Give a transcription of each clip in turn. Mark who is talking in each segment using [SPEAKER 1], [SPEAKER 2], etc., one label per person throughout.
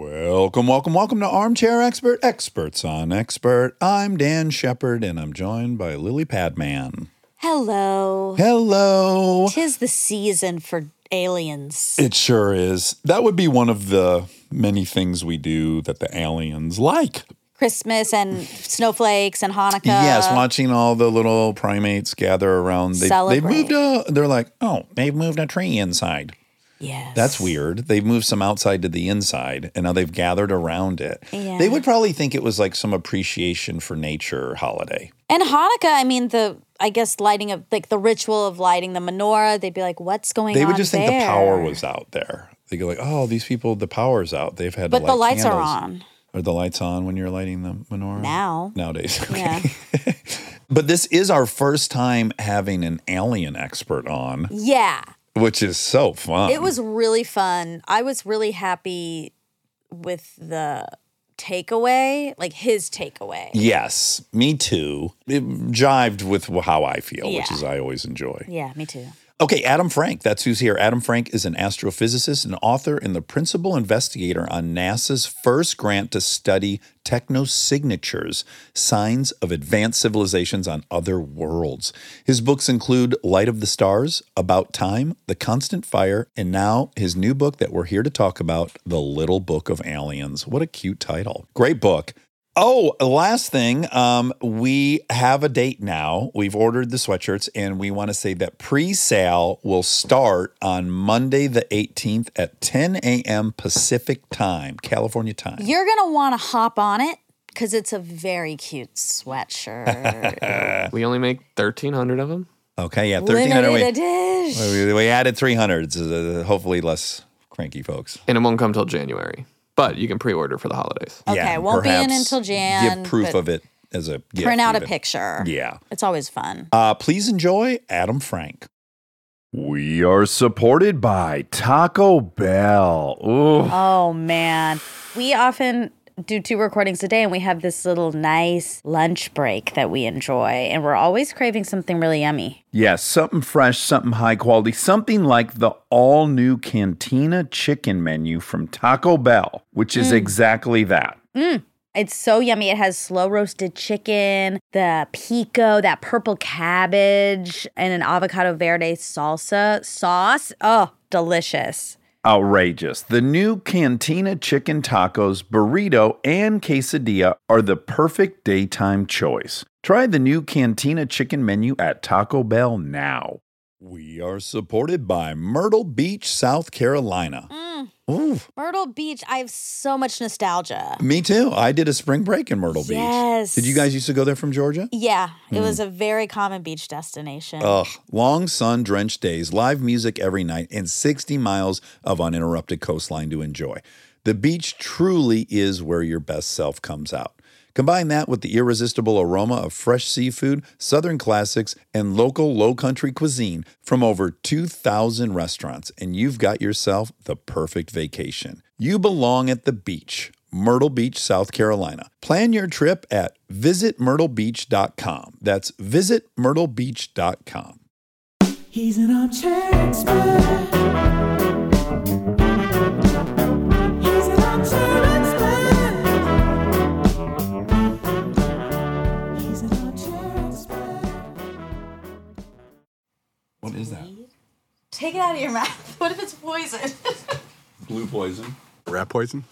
[SPEAKER 1] Welcome, welcome, welcome to Armchair Expert, Experts on Expert. I'm Dan Shepard and I'm joined by Lily Padman.
[SPEAKER 2] Hello.
[SPEAKER 1] Hello.
[SPEAKER 2] Tis the season for aliens.
[SPEAKER 1] It sure is. That would be one of the many things we do that the aliens like.
[SPEAKER 2] Christmas and snowflakes and Hanukkah.
[SPEAKER 1] yes, watching all the little primates gather around. They, they've moved
[SPEAKER 2] Celebrate.
[SPEAKER 1] a, they're like, oh, they've moved a tree inside.
[SPEAKER 2] Yes.
[SPEAKER 1] That's weird. They've moved some outside to the inside and now they've gathered around it.
[SPEAKER 2] Yeah.
[SPEAKER 1] They would probably think it was like some appreciation for nature holiday.
[SPEAKER 2] And Hanukkah, I mean the I guess lighting of like the ritual of lighting the menorah, they'd be like, What's going on?
[SPEAKER 1] They would just think the
[SPEAKER 2] there?"
[SPEAKER 1] power was out there. They go like, oh, these people, the power's out. They've had
[SPEAKER 2] But
[SPEAKER 1] to
[SPEAKER 2] the
[SPEAKER 1] light
[SPEAKER 2] lights
[SPEAKER 1] candles.
[SPEAKER 2] are on.
[SPEAKER 1] Are the lights on when you're lighting the menorah?
[SPEAKER 2] Now.
[SPEAKER 1] Nowadays. Okay.
[SPEAKER 2] Yeah.
[SPEAKER 1] But this is our first time having an alien expert on,
[SPEAKER 2] yeah.
[SPEAKER 1] which is so fun.
[SPEAKER 2] It was really fun. I was really happy with the takeaway, like his takeaway.
[SPEAKER 1] Yes, me too. It jived with how I feel, which
[SPEAKER 2] Yeah.
[SPEAKER 1] is I always enjoy.
[SPEAKER 2] Yeah, me too.
[SPEAKER 1] Okay, Adam Frank, that's who's here. Adam Frank is an astrophysicist, an author, and the principal investigator on NASA's first grant to study technosignatures, signs of advanced civilizations on other worlds. His books include Light of the Stars, About Time, The Constant Fire, and now his new book that we're here to talk about, The Little Book of Aliens. What a cute title. Great book. Oh, last thing, um, we have a date now. We've ordered the sweatshirts, and we want to say that pre-sale will start on Monday, the 18th at 10 a.m. Pacific time, California time.
[SPEAKER 2] You're gonna wanna hop on it because it's a very cute sweatshirt.
[SPEAKER 3] We only make 1,300 of them.
[SPEAKER 1] Okay, yeah, 1300.
[SPEAKER 2] Limited
[SPEAKER 1] We,
[SPEAKER 2] edition.
[SPEAKER 1] we, we added 300s. Uh, hopefully, less cranky folks.
[SPEAKER 3] And it won't come till January. But you can pre order for the holidays.
[SPEAKER 2] Okay, won't be in
[SPEAKER 1] perhaps
[SPEAKER 2] until Jan,
[SPEAKER 1] Give proof
[SPEAKER 2] but
[SPEAKER 1] of it as a gift.
[SPEAKER 2] print out a
[SPEAKER 1] even.
[SPEAKER 2] picture.
[SPEAKER 1] Yeah.
[SPEAKER 2] It's always fun.
[SPEAKER 1] Uh, please enjoy Adam Frank.
[SPEAKER 4] We are supported by Taco Bell. Ooh.
[SPEAKER 2] Oh man. We often do two recordings a day and we have this little nice lunch break that we enjoy and we're always craving something really yummy.
[SPEAKER 4] Yeah, something fresh, something high quality, something like the all new Cantina chicken menu from Taco Bell, which is exactly that.
[SPEAKER 2] It's so yummy. It has slow roasted chicken, the pico, that purple cabbage, and an avocado verde salsa sauce. Oh, delicious.
[SPEAKER 4] Outrageous. The new Cantina chicken tacos, burrito, and quesadilla are the perfect daytime choice. Try the new Cantina chicken menu at Taco Bell now.
[SPEAKER 1] We are supported by Myrtle Beach, South Carolina. Ooh,
[SPEAKER 2] Myrtle Beach, I have so much nostalgia.
[SPEAKER 1] me too. I did a spring break in Myrtle
[SPEAKER 2] Yes.
[SPEAKER 1] Beach. Did you guys used to go there from Georgia?
[SPEAKER 2] Yeah,
[SPEAKER 5] Hmm.
[SPEAKER 2] it was a very common beach destination.
[SPEAKER 5] Oh.
[SPEAKER 1] Ugh, long sun drenched days, live music every night, and 60 miles of uninterrupted coastline to enjoy. The beach truly is where your best self comes out. Combine that with the irresistible aroma of fresh seafood, southern classics, and local low country cuisine from over 2,000 restaurants, and you've got yourself the perfect vacation. You belong at the beach. Myrtle Beach, South Carolina. Plan your trip at visitmyrtlebeach.com. That's visitmyrtlebeach.com.
[SPEAKER 6] He's an armchair expert. He's an armchair expert. He's an armchair expert.
[SPEAKER 1] What is that?
[SPEAKER 2] Take it out of your mouth. What if it's poison?
[SPEAKER 1] Blue poison.
[SPEAKER 5] Rat poison?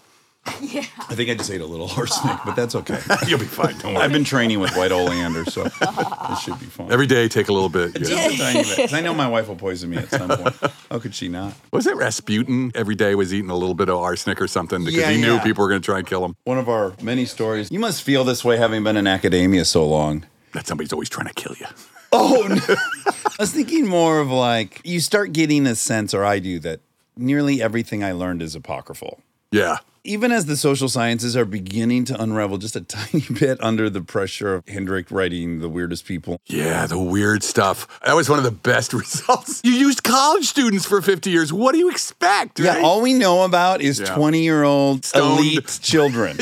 [SPEAKER 1] I think I just ate a little horseneck, but that's okay.
[SPEAKER 5] You'll be fine. Don't
[SPEAKER 1] I've
[SPEAKER 5] worry.
[SPEAKER 1] been training with White Oleander, so it should be fine.
[SPEAKER 5] Every day, take a little bit. yeah.
[SPEAKER 1] just a tiny bit. 'cause I know my wife will poison me at some point. How could she not?
[SPEAKER 5] Was it Rasputin? Every day was eating a little bit of arsenic or something because
[SPEAKER 1] Yeah,
[SPEAKER 5] he knew
[SPEAKER 1] yeah.
[SPEAKER 5] people were going to try and kill him.
[SPEAKER 1] One of our many stories. You must feel this way having been in academia so long.
[SPEAKER 5] That somebody's always trying to kill you.
[SPEAKER 1] Oh, no. I was thinking more of like you start getting a sense, or I do, that nearly everything I learned is apocryphal.
[SPEAKER 5] Yeah.
[SPEAKER 1] Even as the social sciences are beginning to unravel just a tiny bit under the pressure of Hendrick writing The Weirdest People.
[SPEAKER 5] Yeah, the weird stuff. That was one of the best results. You used college students for 50 years. What do you expect?
[SPEAKER 1] Yeah,
[SPEAKER 5] right?
[SPEAKER 1] all we know about is
[SPEAKER 5] Yeah.
[SPEAKER 1] 20 year old
[SPEAKER 5] Stoned.
[SPEAKER 1] elite children.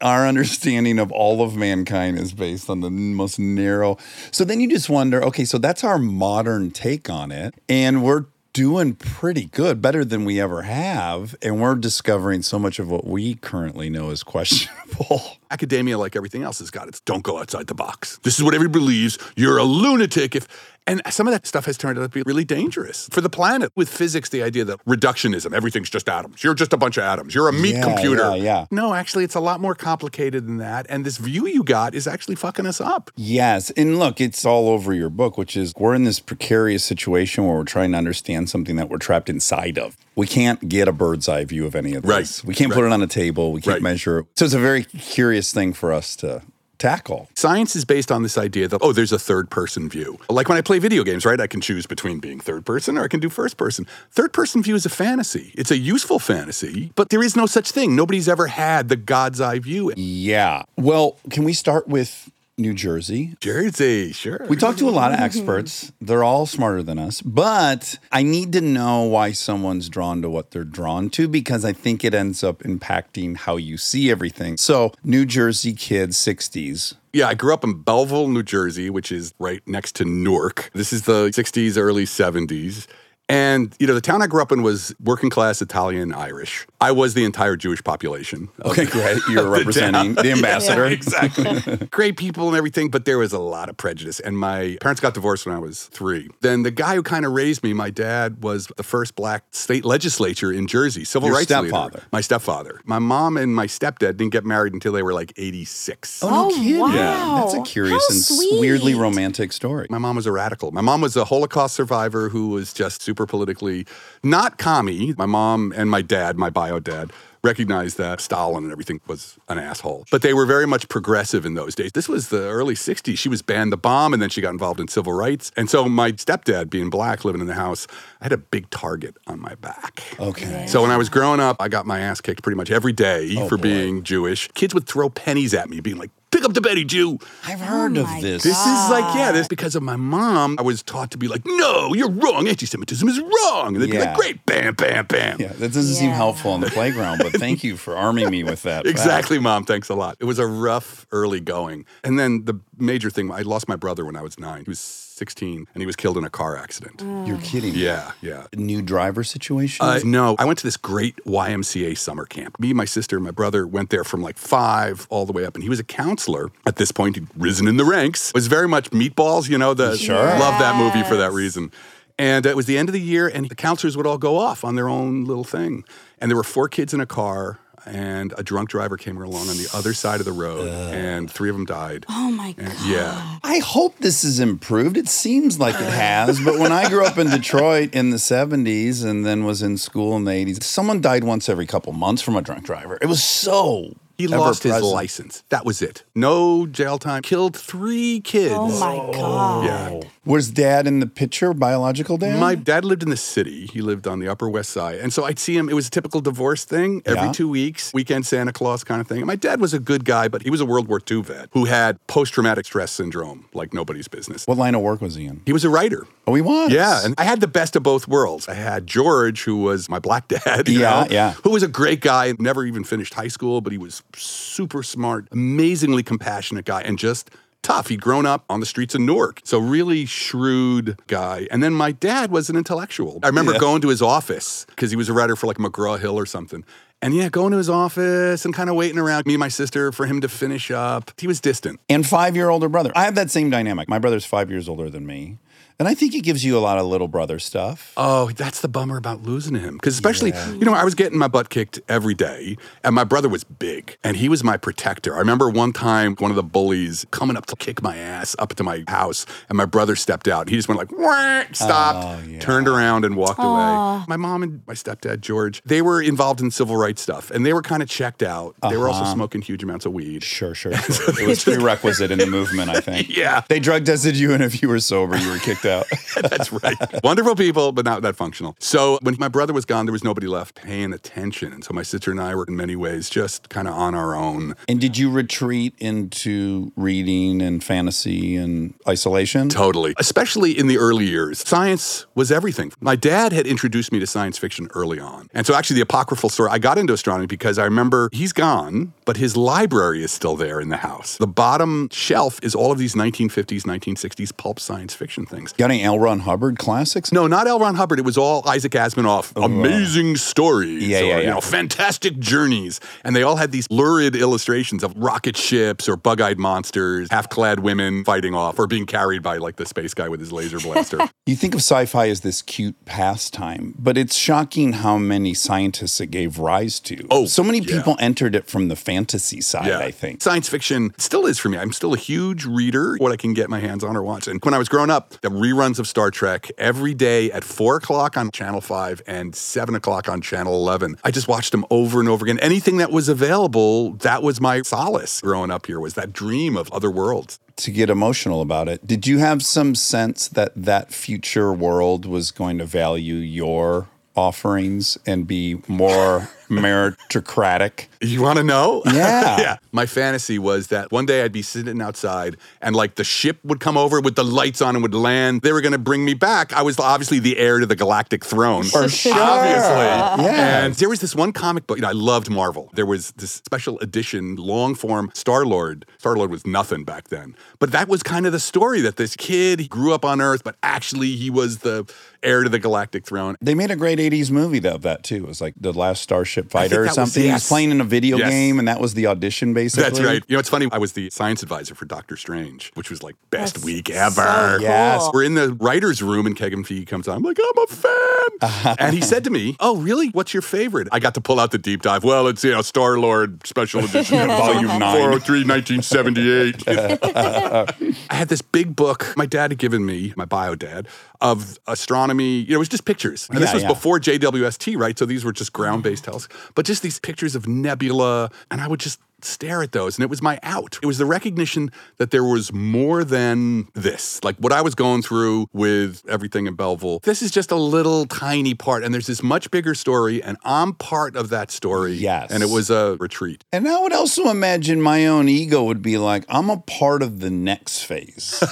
[SPEAKER 1] Our understanding of all of mankind is based on the most narrow. So then you just wonder okay, so that's our modern take on it. And we're doing pretty good, better than we ever have. And we're discovering so much of what we currently know is questionable.
[SPEAKER 5] Academia, like everything else, has got its don't go outside the box. This is what everybody believes. You're a lunatic if. And some of that stuff has turned out to be really dangerous for the planet. With physics, the idea that reductionism, everything's just atoms. You're just a bunch of atoms. You're a meat
[SPEAKER 1] Yeah,
[SPEAKER 5] computer.
[SPEAKER 1] yeah, yeah.
[SPEAKER 5] No, actually, it's a lot more complicated than that. And this view you got is actually fucking us up.
[SPEAKER 1] Yes. And look, it's all over your book, which is we're in this precarious situation where we're trying to understand something that we're trapped inside of. We can't get a bird's eye view of any of
[SPEAKER 5] Right,
[SPEAKER 1] this. We can't put
[SPEAKER 5] right.
[SPEAKER 1] it on a table. We can't
[SPEAKER 5] Right.
[SPEAKER 1] measure it. So it's a very curious thing for us to tackle.
[SPEAKER 5] Science is based on this idea that, oh, there's a third person view. Like when I play video games, right? I can choose between being third person or I can do first person. Third person view is a fantasy. It's a useful fantasy, but there is no such thing. Nobody's ever had the God's eye view.
[SPEAKER 1] Yeah. Well, can we start with New Jersey?
[SPEAKER 5] Jersey, sure.
[SPEAKER 1] We talked to a lot
[SPEAKER 7] Mm-hmm.
[SPEAKER 1] of experts. They're all smarter than us, but I need to know why someone's drawn to what they're drawn to because I think it ends up impacting how you see everything. So, New Jersey kids, 60s,
[SPEAKER 5] Yeah, I grew up in Belleville, New Jersey, which is right next to Newark. This is the 60s, early 70s. And, you know, the town I grew up in was working class Italian Irish. I was the entire Jewish population.
[SPEAKER 1] Okay, great. You're representing the ambassador.
[SPEAKER 5] exactly. Great people and everything, but there was a lot of prejudice. And my parents got divorced when I was three. Then the guy who kind of raised me, my dad, was the first black state legislature in Jersey, civil
[SPEAKER 1] Your
[SPEAKER 5] rights leader.
[SPEAKER 1] stepfather.
[SPEAKER 5] My stepfather. My mom and my stepdad didn't get married until they were like 86.
[SPEAKER 1] no
[SPEAKER 7] Oh,
[SPEAKER 1] kidding.
[SPEAKER 7] wow.
[SPEAKER 1] That's a curious
[SPEAKER 7] How
[SPEAKER 1] and s-
[SPEAKER 7] sweet. Oh,
[SPEAKER 1] weirdly romantic story.
[SPEAKER 5] My mom was a radical. My mom was a Holocaust survivor who was just super politically not commie. My mom and my dad, my bio dad, recognized that Stalin and everything was an asshole. But they were very much progressive in those days. This was the early 60s. She was banned the bomb and then she got involved in civil rights. And so my stepdad, being black, living in the house, I had a big target on my back.
[SPEAKER 1] Okay. Oh,
[SPEAKER 5] So when I was growing up, I got my ass kicked pretty much every day for
[SPEAKER 1] boy.
[SPEAKER 5] being Jewish. Kids would throw pennies at me, being like, pick up the penny, Jew.
[SPEAKER 1] I've heard of this.
[SPEAKER 5] This is like, yeah,
[SPEAKER 1] Ah.
[SPEAKER 5] this because of my mom. I was taught to be like, no, you're wrong. Anti Semitism is wrong. And they'd be
[SPEAKER 1] Yeah.
[SPEAKER 5] like, great, bam, bam, bam.
[SPEAKER 1] Yeah, that doesn't seem
[SPEAKER 7] Yeah.
[SPEAKER 1] helpful on the playground, but thank you for arming me with that. fact.
[SPEAKER 5] Exactly, mom. Thanks a lot. It was a rough early going. And then the major thing, I lost my brother when I was nine. He was 16 and he was killed in a car accident.
[SPEAKER 1] You're kidding. me.
[SPEAKER 5] Yeah, yeah.
[SPEAKER 1] New driver situation.
[SPEAKER 5] Uh, no, I went to this great YMCA summer camp. Me, my sister, and my brother went there from like five all the way up, and he was a counselor at this point. He'd risen in the ranks. It was very much meatballs, you know. The
[SPEAKER 1] Sure.
[SPEAKER 5] love that movie for that reason. And it was the end of the year, and the counselors would all go off on their own little thing. And there were four kids in a car, and a drunk driver came along on the other side of the road, and three of them died.
[SPEAKER 7] Oh my god.
[SPEAKER 5] Yeah.
[SPEAKER 1] I hope this is improved. It seems like it has, but when I grew up in Detroit in the 70s and then was in school in the 80s, someone died once every couple months from a drunk driver. It was so
[SPEAKER 5] He lost his
[SPEAKER 1] ever-present.
[SPEAKER 5] license. That was it. No jail time. Killed three kids.
[SPEAKER 7] Oh my god.
[SPEAKER 5] Yeah.
[SPEAKER 1] Was dad in the picture, biological dad?
[SPEAKER 5] My dad lived in the city. He lived on the Upper West Side. And so I'd see him. It was a typical divorce thing every
[SPEAKER 1] Yeah.
[SPEAKER 5] two weeks, weekend Santa Claus kind of thing. And my dad was a good guy, but he was a World War II vet who had post traumatic stress syndrome like nobody's business.
[SPEAKER 1] what line of work was he in?
[SPEAKER 5] He was a writer.
[SPEAKER 1] Oh, he was.
[SPEAKER 5] Yeah, and I had the best of both worlds. I had George, who was my black dad, you
[SPEAKER 1] Yeah,
[SPEAKER 5] know,
[SPEAKER 1] yeah.
[SPEAKER 5] who was a great guy, never even finished high school, but he was super smart, amazingly compassionate guy, and just tough. He'd grown up on the streets of Newark, so really shrewd guy. And then my dad was an intellectual. I remember going to his office because he was a writer for like McGraw Hill or something. And yeah, going to his office and kind of waiting around me and my sister for him to finish up. He was distant.
[SPEAKER 1] and five year older brother. I have that same dynamic. My brother's five years older than me. And I think he gives you a lot of little brother stuff.
[SPEAKER 5] Oh, that's the bummer about losing him. Because especially, you know, I was getting my butt kicked every day, and my brother was big, and he was my protector. I remember one time one of the bullies coming up to kick my ass up to my house, and my brother stepped out. He just went like, "Wah," stopped, turned around, and walked away. My mom and my stepdad George, they were involved in civil rights stuff, and they were kind of checked out. They were also smoking huge amounts of weed.
[SPEAKER 1] Sure, sure, sure. it was prerequisite in the movement, I think.
[SPEAKER 5] Yeah.
[SPEAKER 1] They drug tested you, and if you were sober, you were kicked out.
[SPEAKER 5] That's right. Wonderful people, but not that functional. So when my brother was gone, there was nobody left paying attention. And so my sister and I were in many ways just kind of on our own.
[SPEAKER 1] and did you retreat into reading and fantasy and isolation?
[SPEAKER 5] Totally. Especially in the early years, science was everything. My dad had introduced me to science fiction early on. And so, actually, the apocryphal story, I got into astronomy because I remember he's gone, but his library is still there in the house. The bottom shelf is all of these 1950s, 1960s pulp science fiction things.
[SPEAKER 1] Got any L. Ron Hubbard classics?
[SPEAKER 5] No, not L. Ron Hubbard. It was all Isaac Asimov. Amazing stories.
[SPEAKER 1] Oh, Yeah,
[SPEAKER 5] or,
[SPEAKER 1] yeah,
[SPEAKER 5] You
[SPEAKER 1] yeah.
[SPEAKER 5] know, fantastic journeys. And they all had these lurid illustrations of rocket ships or bug-eyed monsters, half-clad women fighting off or being carried by like the space guy with his laser blaster.
[SPEAKER 1] You think of sci fi as this cute pastime, but it's shocking how many scientists it gave rise to.
[SPEAKER 5] Oh,
[SPEAKER 1] so many
[SPEAKER 5] yeah.
[SPEAKER 1] people entered it from the fantasy side, I think.
[SPEAKER 5] Science fiction still is for me. I'm still a huge reader, what I can get my hands on or watch. And when I was growing up, the reruns of Star Trek every day at four o'clock on Channel 5 and seven o'clock on Channel 11. I just watched them over and over again. Anything that was available, that was my solace growing up here, was that dream of other worlds.
[SPEAKER 1] to get emotional about it. Did you have some sense that that future world was going to value your offerings and be more meritocratic?
[SPEAKER 5] You want to know?
[SPEAKER 1] Yeah.
[SPEAKER 5] yeah. My fantasy was that one day I'd be sitting outside and like the ship would come over with the lights on and would land. They were going to bring me back. I was obviously the heir to the galactic throne.
[SPEAKER 1] For sure.
[SPEAKER 5] Obviously.
[SPEAKER 1] Yeah.
[SPEAKER 5] And there was this one comic book, you know, I loved Marvel. There was this special edition long form Star Lord. Star Lord was nothing back then. But that was kind of the story that this kid he grew up on Earth, but actually he was the heir to the galactic throne.
[SPEAKER 1] They made a great 80s movie of that too. It was like The Last Starship Fighter or
[SPEAKER 5] that was-
[SPEAKER 1] something. He was
[SPEAKER 5] yes.
[SPEAKER 1] playing in a video
[SPEAKER 5] Yes.
[SPEAKER 1] game and that was the audition basically.
[SPEAKER 5] That's right. You know, it's funny. I was the science advisor for Doctor Strange, which was like best
[SPEAKER 7] That's
[SPEAKER 5] week
[SPEAKER 7] so
[SPEAKER 5] ever.
[SPEAKER 7] cool.
[SPEAKER 2] Oh.
[SPEAKER 1] Yes.
[SPEAKER 5] We're in the writer's room and Kegan Fee comes on. I'm like, I'm a fan. and he said to me, Oh, really? What's your favorite? I got to pull out the deep dive. Well, it's, you know, Star Lord Special Edition, Volume 9, 403, 1978. I had this big book my dad had given me, my bio dad, of astronomy. You know, it was just pictures. And this
[SPEAKER 1] Yeah,
[SPEAKER 5] was
[SPEAKER 1] yeah.
[SPEAKER 5] before JWST, right? So these were just ground based telescopes, but just these pictures of nebula. And I would just stare at those. And it was my out. It was the recognition that there was more than this. Like what I was going through with everything in Belleville, this is just a little tiny part. And there's this much bigger story. And I'm part of that story.
[SPEAKER 1] Yes.
[SPEAKER 5] And it was a retreat.
[SPEAKER 1] And I would also imagine my own ego would be like, I'm a part of the next phase.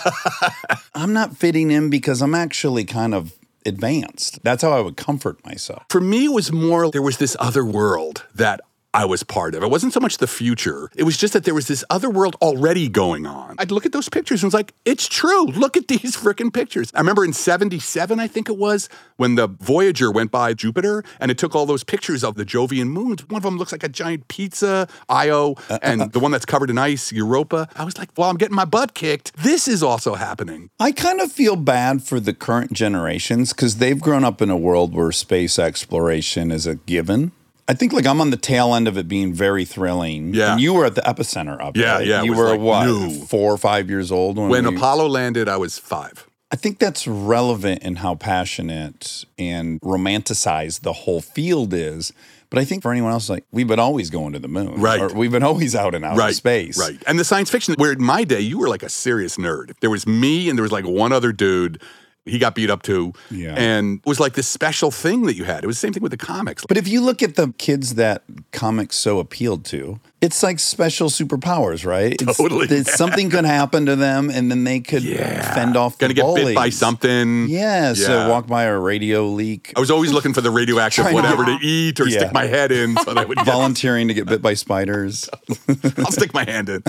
[SPEAKER 1] I'm not fitting in because I'm actually kind of advanced. That's how I would comfort myself.
[SPEAKER 5] for me it was more there was this other world that I was part of. It wasn't so much the future. It was just that there was this other world already going on. I'd look at those pictures and was like, it's true. Look at these freaking pictures. I remember in 77, I think it was, when the Voyager went by Jupiter and it took all those pictures of the Jovian moons. One of them looks like a giant pizza, Io, and the one that's covered in ice, Europa. I was like, well, I'm getting my butt kicked. This is also happening.
[SPEAKER 1] I kind of feel bad for the current generations because they've grown up in a world where space exploration is a given. I think like I'm on the tail end of it being very thrilling.
[SPEAKER 5] Yeah.
[SPEAKER 1] And you were at the epicenter of
[SPEAKER 5] Yeah,
[SPEAKER 1] it.
[SPEAKER 5] yeah, it
[SPEAKER 1] You
[SPEAKER 5] was,
[SPEAKER 1] were
[SPEAKER 5] like,
[SPEAKER 1] what,
[SPEAKER 5] new.
[SPEAKER 1] four or five years old when,
[SPEAKER 5] When
[SPEAKER 1] we-
[SPEAKER 5] Apollo landed, I was five.
[SPEAKER 1] I think that's relevant in how passionate and romanticized the whole field is. But I think for anyone else, like we've been always going to the moon,
[SPEAKER 5] Right.
[SPEAKER 1] Or we've been always out in outer space,
[SPEAKER 5] Right. And the science fiction, where in my day, you were like a serious nerd. There was me and there was like one other dude. He got beat up too.
[SPEAKER 1] Yeah.
[SPEAKER 5] And it was like this special thing that you had. It was the same thing with the comics.
[SPEAKER 1] But if you look at the kids that comics so appealed to, it's like special superpowers, right? It's,
[SPEAKER 5] Totally.
[SPEAKER 1] it's- something could happen to them, and then they could fend off.
[SPEAKER 5] Gonna
[SPEAKER 1] the
[SPEAKER 5] get bit by
[SPEAKER 1] bullies.
[SPEAKER 5] something.
[SPEAKER 1] Yeah,
[SPEAKER 5] Yeah. Oh,
[SPEAKER 1] so walk by a radio leak,
[SPEAKER 5] I was always looking for the radioactive
[SPEAKER 1] Trying to
[SPEAKER 5] whatever to
[SPEAKER 1] get-
[SPEAKER 5] eat or
[SPEAKER 1] Yeah.
[SPEAKER 5] stick my head in so that I would get
[SPEAKER 1] volunteering to get bit by spiders.
[SPEAKER 5] I'll stick my hand in.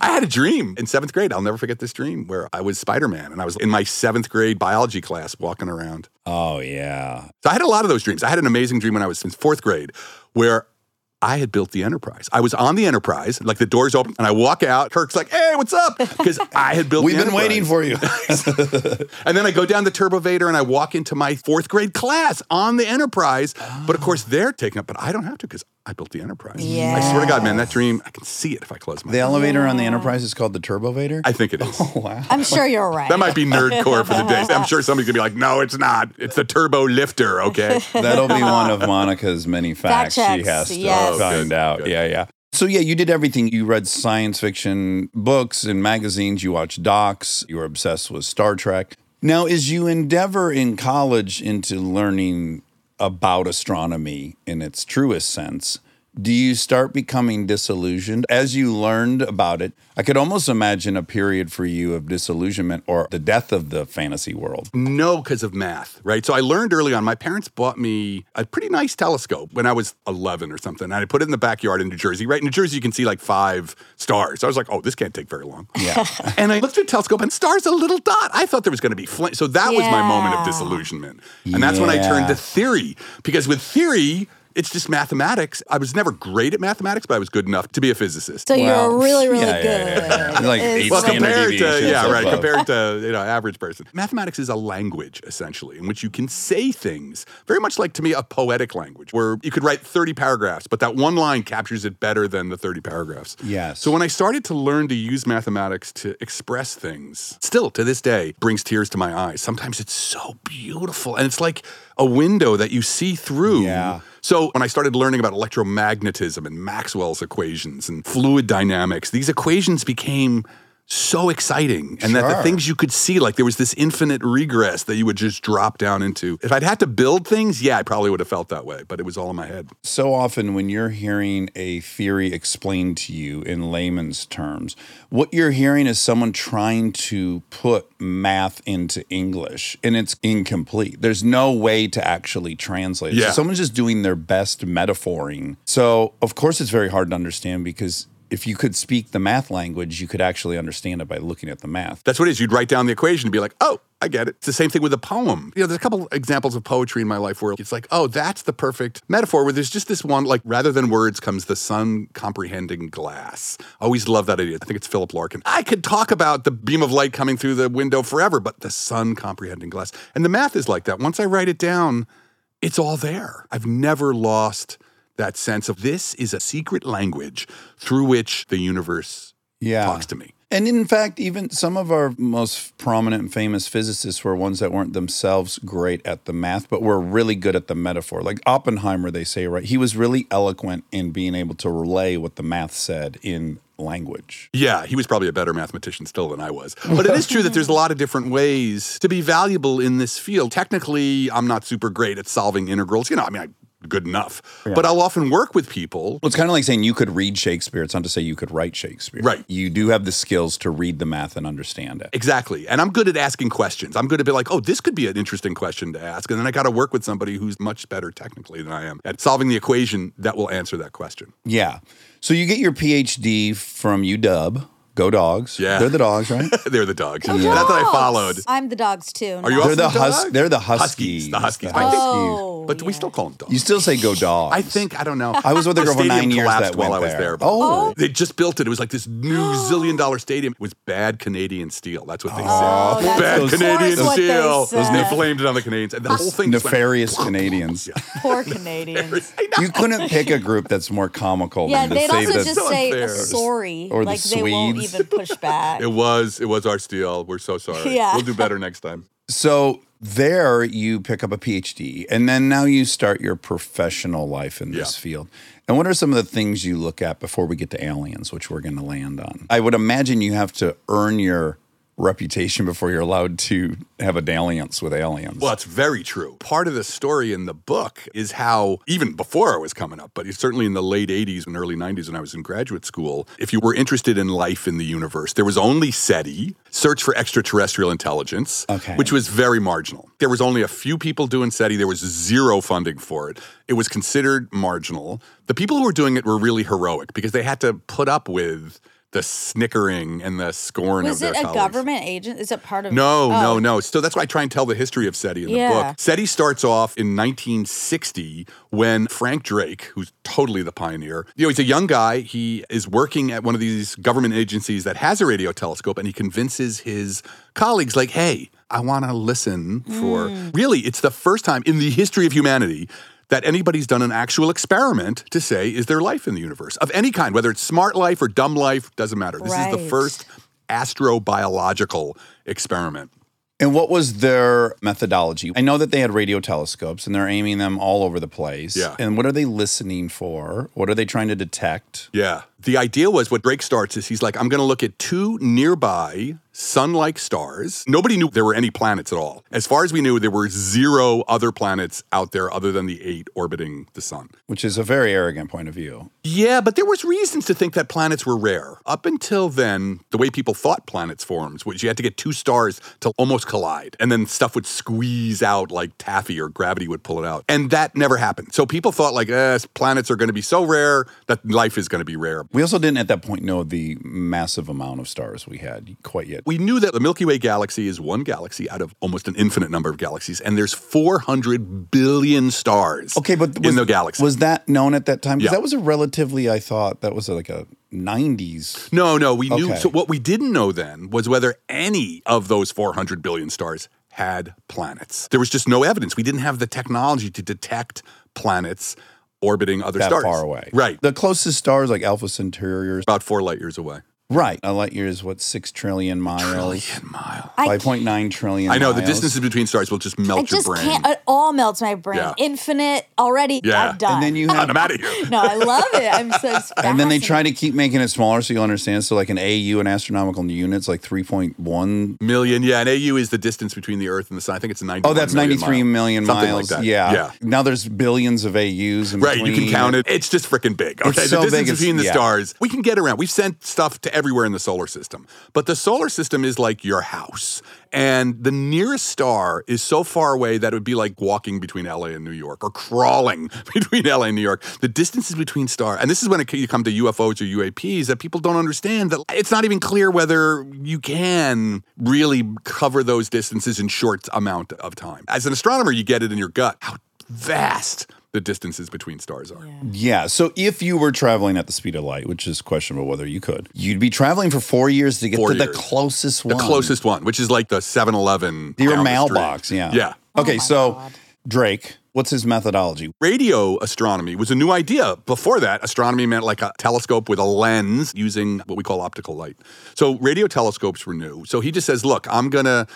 [SPEAKER 5] I had a dream in seventh grade. I'll never forget this dream where I was Spider Man and I was in my seventh grade biology class walking around.
[SPEAKER 1] Oh yeah,
[SPEAKER 5] So I had a lot of those dreams. I had an amazing dream when I was in fourth grade where I had built the Enterprise. I was on the Enterprise, like the doors open, and I walk out. Kirk's like, hey, what's up? Because I had built
[SPEAKER 1] we've
[SPEAKER 5] the
[SPEAKER 1] been waiting for you.
[SPEAKER 5] And then I go down the Turbovator and I walk into my fourth grade class on the Enterprise. But of
[SPEAKER 1] Ah.
[SPEAKER 5] course, they're taking up, but I don't have to because I built the Enterprise.
[SPEAKER 7] Yeah.
[SPEAKER 5] I swear to God, man, that dream, I can see it if I close my
[SPEAKER 1] the
[SPEAKER 5] eyes.
[SPEAKER 1] elevator on the Enterprise is called the Turbovator.
[SPEAKER 5] I think it is.
[SPEAKER 1] wow.
[SPEAKER 2] I'm sure you're right.
[SPEAKER 5] That might be nerdcore for the day. I'm sure somebody's gonna be like, "No, it's not. It's the turbo lifter." Okay,
[SPEAKER 1] That'll be one of Monica's many facts she
[SPEAKER 2] checks,
[SPEAKER 1] has to
[SPEAKER 2] yes.
[SPEAKER 1] find
[SPEAKER 5] Oh, good,
[SPEAKER 1] out.
[SPEAKER 5] good.
[SPEAKER 1] Yeah, yeah. So yeah, you did everything. You read science fiction books and magazines. You watched docs. You were obsessed with Star Trek. Now, as you endeavor in college into learning about astronomy in its truest sense, do you start becoming disillusioned as you learned about it? I could almost imagine a period for you of disillusionment or the death of the fantasy world.
[SPEAKER 5] No, because of math, right? So I learned early on. My parents bought me a pretty nice telescope when I was 11 or something. And I put it in the backyard in New Jersey. Right in New Jersey, you can see like five stars. I was like, oh, this can't take very long. Yeah. and I looked through the telescope, and stars a little dot. I thought there was going to be flint. So that was my moment
[SPEAKER 7] Yeah.
[SPEAKER 5] of disillusionment. And that's when I turned
[SPEAKER 1] Yeah.
[SPEAKER 5] to theory because with theory. It's just mathematics. I was never great at mathematics, but I was good enough to be a physicist.
[SPEAKER 2] So you're really, really
[SPEAKER 1] yeah,
[SPEAKER 2] good.
[SPEAKER 1] yeah, yeah. Like
[SPEAKER 2] It's-
[SPEAKER 1] eight
[SPEAKER 5] well,
[SPEAKER 1] standard
[SPEAKER 5] compared to
[SPEAKER 1] deviations
[SPEAKER 5] yeah, right.
[SPEAKER 1] above.
[SPEAKER 5] Compared to you know average person, mathematics is a language essentially in which you can say things very much like to me a poetic language where you could write thirty paragraphs, but that one line captures it better than the thirty paragraphs.
[SPEAKER 1] Yes.
[SPEAKER 5] So when I started to learn to use mathematics to express things, still to this day brings tears to my eyes. Sometimes it's so beautiful, and it's like a window that you see through.
[SPEAKER 1] Yeah.
[SPEAKER 5] So when I started learning about electromagnetism and Maxwell's equations and fluid dynamics, these equations became so exciting and that the
[SPEAKER 1] Sure.
[SPEAKER 5] things you could see like there was this infinite regress that you would just drop down into if i'd had to build things yeah i probably would have felt that way but it was all in my head
[SPEAKER 1] so often when you're hearing a theory explained to you in layman's terms, what you're hearing is someone trying to put math into English and it's incomplete. There's no way to actually translate it. So
[SPEAKER 5] Yeah.
[SPEAKER 1] someone's just doing their best metaphoring. So, of course, it's very hard to understand because if you could speak the math language, you could actually understand it by looking at the math.
[SPEAKER 5] That's what it is. You'd write down the equation and be like, oh, I get it. It's the same thing with a poem. You know, there's a couple examples of poetry in my life where it's like, oh, that's the perfect metaphor where there's just this one, like, rather than words comes the sun comprehending glass. I always love that idea. I think it's Philip Larkin. I could talk about the beam of light coming through the window forever, but the sun comprehending glass. And the math is like that. Once I write it down, it's all there. I've never lost that sense of this is a secret language through which the universe
[SPEAKER 1] Yeah.
[SPEAKER 5] talks to me.
[SPEAKER 1] And in fact, even some of our most prominent and famous physicists were ones that weren't themselves great at the math, but were really good at the metaphor. Like Oppenheimer, they say, right? He was really eloquent in being able to relay what the math said in language.
[SPEAKER 5] Yeah, he was probably a better mathematician still than I was. But it is true that there's a lot of different ways to be valuable in this field. Technically, I'm not super great at solving integrals. You know, I mean, I'm good enough. But I'll often work with people.
[SPEAKER 1] Well, it's kind of like saying you could read Shakespeare. It's not to say you could write Shakespeare.
[SPEAKER 5] Right.
[SPEAKER 1] You do have the skills to read the math and understand it.
[SPEAKER 5] Exactly. And I'm good at asking questions. I'm good at being like, oh, this could be an interesting question to ask. And then I got to work with somebody who's much better technically than I am at solving the equation that will answer that question.
[SPEAKER 1] Yeah. So you get your PhD from UW. Go dogs.
[SPEAKER 5] Yeah.
[SPEAKER 1] They're the dogs, right?
[SPEAKER 5] They're the dogs. Not that I
[SPEAKER 2] Dogs.
[SPEAKER 5] followed.
[SPEAKER 2] I'm the dogs too.
[SPEAKER 5] Are you
[SPEAKER 1] They're
[SPEAKER 5] also
[SPEAKER 1] the
[SPEAKER 5] the,
[SPEAKER 1] hus-
[SPEAKER 5] dog?
[SPEAKER 1] they're the
[SPEAKER 5] Huskies. The
[SPEAKER 1] Huskies.
[SPEAKER 5] Huskies.
[SPEAKER 1] The
[SPEAKER 5] I think,
[SPEAKER 2] Oh,
[SPEAKER 5] but we still call them dogs.
[SPEAKER 1] You still say go dogs.
[SPEAKER 5] I think I don't know.
[SPEAKER 1] I was with a
[SPEAKER 5] The
[SPEAKER 1] girl for
[SPEAKER 5] stadium
[SPEAKER 1] nine years
[SPEAKER 5] collapsed
[SPEAKER 1] that
[SPEAKER 5] while
[SPEAKER 1] went
[SPEAKER 5] I was
[SPEAKER 1] there.
[SPEAKER 5] there. but
[SPEAKER 1] Oh.
[SPEAKER 5] they just built it. It was like this new zillion dollar stadium. It was bad Canadian steel. That's what they
[SPEAKER 1] Oh,
[SPEAKER 5] said.
[SPEAKER 2] that's
[SPEAKER 5] bad
[SPEAKER 2] of course
[SPEAKER 5] Canadian
[SPEAKER 2] what they
[SPEAKER 5] steel.
[SPEAKER 2] said.
[SPEAKER 5] And they blamed it on the Canadians, and the whole thing just went-
[SPEAKER 1] nefarious Canadians.
[SPEAKER 2] poor Canadians.
[SPEAKER 5] I know.
[SPEAKER 1] You couldn't pick a group that's more comical
[SPEAKER 2] yeah,
[SPEAKER 1] than to
[SPEAKER 2] they'd
[SPEAKER 1] say
[SPEAKER 2] also
[SPEAKER 1] that.
[SPEAKER 2] just
[SPEAKER 5] so
[SPEAKER 2] say
[SPEAKER 5] unfair.
[SPEAKER 2] sorry.
[SPEAKER 1] Or the
[SPEAKER 2] like they won't
[SPEAKER 1] Swedes.
[SPEAKER 2] even push back.
[SPEAKER 5] It was it was our steel. We're so sorry.
[SPEAKER 2] Yeah.
[SPEAKER 5] We'll do better next time.
[SPEAKER 1] so there you pick up a PhD and then now you start your professional life in this
[SPEAKER 5] Yeah.
[SPEAKER 1] field. And what are some of the things you look at before we get to aliens, which we're going to land on? I would imagine you have to earn your reputation before you're allowed to have a dalliance with aliens.
[SPEAKER 5] Well, it's very true. Part of the story in the book is how, even before I was coming up, but certainly in the late 80s and early 90s when I was in graduate school, if you were interested in life in the universe, there was only SETI, Search for Extraterrestrial Intelligence,
[SPEAKER 1] Okay.
[SPEAKER 5] which was very marginal. There was only a few people doing SETI, there was zero funding for it. It was considered marginal. The people who were doing it were really heroic because they had to put up with the snickering and the scorn of
[SPEAKER 2] Was
[SPEAKER 5] their
[SPEAKER 2] it a
[SPEAKER 5] colleagues.
[SPEAKER 2] government agent? Is it part of?
[SPEAKER 5] No, no,
[SPEAKER 2] Oh.
[SPEAKER 5] no. So that's why I try and tell the history of SETI in the
[SPEAKER 2] Yeah.
[SPEAKER 5] book. SETI starts off in 1960 when Frank Drake, who's totally the pioneer, you know, he's a young guy. He is working at one of these government agencies that has a radio telescope, and he convinces his colleagues, like, hey, I want to listen for.
[SPEAKER 2] Mm.
[SPEAKER 5] Really, it's the first time in the history of humanity that anybody's done an actual experiment to say, is there life in the universe of any kind, whether it's smart life or dumb life, doesn't matter. This is the
[SPEAKER 2] Right.
[SPEAKER 5] first astrobiological experiment.
[SPEAKER 1] And what was their methodology? I know that they had radio telescopes and they're aiming them all over the place.
[SPEAKER 5] Yeah.
[SPEAKER 1] And what are they listening for? What are they trying to detect?
[SPEAKER 5] Yeah. The idea was what Drake starts is he's like, I'm going to look at two nearby sun like stars. Nobody knew there were any planets at all. As far as we knew, there were zero other planets out there other than the eight orbiting the sun.
[SPEAKER 1] which is a very arrogant point of view.
[SPEAKER 5] Yeah, but there was reasons to think that planets were rare. Up until then, the way people thought planets formed was you had to get two stars to almost collide, and then stuff would squeeze out like taffy or gravity would pull it out. And that never happened. So people thought like, eh, planets are going to be so rare that life is going to be rare.
[SPEAKER 1] We also didn't at that point know the massive amount of stars we had quite yet.
[SPEAKER 5] We knew that the Milky Way galaxy is one galaxy out of almost an infinite number of galaxies, and there's 400 billion stars.
[SPEAKER 1] Okay, but
[SPEAKER 5] in the galaxy,
[SPEAKER 1] was that known at that time? Because
[SPEAKER 5] Yeah.
[SPEAKER 1] that was a relatively, I thought, that was like a '90s.
[SPEAKER 5] No, no, we knew.
[SPEAKER 1] Okay.
[SPEAKER 5] So what we didn't know then was whether any of those 400 billion stars had planets. There was just no evidence. We didn't have the technology to detect planets orbiting other
[SPEAKER 1] That
[SPEAKER 5] stars
[SPEAKER 1] far away,
[SPEAKER 5] Right,
[SPEAKER 1] The closest stars, like Alpha Centauri, or-
[SPEAKER 5] about four light years away.
[SPEAKER 1] right? A light year is what six trillion miles,
[SPEAKER 5] mile.
[SPEAKER 1] five point nine trillion.
[SPEAKER 5] I know the
[SPEAKER 1] miles.
[SPEAKER 5] distances between stars will just melt
[SPEAKER 2] I just
[SPEAKER 5] your brain.
[SPEAKER 2] can't. It all melts my brain.
[SPEAKER 5] Yeah.
[SPEAKER 2] Infinite already.
[SPEAKER 5] Yeah.
[SPEAKER 2] I'm done.
[SPEAKER 1] And then you have
[SPEAKER 5] I'm out of here.
[SPEAKER 2] no, I love it. I'm so.
[SPEAKER 1] And then they try to keep making it smaller so you'll understand. So, like an AU, an astronomical unit's like 3.1.
[SPEAKER 5] Million, yeah, and AU is the distance between the Earth and the Sun. I think it's 93.
[SPEAKER 1] Oh, that's 93 million
[SPEAKER 5] Something like
[SPEAKER 1] miles.
[SPEAKER 5] that.
[SPEAKER 1] Yeah.
[SPEAKER 5] yeah.
[SPEAKER 1] Now there's billions of AUs. In
[SPEAKER 5] Right, you can
[SPEAKER 1] between.
[SPEAKER 5] count it. It's just freaking big. Okay,
[SPEAKER 1] so
[SPEAKER 5] the distance
[SPEAKER 1] big, it's-
[SPEAKER 5] between the
[SPEAKER 1] yeah.
[SPEAKER 5] stars. We can get around. We've sent stuff to everywhere in the solar system, but the solar system is like your house, and the nearest star is so far away that it would be like walking between LA and New York, or crawling between LA and New York. The distances between star, and this is when it, you come to UFOs or UAPs that people don't understand that it's not even clear whether you can really cover those distances in short amount of time. As an astronomer, you get it in your gut. How vast the distances between stars are.
[SPEAKER 1] Yeah. So if you were traveling at the speed of light, which is questionable whether you could, you'd be traveling for four years to get
[SPEAKER 5] Four
[SPEAKER 1] to the
[SPEAKER 5] years.
[SPEAKER 1] closest
[SPEAKER 5] The
[SPEAKER 1] one.
[SPEAKER 5] closest one, which is like the 7 Eleven.
[SPEAKER 1] to your mailbox. Yeah.
[SPEAKER 5] Yeah.
[SPEAKER 1] Okay. so, Drake, what's his methodology?
[SPEAKER 5] Radio astronomy was a new idea. Before that, astronomy meant like a telescope with a lens using what we call optical light. So radio telescopes were new. So he just says, look, I'm going to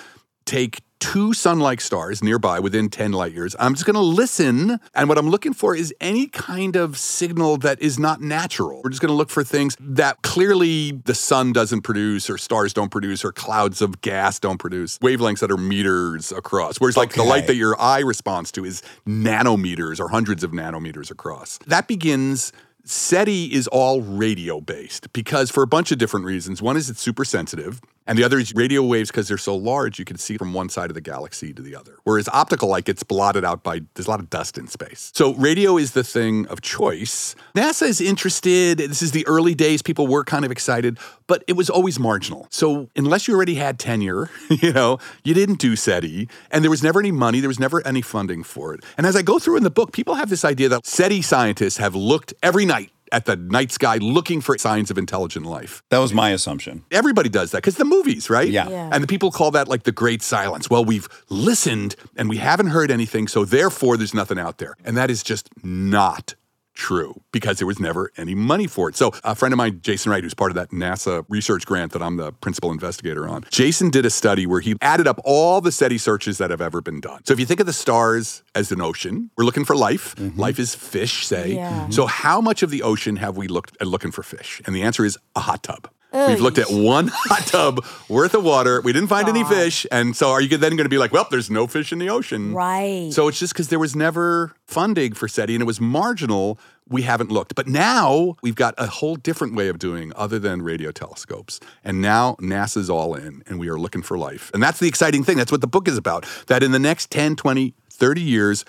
[SPEAKER 5] take two sun like stars nearby within 10 light years. I'm just going to listen. And what I'm looking for is any kind of signal that is not natural. We're just going to look for things that clearly the sun doesn't produce, or stars don't produce, or clouds of gas don't produce, wavelengths that are meters across. Whereas, like, the light
[SPEAKER 1] Okay.
[SPEAKER 5] that your eye responds to is nanometers or hundreds of nanometers across. That begins. SETI is all radio based because, for a bunch of different reasons, one is it's super sensitive, and the other is radio waves because they're so large you can see from one side of the galaxy to the other. Whereas optical light gets blotted out by there's a lot of dust in space. So radio is the thing of choice. NASA is interested. This is the early days. People were kind of excited, but it was always marginal. So unless you already had tenure, you know, you didn't do SETI, and there was never any money, there was never any funding for it. And as I go through in the book, people have this idea that SETI scientists have looked every night at the night sky looking for signs of intelligent life.
[SPEAKER 1] That was my assumption.
[SPEAKER 5] Everybody does that because the movies, right?
[SPEAKER 1] Yeah. Yeah.
[SPEAKER 5] And the people call that like the great silence. Well, we've listened and we haven't heard anything, so therefore there's nothing out there. And that is just not true because there was never any money for it. So a friend of mine, Jason Wright, who's part of that NASA research grant that I'm the principal investigator on, Jason did a study where he added up all the SETI searches that have ever been done. So if you think of the stars as an ocean, we're looking for life. Life is fish, say.
[SPEAKER 2] Yeah. Mhm.
[SPEAKER 5] So how much of the ocean have we looked at looking for fish? And the answer is a hot tub. We've looked at one hot tub worth of water. We didn't find any fish. And so are you then going to be like, well, there's no fish in the ocean?
[SPEAKER 2] Right.
[SPEAKER 5] So it's just because there was never funding for SETI and it was marginal. We haven't looked. But now we've got a whole different way of doing other than radio telescopes. And now NASA's all in and we are looking for life. And that's the exciting thing. That's what the book is about. That in the next 10, 20, 30 years,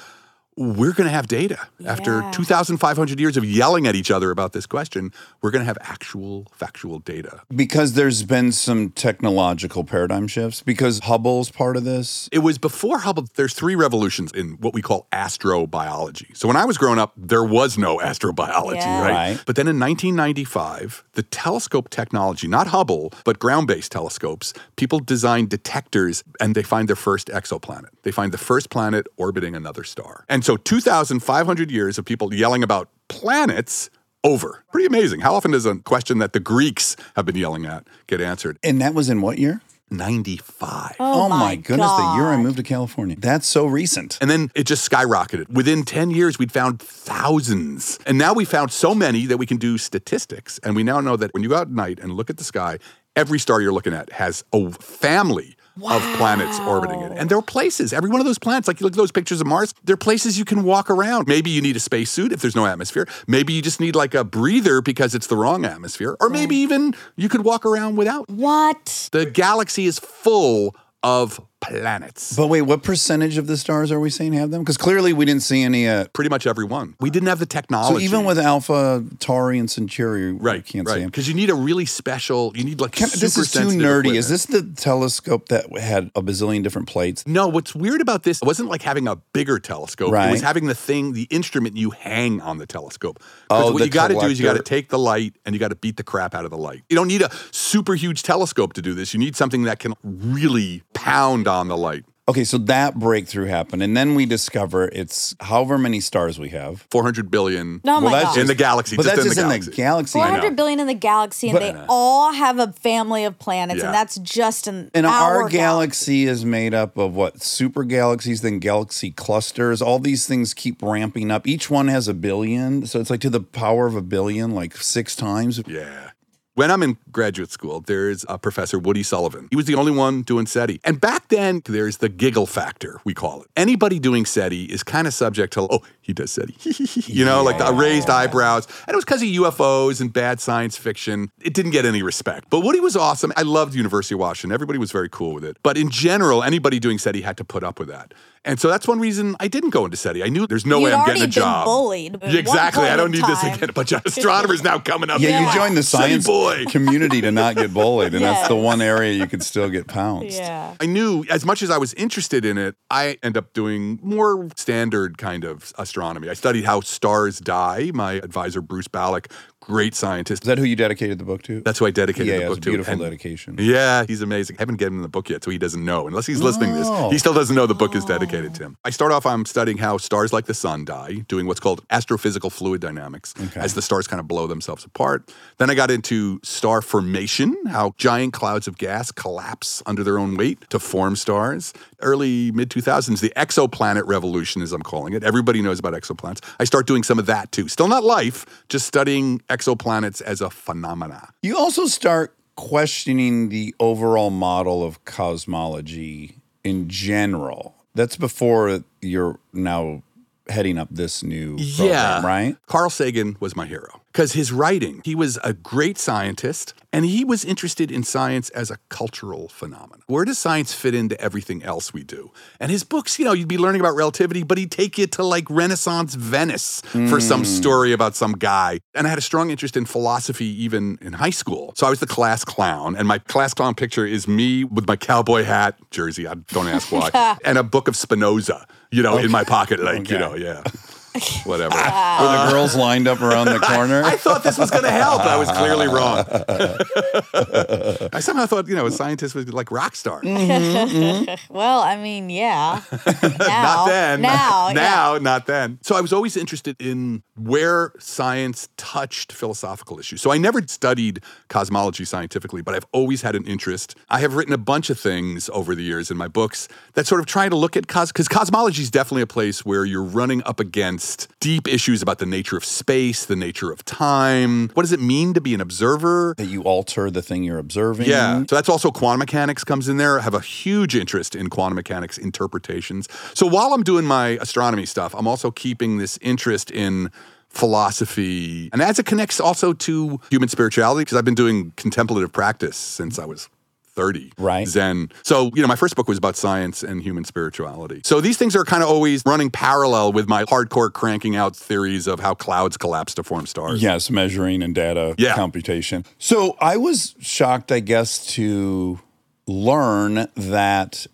[SPEAKER 5] we're going to have data. After
[SPEAKER 2] Yeah.
[SPEAKER 5] 2,500 years of yelling at each other about this question, we're going to have actual, factual data.
[SPEAKER 1] Because there's been some technological paradigm shifts, because Hubble's part of this.
[SPEAKER 5] It was before Hubble. There's three revolutions in what we call astrobiology. So when I was growing up, there was no astrobiology,
[SPEAKER 2] Yeah.
[SPEAKER 5] right?
[SPEAKER 1] Right.
[SPEAKER 5] But then in 1995, the telescope technology, not Hubble, but ground based telescopes, people designed detectors and they find their first exoplanet. They find the first planet orbiting another star. And so 2,500 years of people yelling about planets. Over. Pretty amazing. How often does a question that the Greeks have been yelling at get answered?
[SPEAKER 1] And that was in what year?
[SPEAKER 5] 95.
[SPEAKER 1] Oh, my goodness, the year I
[SPEAKER 2] God.
[SPEAKER 1] moved to California. That's so recent.
[SPEAKER 5] And then it just skyrocketed. Within 10 years, we'd found thousands. And now we found so many that we can do statistics. And we now know that when you go out at night and look at the sky, every star you're looking at has a family of planets orbiting it. And there are places, every one of those planets, like you look at those pictures of Mars, there are places you can walk around. Maybe you need a spacesuit if there's no atmosphere. Maybe you just need like a breather because it's the wrong atmosphere. Or maybe even you could walk around without.
[SPEAKER 2] What?
[SPEAKER 5] The galaxy is full of planets.
[SPEAKER 1] But wait, what percentage of the stars are we saying have them? Because clearly we didn't see any yet.
[SPEAKER 5] pretty much every one. We didn't have the
[SPEAKER 1] So
[SPEAKER 5] technology.
[SPEAKER 1] even with Alpha, Tauri, and Centauri, we
[SPEAKER 5] right,
[SPEAKER 1] can't see
[SPEAKER 5] right,
[SPEAKER 1] them.
[SPEAKER 5] because you need a really special. You need like
[SPEAKER 1] Can-
[SPEAKER 5] super
[SPEAKER 1] this is too
[SPEAKER 5] sensitive
[SPEAKER 1] nerdy. Is
[SPEAKER 5] equipment.
[SPEAKER 1] this the telescope that had a bazillion different plates?
[SPEAKER 5] No, what's weird about this it wasn't like having a bigger telescope. It
[SPEAKER 1] Right.
[SPEAKER 5] was having the thing, the instrument you hang on the telescope. 'Cause
[SPEAKER 1] Oh,
[SPEAKER 5] what
[SPEAKER 1] the
[SPEAKER 5] you got to do is you got to
[SPEAKER 1] collector.
[SPEAKER 5] take the light and you got to beat the crap out of the light. You don't need a super huge telescope to do this. You need something that can really pound on the light.
[SPEAKER 1] Okay, so that breakthrough happened, and then we discover it's however many stars we have.
[SPEAKER 5] 400 billion
[SPEAKER 2] Oh my
[SPEAKER 1] that's
[SPEAKER 2] God.
[SPEAKER 5] in the galaxy.
[SPEAKER 1] But
[SPEAKER 5] just
[SPEAKER 1] that's
[SPEAKER 5] in
[SPEAKER 1] just
[SPEAKER 5] the
[SPEAKER 1] in
[SPEAKER 5] galaxy.
[SPEAKER 1] the galaxy.
[SPEAKER 2] Four hundred billion in the galaxy, and
[SPEAKER 1] But-
[SPEAKER 2] they all have a family of planets,
[SPEAKER 5] Yeah.
[SPEAKER 2] and that's just in
[SPEAKER 1] And our,
[SPEAKER 2] our
[SPEAKER 1] galaxy is made up of what? Super galaxies, then galaxy clusters. All these things keep ramping up. Each one has a billion. So it's like to the power of a billion, like six times.
[SPEAKER 5] Yeah. When I'm in graduate school, there's a professor, Woody Sullivan. He was the only one doing SETI. And back then, there's the giggle factor, we call it. Anybody doing SETI is kind of subject to, oh, he does SETI. you know, like the raised eyebrows. And it was because of UFOs and bad science fiction. It didn't get any respect. But Woody was awesome. I loved University of Washington. Everybody was very cool with it. But in general, anybody doing SETI had to put up with that. And so that's one reason I didn't go into SETI. I knew there's no
[SPEAKER 2] You'd
[SPEAKER 5] way I'm
[SPEAKER 2] already
[SPEAKER 5] getting a
[SPEAKER 2] been
[SPEAKER 5] job.
[SPEAKER 2] bullied at one
[SPEAKER 5] Exactly. I
[SPEAKER 2] point
[SPEAKER 5] don't
[SPEAKER 2] in
[SPEAKER 5] need this
[SPEAKER 2] time.
[SPEAKER 5] again. A bunch of astronomers now coming up.
[SPEAKER 1] Yeah, you joined the
[SPEAKER 5] Silly
[SPEAKER 1] science
[SPEAKER 5] boy.
[SPEAKER 1] community to not get bullied, and that's the
[SPEAKER 2] Yes.
[SPEAKER 1] one area you could still get pounced.
[SPEAKER 2] Yeah.
[SPEAKER 5] I knew as much as I was interested in it, I end up doing more standard kind of astronomy. I studied how stars die. My advisor, Bruce Ballack, great
[SPEAKER 1] Is
[SPEAKER 5] scientist.
[SPEAKER 1] that who you dedicated the book to?
[SPEAKER 5] That's who I dedicated
[SPEAKER 1] yeah,
[SPEAKER 5] the
[SPEAKER 1] yeah,
[SPEAKER 5] book
[SPEAKER 1] it's a
[SPEAKER 5] to.
[SPEAKER 1] beautiful
[SPEAKER 5] And-
[SPEAKER 1] dedication.
[SPEAKER 5] Yeah, he's amazing. I haven't given him the book yet, so he doesn't know. Unless he's listening to
[SPEAKER 1] Oh.
[SPEAKER 5] this, he still doesn't know the book is dedicated to him. I start off, I'm studying how stars like the sun die, doing what's called astrophysical fluid dynamics, as the stars kind of blow themselves apart. Then I got into star formation, how giant clouds of gas collapse under their own weight to form stars. Early mid 2000s, the exoplanet revolution, as I'm calling it. Everybody knows about exoplanets. I start doing some of that too. Still not life, just studying exoplanets as a phenomena.
[SPEAKER 1] You also start questioning the overall model of cosmology in general. That's before you're now heading up this new program,
[SPEAKER 5] Yeah.
[SPEAKER 1] right?
[SPEAKER 5] Carl Sagan was my hero because his writing, he was a great scientist and he was interested in science as a cultural phenomenon. Where does science fit into everything else we do? And his books, you know, you'd be learning about relativity, but he'd take you to like Renaissance Venice for some story about some guy. And I had a strong interest in philosophy even in high school. So I was the class clown, and my class clown picture is me with my cowboy hat, jersey, I don't ask why, and a book of Spinoza, you know, in my pocket, like, you know, yeah. Whatever.
[SPEAKER 1] Were the girls lined up around the corner?
[SPEAKER 5] I thought this was going to help. I was clearly wrong. I somehow thought, you know, a scientist was like rock star.
[SPEAKER 2] Well, I mean, yeah. Now,
[SPEAKER 5] Mm-hmm. Not then.
[SPEAKER 2] Now, yeah.
[SPEAKER 5] now, not then. So I was always interested in where science touched philosophical issues. So I never studied cosmology scientifically, but I've always had an interest. I have written a bunch of things over the years in my books that sort of try to look at cos because cosmology is definitely a place where you're running up against deep issues about the nature of space, the nature of time. What does it mean to be an observer?
[SPEAKER 1] that you alter the thing you're observing.
[SPEAKER 5] Yeah. So that's also quantum mechanics comes in there. I have a huge interest in quantum mechanics interpretations. So while I'm doing my astronomy stuff, I'm also keeping this interest in philosophy and as it connects also to human spirituality because I've been doing contemplative practice since I was 30.
[SPEAKER 1] Right.
[SPEAKER 5] Zen. So, you know, my first book was about science and human spirituality. So these things are kind of always running parallel with my hardcore cranking out theories of how clouds collapse to form stars.
[SPEAKER 1] Yes, measuring and data
[SPEAKER 5] Yeah.
[SPEAKER 1] computation. So I was shocked, I guess, to learn that.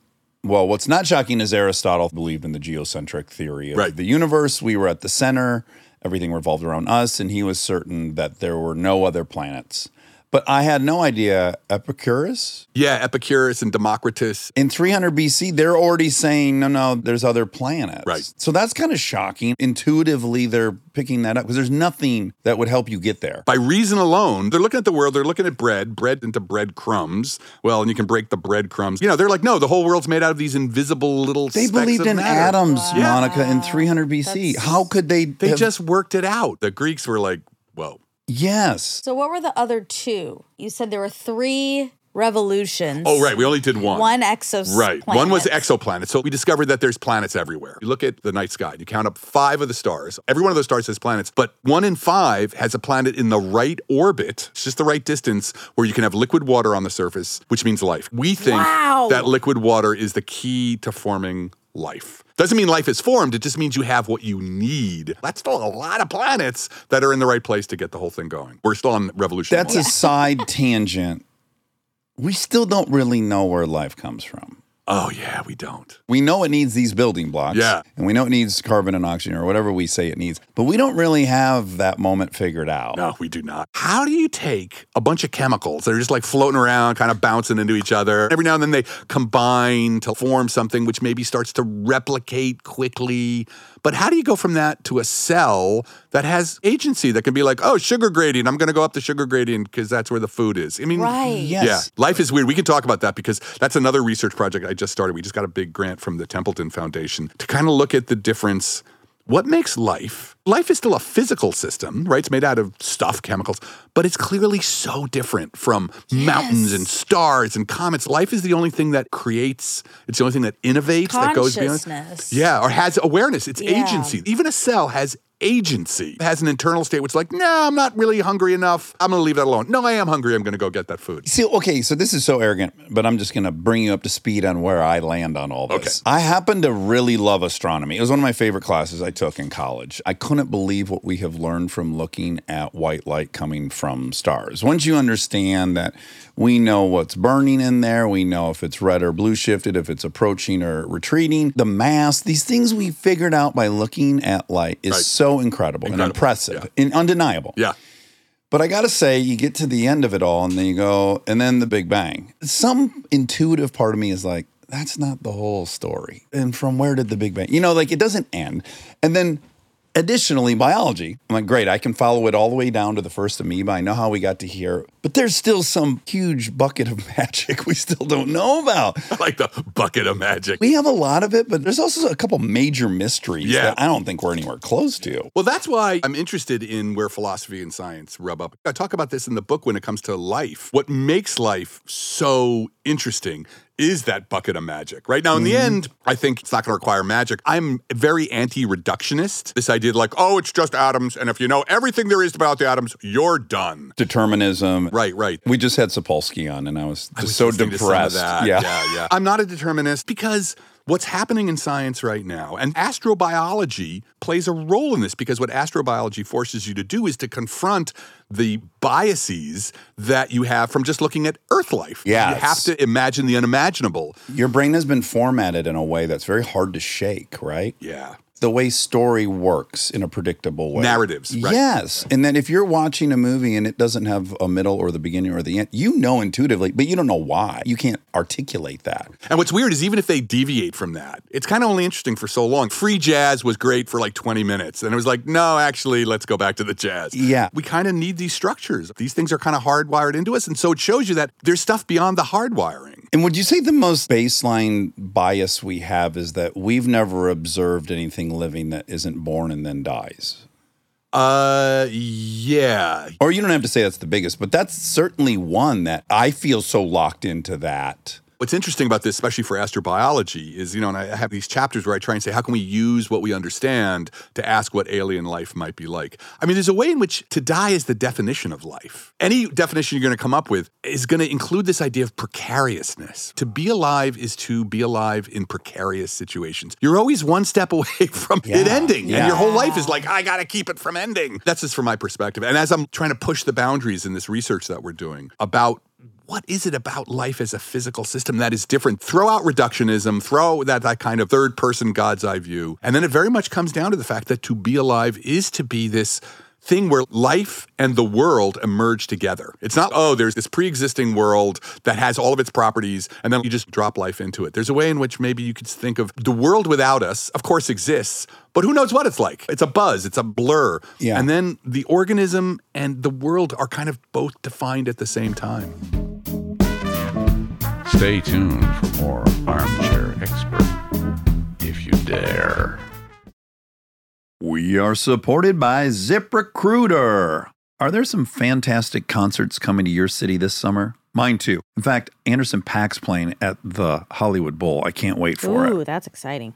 [SPEAKER 1] Well, what's not shocking is Aristotle believed in the geocentric theory of
[SPEAKER 5] Right.
[SPEAKER 1] the universe. We were at the center, everything revolved around us, and he was certain that there were no other planets. But I had no idea Epicurus.
[SPEAKER 5] Yeah, Epicurus and Democritus.
[SPEAKER 1] In 300 BC, they're already saying, no, no, there's other planets.
[SPEAKER 5] Right.
[SPEAKER 1] So that's kind of shocking. Intuitively, they're picking that up because there's nothing that would help you get there.
[SPEAKER 5] By reason alone, they're looking at the world, they're looking at bread, bread into bread crumbs. Well, and you can break the bread crumbs. You know, they're like, no, the whole world's made out of these invisible little
[SPEAKER 1] They
[SPEAKER 5] specks
[SPEAKER 1] believed
[SPEAKER 5] of
[SPEAKER 1] in
[SPEAKER 5] matter.
[SPEAKER 1] atoms,
[SPEAKER 5] Yeah.
[SPEAKER 1] Monica, in 300 BC. How could they?
[SPEAKER 5] They
[SPEAKER 1] have-
[SPEAKER 5] just worked it out. The Greeks were like, whoa.
[SPEAKER 1] yes.
[SPEAKER 2] So what were the other two? You said there were three revolutions.
[SPEAKER 5] Oh, right. We only did one.
[SPEAKER 2] One exoplanet.
[SPEAKER 5] Right. One was exoplanets. So we discovered that there's planets everywhere. You look at the night sky, you count up five of the stars. Every one of those stars has planets, but one in five has a planet in the right orbit. It's just the right distance where you can have liquid water on the surface, which means life. We think
[SPEAKER 2] Wow.
[SPEAKER 5] that liquid water is the key to forming life. Doesn't mean life is formed, it just means you have what you need. That's still a lot of planets that are in the right place to get the whole thing going. We're still on revolution.
[SPEAKER 1] That's a side tangent. We still don't really know where life comes from.
[SPEAKER 5] oh, yeah, we don't.
[SPEAKER 1] We know it needs these building blocks.
[SPEAKER 5] Yeah.
[SPEAKER 1] And we know it needs carbon and oxygen or whatever we say it needs, but we don't really have that moment figured out.
[SPEAKER 5] No, we do not. How do you take a bunch of chemicals that are just like floating around, kind of bouncing into each other? Every now and then they combine to form something which maybe starts to replicate quickly. But how do you go from that to a cell that has agency that can be like, oh, sugar gradient, I'm going to go up the sugar gradient because that's where the food is? I mean,
[SPEAKER 2] Right.
[SPEAKER 1] Yes.
[SPEAKER 5] yeah, life is weird. We can talk about that because that's another research project I just started. We just got a big grant from the Templeton Foundation to kind of look at the difference. What makes life? Life is still a physical system, right? It's made out of stuff, chemicals, but it's clearly so different from mountains and stars and comets. Life is the only thing that creates, it's the only thing that innovates, that goes beyond.
[SPEAKER 2] Consciousness.
[SPEAKER 5] Yeah, or has awareness. It's
[SPEAKER 2] Yeah.
[SPEAKER 5] agency. Even a cell has agency. It has an internal state which is like, no, I'm not really hungry enough. I'm going to leave that alone. No, I am hungry. I'm going to go get that food.
[SPEAKER 1] See, okay, so this is so arrogant, but I'm just going to bring you up to speed on where I land on all this. I happen to really love astronomy. It was one of my favorite classes I took in college. I couldn't believe what we have learned from looking at white light coming from stars. Once you understand that we know what's burning in there, we know if it's red or blue shifted, if it's approaching or retreating, the mass, these things we figured out by looking at light is
[SPEAKER 5] Right.
[SPEAKER 1] so incredible, and
[SPEAKER 5] Incredible,
[SPEAKER 1] impressive and undeniable.
[SPEAKER 5] Yeah.
[SPEAKER 1] But I got to say, you get to the end of it all and then you go, and then the Big Bang. Some intuitive part of me is like, that's not the whole story. And from where did the Big Bang? You know, like it doesn't end. And then additionally, biology. I'm like, great, I can follow it all the way down to the first amoeba. I know how we got to here, but there's still some huge bucket of magic we still don't know about.
[SPEAKER 5] like the bucket of magic.
[SPEAKER 1] We have a lot of it, but there's also a couple major mysteries
[SPEAKER 5] Yeah.
[SPEAKER 1] that I don't think we're anywhere close to.
[SPEAKER 5] well, that's why I'm interested in where philosophy and science rub up. I talk about this in the book when it comes to life. What makes life so interesting is that bucket of magic, right? Now, in the end, I think it's not going to require magic. I'm very anti reductionist. This idea like, oh, it's just atoms. And if you know everything there is about the atoms, you're done.
[SPEAKER 1] Determinism.
[SPEAKER 5] Right, right.
[SPEAKER 1] We just had Sapolsky on, and I was just
[SPEAKER 5] I was
[SPEAKER 1] so
[SPEAKER 5] listening to some of
[SPEAKER 1] depressed.
[SPEAKER 5] that. yeah, yeah. I'm not a determinist because what's happening in science right now and astrobiology plays a role in this because what astrobiology forces you to do is to confront the biases that you have from just looking at Earth life. you
[SPEAKER 1] Yes.
[SPEAKER 5] have to imagine the unimaginable.
[SPEAKER 1] Your brain has been formatted in a way that's very hard to shake, right?
[SPEAKER 5] Yeah.
[SPEAKER 1] The way story works in a predictable way.
[SPEAKER 5] Narratives, right.
[SPEAKER 1] Yes. And then if you're watching a movie and it doesn't have a middle or the beginning or the end, you know intuitively, but you don't know why. You can't articulate that.
[SPEAKER 5] And what's weird is even if they deviate from that, it's kind of only interesting for so long. Free jazz was great for like 20 minutes. And it was like, no, actually, let's go back to the jazz.
[SPEAKER 1] Yeah.
[SPEAKER 5] We kind of need these structures. These things are kind of hardwired into us. And so it shows you that there's stuff beyond the hardwiring.
[SPEAKER 1] And would you say the most baseline bias we have is that we've never observed anything living that isn't born and then dies?
[SPEAKER 5] Uh, yeah.
[SPEAKER 1] Or you don't have to say that's the biggest, but that's certainly one that I feel so locked into that.
[SPEAKER 5] What's interesting about this, especially for astrobiology, is, you know, and I have these chapters where I try and say, how can we use what we understand to ask what alien life might be like? I mean, there's a way in which to die is the definition of life. Any definition you're going to come up with is going to include this idea of precariousness. To be alive is to be alive in precarious situations. You're always one step away from it
[SPEAKER 1] Yeah,
[SPEAKER 5] ending, and
[SPEAKER 1] yeah.
[SPEAKER 5] your whole life is like, I got to keep it from ending. That's just from my perspective. And as I'm trying to push the boundaries in this research that we're doing about what is it about life as a physical system that is different? Throw out reductionism, throw out that, that kind of third person God's eye view. And then it very much comes down to the fact that to be alive is to be this thing where life and the world emerge together. It's not, oh, there's this pre existing world that has all of its properties, and then you just drop life into it. There's a way in which maybe you could think of the world without us, of course, exists, but who knows what it's like? It's a buzz, it's a blur.
[SPEAKER 1] Yeah.
[SPEAKER 5] And then the organism and the world are kind of both defined at the same time.
[SPEAKER 4] Stay tuned for more Armchair Expert, if you dare. We are supported by ZipRecruiter. Are there some fantastic concerts coming to your city this summer? Mine too. In fact, Anderson Pack's playing at the Hollywood Bowl. I can't wait for it.
[SPEAKER 7] Ooh, that's exciting.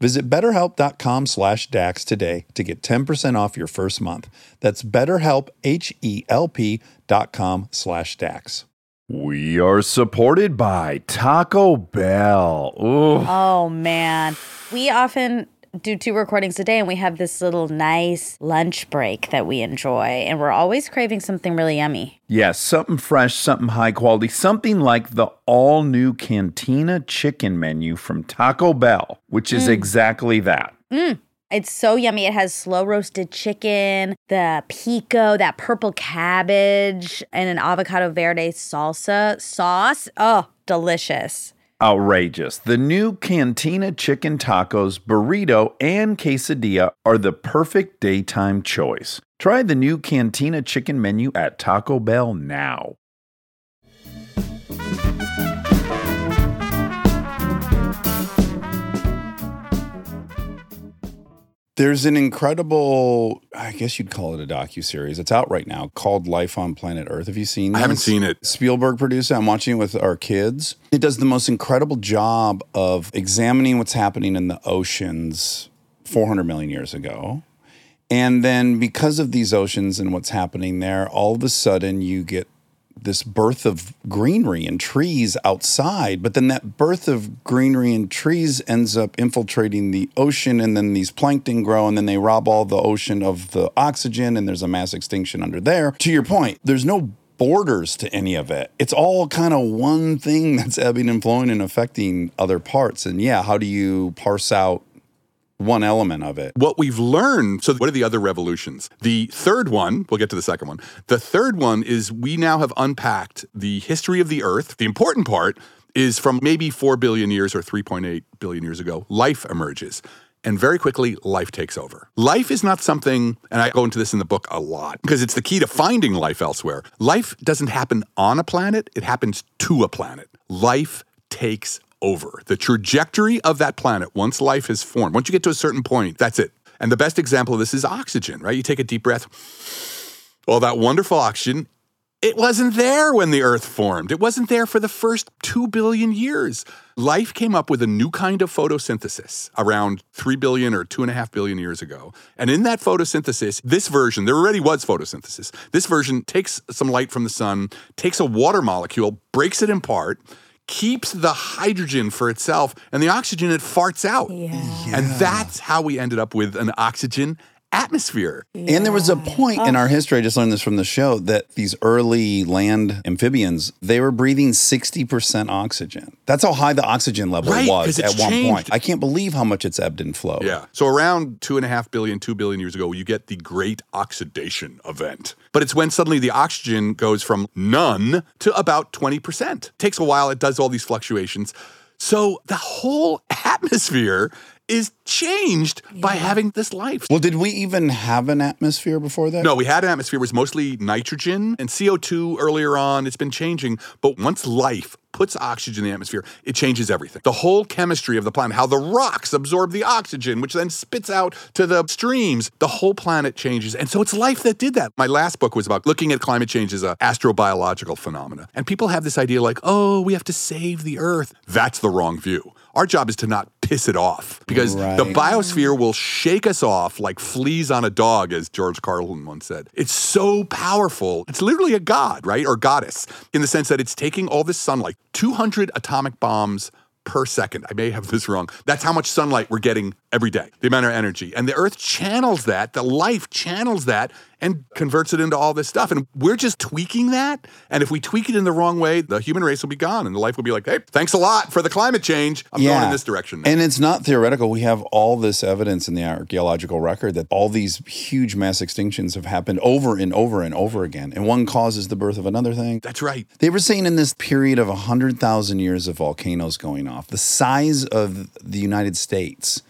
[SPEAKER 1] Visit betterhelp.com slash DAX today to get 10% off your first month. That's betterhelp, H-E-L-P dot com slash DAX.
[SPEAKER 4] We are supported by Taco Bell. Ooh.
[SPEAKER 7] Oh man. We often do two recordings a day and we have this little nice lunch break that we enjoy and we're always craving something really yummy.
[SPEAKER 4] Yes, something fresh, something high quality, something like the all new Cantina chicken menu from Taco Bell, which is exactly that.
[SPEAKER 7] It's so yummy. It has slow roasted chicken, the pico, that purple cabbage, and an avocado verde salsa sauce. Oh, delicious.
[SPEAKER 4] Outrageous. The new Cantina chicken tacos, burrito, and quesadilla are the perfect daytime choice. Try the new Cantina chicken menu at Taco Bell now.
[SPEAKER 1] There's an incredible, I guess you'd call it a docu-series. It's out right now called Life on Planet Earth. Have you seen
[SPEAKER 5] I haven't
[SPEAKER 1] this?
[SPEAKER 5] seen it.
[SPEAKER 1] Spielberg produced it. I'm watching it with our kids. It does the most incredible job of examining what's happening in the oceans 400 million years ago. And then because of these oceans and what's happening there, all of a sudden you get this birth of greenery and trees outside. But then that birth of greenery and trees ends up infiltrating the ocean, and then these plankton grow, and then they rob all the ocean of the oxygen, and there's a mass extinction under there. To your point, there's no borders to any of it. It's all kind of one thing that's ebbing and flowing and affecting other parts. And yeah, how do you parse out one element of it?
[SPEAKER 5] what we've learned so what are the other revolutions the third one we'll get to the second one the third one is we now have unpacked the history of the earth the important part is from maybe 4 billion years or 3.8 billion years ago life emerges and very quickly life takes over life is not something and i go into this in the book a lot because it's the key to finding life elsewhere life doesn't happen on a planet it happens to a planet life takes over. The trajectory of that planet, once life is formed, once you get to a certain point, that's it. And the best example of this is oxygen, right? You take a deep breath. Well, that wonderful oxygen, it wasn't there when the Earth formed. It wasn't there for the first two billion years. Life came up with a new kind of photosynthesis around three billion or two and a half billion years ago. And in that photosynthesis, this version, there already was photosynthesis. This version takes some light from the sun, takes a water molecule, breaks it in part, keeps the hydrogen for itself, and the oxygen it farts out. And that's how we ended up with an oxygen atmosphere.
[SPEAKER 1] And there was a point in our history, I just learned this from the show, that these early land amphibians, they were breathing 60% oxygen. That's how high the oxygen level
[SPEAKER 5] Right,
[SPEAKER 1] was
[SPEAKER 5] 'cause it's
[SPEAKER 1] at one point.
[SPEAKER 5] changed.
[SPEAKER 1] I can't believe how much it's ebbed and flowed.
[SPEAKER 5] Yeah. So around two and a half billion, two billion years ago, you get the great oxidation event. But it's when suddenly the oxygen goes from none to about 20%. Takes a while, it does all these fluctuations. So the whole atmosphere is changed by having this life.
[SPEAKER 1] Well, did we even have an atmosphere before that?
[SPEAKER 5] No, we had an atmosphere. It was mostly nitrogen and CO2 earlier on. It's been changing. But once life puts oxygen in the atmosphere, it changes everything. The whole chemistry of the planet, how the rocks absorb the oxygen, which then spits out to the streams, the whole planet changes. And so it's life that did that. My last book was about looking at climate change as a astrobiological phenomena. And people have this idea like, oh, we have to save the Earth. That's the wrong view. Our job is to not piss it off because the
[SPEAKER 1] Right.
[SPEAKER 5] biosphere will shake us off like fleas on a dog, as George Carlin once said. It's so powerful. It's literally a god, right? Or goddess, in the sense that it's taking all this sunlight, 200 atomic bombs per second. I may have this wrong. That's how much sunlight we're getting every day, the amount of energy. And the earth channels that, the life channels that and converts it into all this stuff. And we're just tweaking that. And if we tweak it in the wrong way, the human race will be gone and the life will be like, hey, thanks a lot for the climate change. I'm going in this direction. now."
[SPEAKER 1] And it's not theoretical. We have all this evidence in the archaeological record that all these huge mass extinctions have happened over and over and over again. And one causes the birth of another thing.
[SPEAKER 5] That's right.
[SPEAKER 1] They were saying in this period of 100,000 years of volcanoes going off, the size of the United States,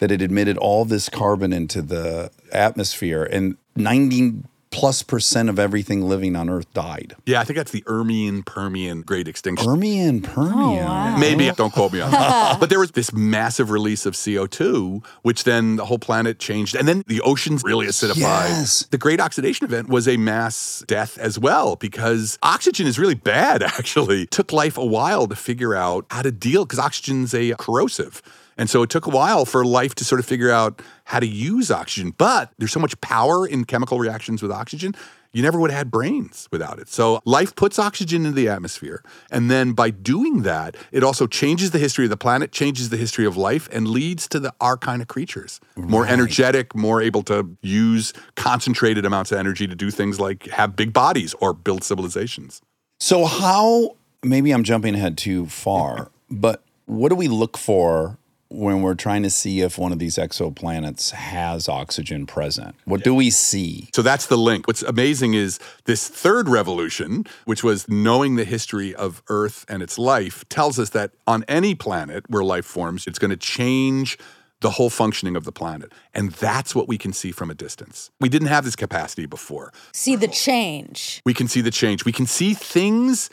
[SPEAKER 1] that it emitted all this carbon into the atmosphere and 90 plus percent of everything living on Earth died.
[SPEAKER 5] Yeah, I think that's the Ermian Permian Great Extinction.
[SPEAKER 1] Permian, Permian.
[SPEAKER 5] Maybe don't quote me on that. but there was this massive release of CO2, which then the whole planet changed, and then the oceans really acidified.
[SPEAKER 1] Yes.
[SPEAKER 5] The Great Oxidation Event was a mass death as well because oxygen is really bad. Actually, took life a while to figure out how to deal because oxygen's a corrosive. And so it took a while for life to sort of figure out how to use oxygen. But there's so much power in chemical reactions with oxygen. You never would have had brains without it. So life puts oxygen into the atmosphere. And then by doing that, it also changes the history of the planet, changes the history of life, and leads to the our kind of creatures. More energetic, more able to use concentrated amounts of energy to do things like have big bodies or build civilizations.
[SPEAKER 1] So how maybe I'm jumping ahead too far, but what do we look for when we're trying to see if one of these exoplanets has oxygen present? What do we see?
[SPEAKER 5] So that's the link. What's amazing is this third revolution, which was knowing the history of Earth and its life, tells us that on any planet where life forms, it's going to change the whole functioning of the planet. And that's what we can see from a distance. We didn't have this capacity before.
[SPEAKER 2] See
[SPEAKER 5] Oh.
[SPEAKER 2] the change.
[SPEAKER 5] We can see the change. We can see things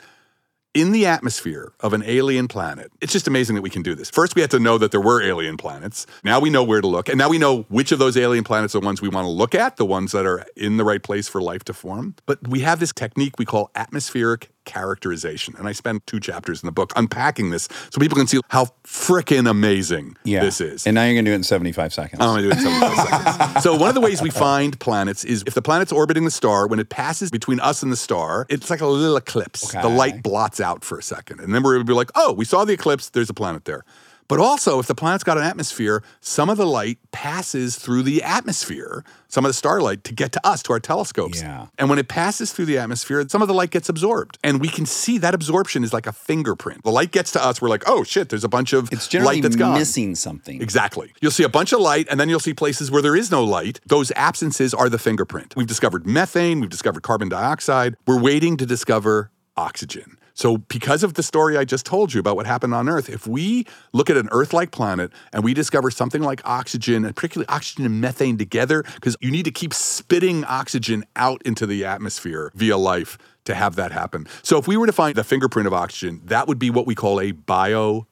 [SPEAKER 5] in the atmosphere of an alien planet. It's just amazing that we can do this. First, we had to know that there were alien planets. Now we know where to look. And now we know which of those alien planets are the ones we want to look at, the ones that are in the right place for life to form. But we have this technique we call atmospheric characterization. And I spend two chapters in the book unpacking this so people can see how frickin' amazing
[SPEAKER 1] Yeah.
[SPEAKER 5] this is.
[SPEAKER 1] And now you're gonna do it in 75 seconds.
[SPEAKER 5] I'm gonna do it in 75 seconds. So one of the ways we find planets is if the planet's orbiting the star, when it passes between us and the star, it's like a little eclipse. The light blots out for a second, and then we're gonna be like, "Oh, we saw the eclipse. There's a planet there." But also, if the planet's got an atmosphere, some of the light passes through the atmosphere, some of the starlight, to get to us, to our telescopes.
[SPEAKER 1] Yeah.
[SPEAKER 5] And when it passes through the atmosphere, some of the light gets absorbed. And we can see that absorption is like a fingerprint. The light gets to us, we're like, oh shit, there's a bunch of
[SPEAKER 1] it's generally
[SPEAKER 5] light that's gone.
[SPEAKER 1] missing something.
[SPEAKER 5] Exactly. You'll see a bunch of light, and then you'll see places where there is no light. Those absences are the fingerprint. We've discovered methane, we've discovered carbon dioxide. We're waiting to discover oxygen. So, because of the story I just told you about what happened on Earth, if we look at an Earth like planet and we discover something like oxygen, and particularly oxygen and methane together, because you need to keep spitting oxygen out into the atmosphere via life to have that happen. So, if we were to find the fingerprint of oxygen, that would be what we call a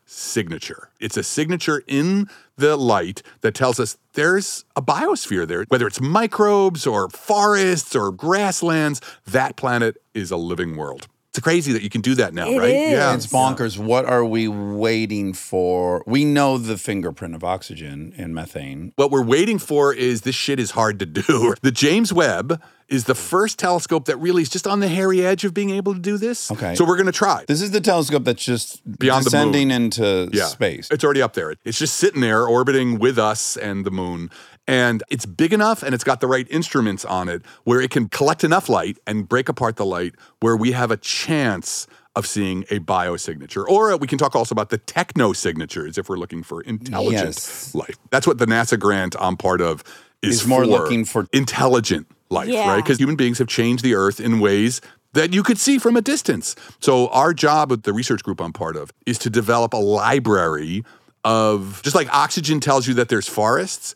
[SPEAKER 5] biosignature. It's a signature in the light that tells us there's a biosphere there, whether it's microbes or forests or grasslands, that planet is a living world. It's crazy that you can do that now,
[SPEAKER 2] It
[SPEAKER 5] right?
[SPEAKER 2] is.
[SPEAKER 5] Yeah.
[SPEAKER 1] It's bonkers. What are we waiting for? We know the fingerprint of oxygen and methane.
[SPEAKER 5] What we're waiting for is this shit is hard to do. The James Webb is the first telescope that really is just on the hairy edge of being able to do this.
[SPEAKER 1] Okay.
[SPEAKER 5] So we're going to try.
[SPEAKER 1] This is the telescope that's just
[SPEAKER 5] Beyond the moon.
[SPEAKER 1] descending into space.
[SPEAKER 5] It's already up there. It's just sitting there orbiting with us and the moon. And it's big enough and it's got the right instruments on it where it can collect enough light and break apart the light where we have a chance of seeing a biosignature. Or uh, we can talk also about the technosignatures if we're looking for intelligent
[SPEAKER 1] Yes.
[SPEAKER 5] life. That's what the NASA grant I'm part of is
[SPEAKER 1] Is more looking for-
[SPEAKER 5] intelligent life,
[SPEAKER 2] Yeah.
[SPEAKER 5] right? Because human beings have changed the earth in ways that you could see from a distance. So, our job at the research group I'm part of is to develop a library of just like oxygen tells you that there's forests,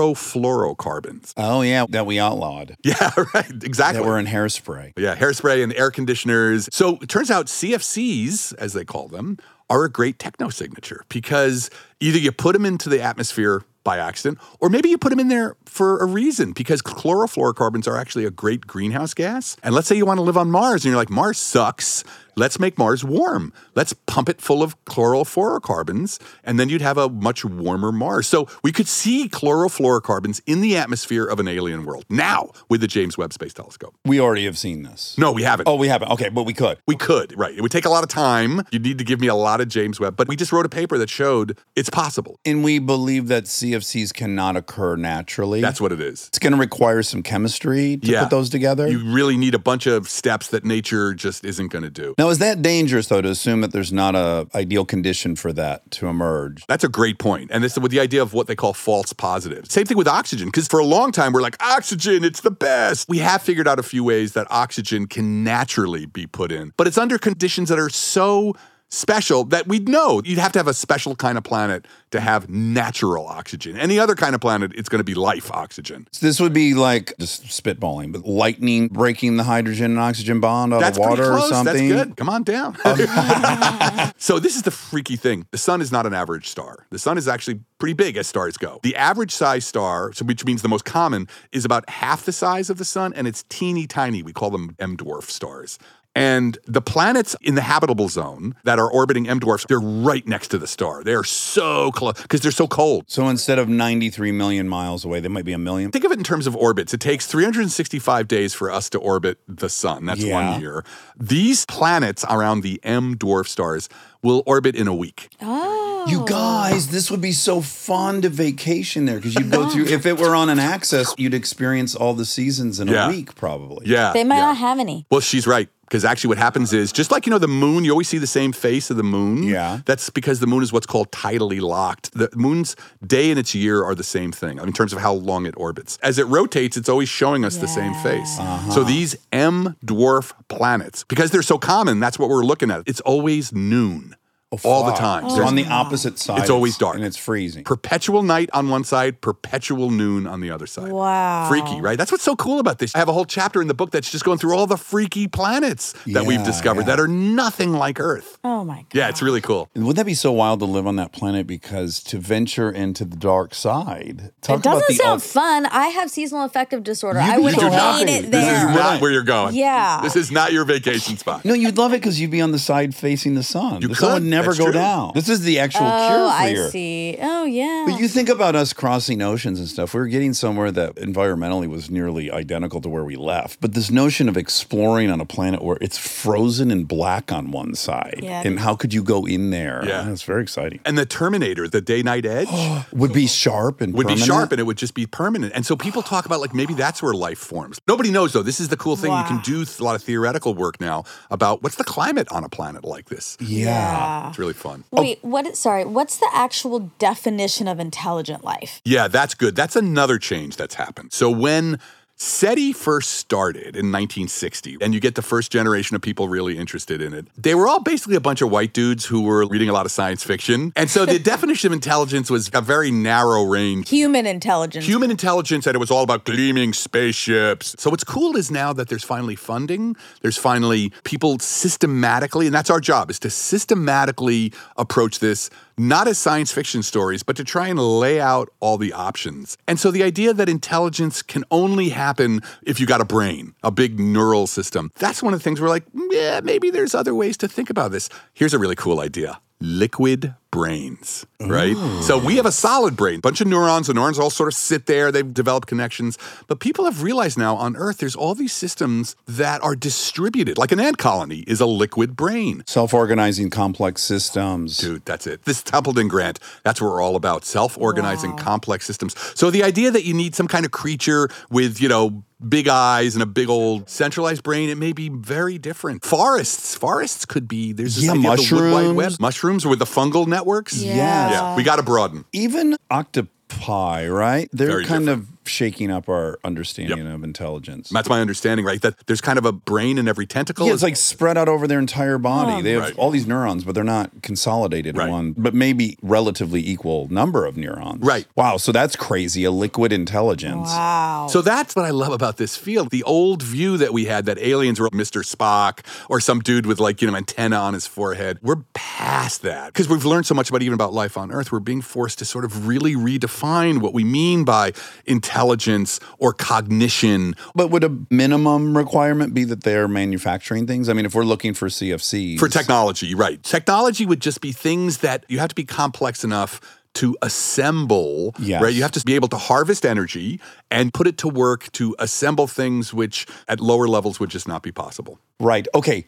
[SPEAKER 5] chlorofluorocarbons.
[SPEAKER 1] Oh yeah, that we outlawed.
[SPEAKER 5] Yeah, right. Exactly.
[SPEAKER 1] That were in hairspray.
[SPEAKER 5] Yeah, hairspray and air conditioners. So it turns out CFCs, as they call them, are a great techno signature because either you put them into the atmosphere by accident, or maybe you put them in there for a reason because chlorofluorocarbons are actually a great greenhouse gas. And let's say you want to live on Mars and you're like, Mars sucks. Let's make Mars warm. Let's pump it full of chlorofluorocarbons, and then you'd have a much warmer Mars. So we could see chlorofluorocarbons in the atmosphere of an alien world now with the James Webb Space Telescope.
[SPEAKER 1] We already have seen this.
[SPEAKER 5] No, we haven't.
[SPEAKER 1] Oh, we haven't. Okay, but we could.
[SPEAKER 5] We could, right. It would take a lot of time. You'd need to give me a lot of James Webb, but we just wrote a paper that showed it's possible.
[SPEAKER 1] And we believe that CFCs cannot occur naturally.
[SPEAKER 5] That's what it is.
[SPEAKER 1] it's going to require some chemistry to
[SPEAKER 5] Yeah.
[SPEAKER 1] put those together.
[SPEAKER 5] You really need a bunch of steps that nature just isn't going to do.
[SPEAKER 1] now, is that dangerous though to assume that there's not a ideal condition for that to emerge?
[SPEAKER 5] That's a great point. And this with the idea of what they call false positives. Same thing with oxygen, because for a long time we're like, oxygen, it's the best. We have figured out a few ways that oxygen can naturally be put in, but it's under conditions that are so special that we'd know you'd have to have a special kind of planet to have natural oxygen. Any other kind of planet, it's going to be life oxygen.
[SPEAKER 1] So this would be like just spitballing, but lightning breaking the hydrogen and oxygen bond out
[SPEAKER 5] That's
[SPEAKER 1] of water
[SPEAKER 5] pretty close.
[SPEAKER 1] or something. Um,
[SPEAKER 5] That's good. Come on down. so this is the freaky thing. The sun is not an average star. The sun is actually pretty big as stars go. The average size star, so which means the most common, is about half the size of the sun, and it's teeny tiny. We call them M dwarf stars. And the planets in the habitable zone that are orbiting M dwarfs, they're right next to the star. They are so close because they're so cold.
[SPEAKER 1] So instead of 93 million miles away, they might be a million.
[SPEAKER 5] Think of it in terms of orbits. It takes 365 days for us to orbit the sun. That's
[SPEAKER 1] Yeah.
[SPEAKER 5] one year. These planets around the M dwarf stars will orbit in a week. Oh.
[SPEAKER 1] You guys, this would be so fun to vacation there because you'd go through, if it were on an axis, you'd experience all the seasons in
[SPEAKER 5] Yeah.
[SPEAKER 1] a week probably.
[SPEAKER 5] Yeah.
[SPEAKER 2] They might
[SPEAKER 5] Uh, yeah.
[SPEAKER 2] not have any.
[SPEAKER 5] Well, she's right. Because actually, what happens is just like, you know, the moon, you always see the same face of the moon.
[SPEAKER 1] Yeah.
[SPEAKER 5] That's because the moon is what's called tidally locked. The moon's day and its year are the same thing in terms of how long it orbits. As it rotates, it's always showing us the same face.
[SPEAKER 1] Uh-huh.
[SPEAKER 5] So these M dwarf planets, because they're so common, that's what we're looking at. It's always noon. all the time.
[SPEAKER 1] Oh, So
[SPEAKER 5] There's
[SPEAKER 1] on the opposite side.
[SPEAKER 5] always dark.
[SPEAKER 1] And it's freezing.
[SPEAKER 5] perpetual night on one side, perpetual noon on the other side.
[SPEAKER 2] Wow.
[SPEAKER 5] Freaky, right? That's what's so cool about this. I have a whole chapter in the book that's just going through all the freaky planets that we've
[SPEAKER 1] Yeah,
[SPEAKER 5] discovered
[SPEAKER 1] yeah.
[SPEAKER 5] that are nothing like Earth.
[SPEAKER 2] Oh my god.
[SPEAKER 5] Yeah, it's really cool.
[SPEAKER 1] Wouldn't that be so wild to live on that planet? Because to venture into the dark side, talk
[SPEAKER 2] It doesn't sound
[SPEAKER 1] al-
[SPEAKER 2] fun. I have seasonal affective disorder.
[SPEAKER 1] You'd
[SPEAKER 2] I
[SPEAKER 1] be
[SPEAKER 2] would
[SPEAKER 1] so
[SPEAKER 2] hate
[SPEAKER 1] happy.
[SPEAKER 2] it
[SPEAKER 5] This is
[SPEAKER 2] there.
[SPEAKER 5] not where you're going.
[SPEAKER 2] Yeah.
[SPEAKER 5] This is not your vacation spot.
[SPEAKER 1] No, you'd love it because you'd be on the side facing the sun.
[SPEAKER 5] You
[SPEAKER 1] the sun would
[SPEAKER 5] could.
[SPEAKER 1] never
[SPEAKER 5] That's
[SPEAKER 1] go
[SPEAKER 5] true.
[SPEAKER 1] down. This is the actual
[SPEAKER 2] Oh,
[SPEAKER 1] cure for
[SPEAKER 2] I
[SPEAKER 1] your.
[SPEAKER 2] see. Oh yeah.
[SPEAKER 1] But you think about us crossing oceans and stuff. We were getting somewhere that environmentally was nearly identical to where we left. But this notion of exploring on a planet where it's frozen and black on one side,
[SPEAKER 2] Yeah.
[SPEAKER 1] and how could you go in there? Ah,
[SPEAKER 5] Yeah.
[SPEAKER 1] that's very exciting.
[SPEAKER 5] And the Terminator, the day night edge,
[SPEAKER 1] Would be sharp and
[SPEAKER 5] would be
[SPEAKER 1] permanent.
[SPEAKER 5] sharp and it would just be permanent. And so people talk about like maybe that's where life forms. Nobody knows though. This is the cool thing. You can
[SPEAKER 2] Wow.
[SPEAKER 5] do a lot of theoretical work now about what's the climate on a planet like this.
[SPEAKER 1] yeah.
[SPEAKER 5] It's really fun.
[SPEAKER 2] Wait, what is sorry, what's the actual definition of intelligent life?
[SPEAKER 5] Yeah, that's good. That's another change that's happened. So when SETI first started in 1960, and you get the first generation of people really interested in it. They were all basically a bunch of white dudes who were reading a lot of science fiction. And so the definition of intelligence was a very narrow range
[SPEAKER 2] Human intelligence.
[SPEAKER 5] human intelligence and it was all about gleaming spaceships. So what's cool is now that there's finally funding, there's finally people systematically, and that's our job is to systematically approach this not as science fiction stories, but to try and lay out all the options. And so the idea that intelligence can only happen if you got a brain, a big neural system. That's one of the things we're like, yeah, maybe there's other ways to think about this. Here's a really cool idea liquid brains, right? So we have a solid brain, bunch of neurons. The neurons all sort of sit there. They've developed connections. But people have realized now on Earth, there's all these systems that are distributed. Like an ant colony is a liquid brain.
[SPEAKER 1] Self organizing complex systems.
[SPEAKER 5] Dude, that's it. This Templeton grant, that's what we're all about self organizing complex systems. So the idea that you need some kind of creature with, you know, big eyes and a big old centralized brain, it may be very different. Forests, forests could be, there's this
[SPEAKER 1] Yeah,
[SPEAKER 5] idea of the wood wide web.
[SPEAKER 1] mushrooms.
[SPEAKER 5] Mushrooms with the fungal networks.
[SPEAKER 1] Yeah.
[SPEAKER 5] Yeah, we got to broaden.
[SPEAKER 1] Even octopi, right? They're
[SPEAKER 5] Very
[SPEAKER 1] kind of shaking up our understanding of intelligence.
[SPEAKER 5] That's my understanding, right? That there's kind of a brain in every tentacle.
[SPEAKER 1] Yeah, it's like spread out over their entire body. they have
[SPEAKER 5] Right.
[SPEAKER 1] all these neurons, but they're not consolidated
[SPEAKER 5] Right.
[SPEAKER 1] in one, but maybe relatively equal number of neurons.
[SPEAKER 5] Right.
[SPEAKER 1] Wow. So that's crazy. A liquid intelligence.
[SPEAKER 2] Wow.
[SPEAKER 5] So that's what I love about this field. The old view that we had that aliens were Mr. Spock or some dude with like, you know, antenna on his forehead. We're past that because we've learned so much about even about life on Earth. We're being forced to sort of really redefine what we mean by intelligence or cognition.
[SPEAKER 1] But would a minimum requirement be that they're manufacturing things? I mean, if we're looking for CFCs.
[SPEAKER 5] For technology, right. Technology would just be things that you have to be complex enough to assemble,
[SPEAKER 1] Yes.
[SPEAKER 5] right? You have to be able to harvest energy and put it to work to assemble things which at lower levels would just not be possible.
[SPEAKER 1] Right. Okay.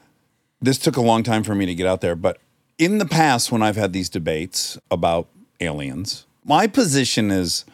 [SPEAKER 1] This took a long time for me to get out there, but in the past, when I've had these debates about aliens, my position is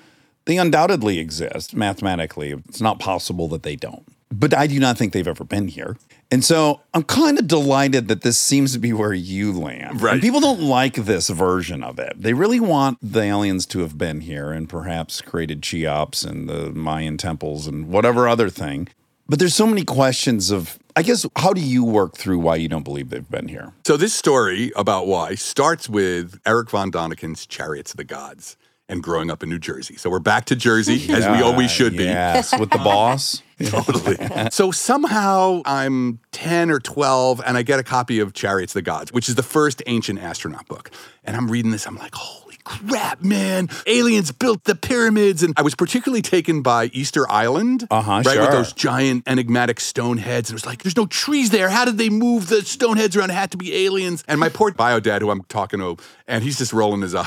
[SPEAKER 1] they undoubtedly exist mathematically. It's not possible that they don't. But I do not think they've ever been here. And so I'm kind of delighted that this seems to be where you land.
[SPEAKER 5] Right.
[SPEAKER 1] And people don't like this version of it. They really want the aliens to have been here and perhaps created Cheops and the Mayan temples and whatever other thing. But there's so many questions of, I guess, how do you work through why you don't believe they've been here?
[SPEAKER 5] So this story about why starts with Eric von Doniken's Chariots of the Gods and growing up in New Jersey. So we're back to Jersey as Oh, we always should be.
[SPEAKER 1] Yes, with the boss.
[SPEAKER 5] Totally. so somehow I'm 10 or 12 and I get a copy of Chariots of the Gods, which is the first ancient astronaut book. And I'm reading this, I'm like, holy crap, man. Aliens built the pyramids. And I was particularly taken by Easter Island.
[SPEAKER 1] Uh-huh,
[SPEAKER 5] Right, with
[SPEAKER 1] sure.
[SPEAKER 5] those giant enigmatic stone heads. And it was like, there's no trees there. How did they move the stone heads around? It had to be aliens. And my poor bio dad, who I'm talking to, and he's just rolling his eyes.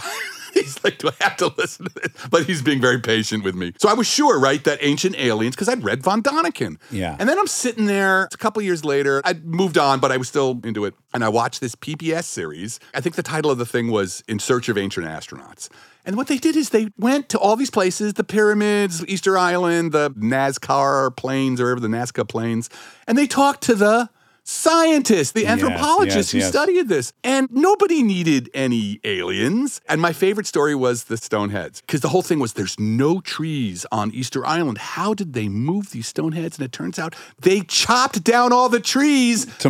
[SPEAKER 5] He's like, do I have to listen to this? But he's being very patient with me. So I was sure, right, that ancient aliens, because I'd read Von Doniken.
[SPEAKER 1] Yeah.
[SPEAKER 5] And then I'm sitting there it's a couple years later. I'd moved on, but I was still into it. And I watched this PBS series. I think the title of the thing was In Search of Ancient Astronauts. And what they did is they went to all these places the pyramids, Easter Island, the Nazca plains, or whatever the Nazca plains. And they talked to the scientists, the anthropologists
[SPEAKER 1] yes,
[SPEAKER 5] who
[SPEAKER 1] yes.
[SPEAKER 5] studied studied this, and nobody needed any aliens. And my favorite story was the Stoneheads, because the whole thing was there's no trees on Easter Island. How did they move these Stoneheads? And it turns out they chopped down all the trees to,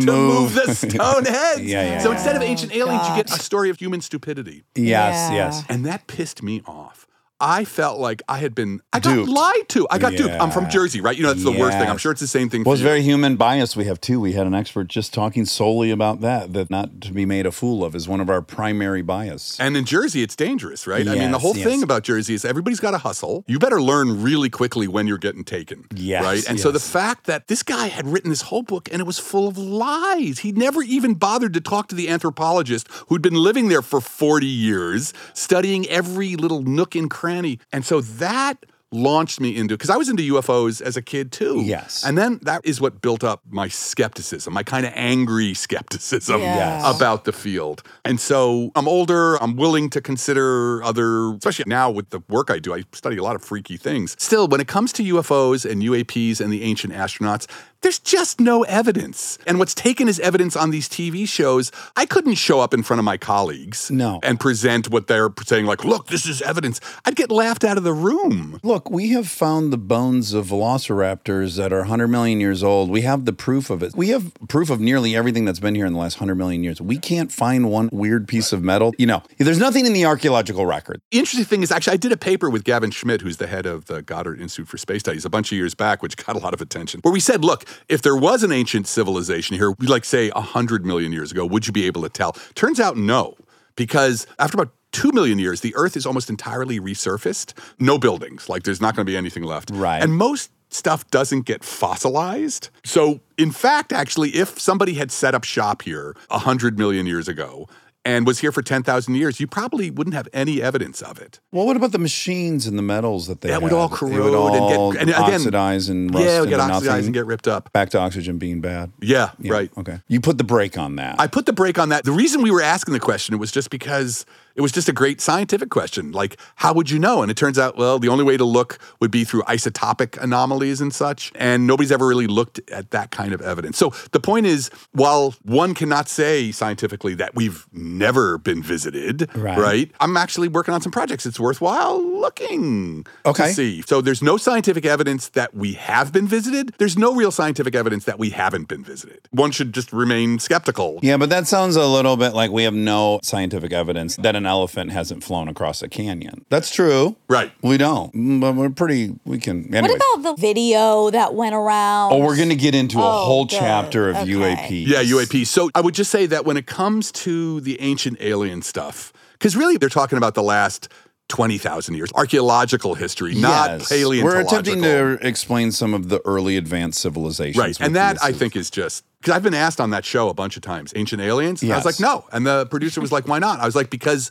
[SPEAKER 1] move.
[SPEAKER 5] move. the Stoneheads.
[SPEAKER 1] Yeah, yeah,
[SPEAKER 5] so
[SPEAKER 1] yeah.
[SPEAKER 5] instead of ancient aliens, you get a story of human stupidity.
[SPEAKER 1] Yes,
[SPEAKER 2] Yeah.
[SPEAKER 1] yes.
[SPEAKER 5] And that pissed me off. I felt like I had been, I got
[SPEAKER 1] Duped.
[SPEAKER 5] lied to. I got duped. I'm from
[SPEAKER 1] Yeah.
[SPEAKER 5] Jersey, right? You know, that's the worst thing. I'm
[SPEAKER 1] Yes.
[SPEAKER 5] sure it's the same thing
[SPEAKER 1] Well,
[SPEAKER 5] for
[SPEAKER 1] it's
[SPEAKER 5] you.
[SPEAKER 1] very human bias we have too. We had an expert just talking solely about that, that not to be made a fool of is one of our primary bias.
[SPEAKER 5] And in Jersey, it's dangerous, right? I mean, the
[SPEAKER 1] Yes,
[SPEAKER 5] whole
[SPEAKER 1] yes.
[SPEAKER 5] thing about Jersey is everybody's got to hustle. You better learn really quickly when you're getting taken.
[SPEAKER 1] Yes,
[SPEAKER 5] Right. And so the
[SPEAKER 1] yes.
[SPEAKER 5] fact that this guy had written this whole book and it was full of lies, he never even bothered to talk to the anthropologist who'd been living there for 40 years, studying every little nook and cranny. And so that launched me into because I was into UFOs as a kid too.
[SPEAKER 1] Yes.
[SPEAKER 5] And then that is what built up my skepticism, my kind of angry skepticism
[SPEAKER 2] Yes.
[SPEAKER 5] about the field. And so I'm older, I'm willing to consider other, especially now with the work I do, I study a lot of freaky things. Still, when it comes to UFOs and UAPs and the ancient astronauts, There's just no evidence. And what's taken as evidence on these TV shows, I couldn't show up in front of my colleagues
[SPEAKER 1] No.
[SPEAKER 5] and present what they're saying, like, look, this is evidence. I'd get laughed out of the room.
[SPEAKER 1] Look, we have found the bones of velociraptors that are 100 million years old. We have the proof of it. We have proof of nearly everything that's been here in the last 100 million years. We can't find one weird piece of metal. You know, there's nothing in the archaeological record.
[SPEAKER 5] interesting thing is actually I did a paper with Gavin Schmidt, who's the head of the Goddard Institute for Space Studies, a bunch of years back, which got a lot of attention. Where we said, look, if there was an ancient civilization here, like say hundred million years ago, would you be able to tell? Turns out, no, because after about. Two million years, the Earth is almost entirely resurfaced. No buildings. Like there's not going to be anything left.
[SPEAKER 1] Right.
[SPEAKER 5] And most stuff doesn't get fossilized. So, in fact, actually, if somebody had set up shop here 100 million years ago and was here for 10,000 years, you probably wouldn't have any evidence of it.
[SPEAKER 1] Well, what about the machines and the metals that they had?
[SPEAKER 5] That would all
[SPEAKER 1] They would
[SPEAKER 5] corrode and get-
[SPEAKER 1] all
[SPEAKER 5] and again-
[SPEAKER 1] oxidize and rust
[SPEAKER 5] yeah, it would
[SPEAKER 1] into
[SPEAKER 5] get oxidized
[SPEAKER 1] nothing.
[SPEAKER 5] and get ripped up.
[SPEAKER 1] back to oxygen being bad.
[SPEAKER 5] Yeah,
[SPEAKER 1] Yeah,
[SPEAKER 5] right.
[SPEAKER 1] Okay. You put the brake on that.
[SPEAKER 5] I put the break on that. The reason we were asking the question was just because it was just a great scientific question. Like, how would you know? And it turns out, well, the only way to look would be through isotopic anomalies and such. And nobody's ever really looked at that kind of evidence. So the point is, while one cannot say scientifically that we've never been visited,
[SPEAKER 1] Right.
[SPEAKER 5] right? I'm actually working on some projects. It's worthwhile looking
[SPEAKER 1] Okay.
[SPEAKER 5] to see. So there's no scientific evidence that we have been visited. There's no real scientific evidence that we haven't been visited. One should just remain skeptical.
[SPEAKER 1] yeah, but that sounds a little bit like we have no scientific evidence that an elephant hasn't flown across a canyon. That's true.
[SPEAKER 5] Right.
[SPEAKER 1] We don't, Mm, but we're pretty, we can. Anyway.
[SPEAKER 2] What about the video that went around?
[SPEAKER 1] Oh, we're going to get into a
[SPEAKER 2] Oh,
[SPEAKER 1] whole
[SPEAKER 2] good.
[SPEAKER 1] chapter of
[SPEAKER 2] Okay.
[SPEAKER 1] UAP.
[SPEAKER 5] Yeah, UAP. So I would just say that when it comes to the ancient alien stuff, because really they're talking about the last 20,000 years, archaeological history, not
[SPEAKER 1] Yes. We're
[SPEAKER 5] paleontological.
[SPEAKER 1] attempting to explain some of the early advanced civilizations.
[SPEAKER 5] Right. And
[SPEAKER 1] with
[SPEAKER 5] that
[SPEAKER 1] this.
[SPEAKER 5] I think is just because I've been asked on that show a bunch of times, Ancient Aliens. And I was
[SPEAKER 1] Yes.
[SPEAKER 5] like, no. And the producer was like, why not? I was like, because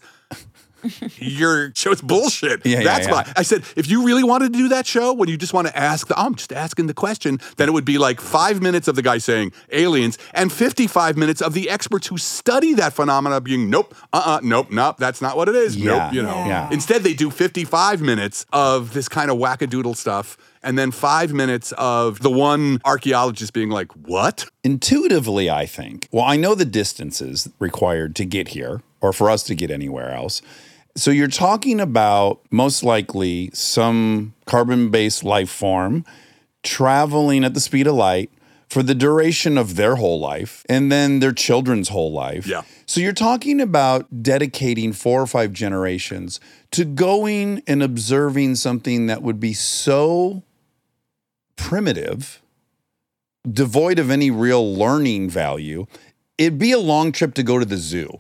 [SPEAKER 5] your show's bullshit.
[SPEAKER 1] Yeah, yeah,
[SPEAKER 5] That's
[SPEAKER 1] yeah.
[SPEAKER 5] why. I said, if you really wanted to do that show when you just want to ask the, I'm just asking the question, then it would be like five minutes of the guy saying aliens and 55 minutes of the experts who study that phenomena being, nope, uh uh nope, nope, that's not what it is.
[SPEAKER 1] Yeah,
[SPEAKER 5] Nope, you know.
[SPEAKER 1] yeah.
[SPEAKER 5] Instead, they do 55 minutes of this kind of wackadoodle stuff. And then five minutes of the one archaeologist being like, What?
[SPEAKER 1] Intuitively, I think. Well, I know the distances required to get here or for us to get anywhere else. So you're talking about most likely some carbon based life form traveling at the speed of light for the duration of their whole life and then their children's whole life.
[SPEAKER 5] Yeah.
[SPEAKER 1] So you're talking about dedicating four or five generations to going and observing something that would be so primitive devoid of any real learning value, it'd be a long trip to go to the zoo.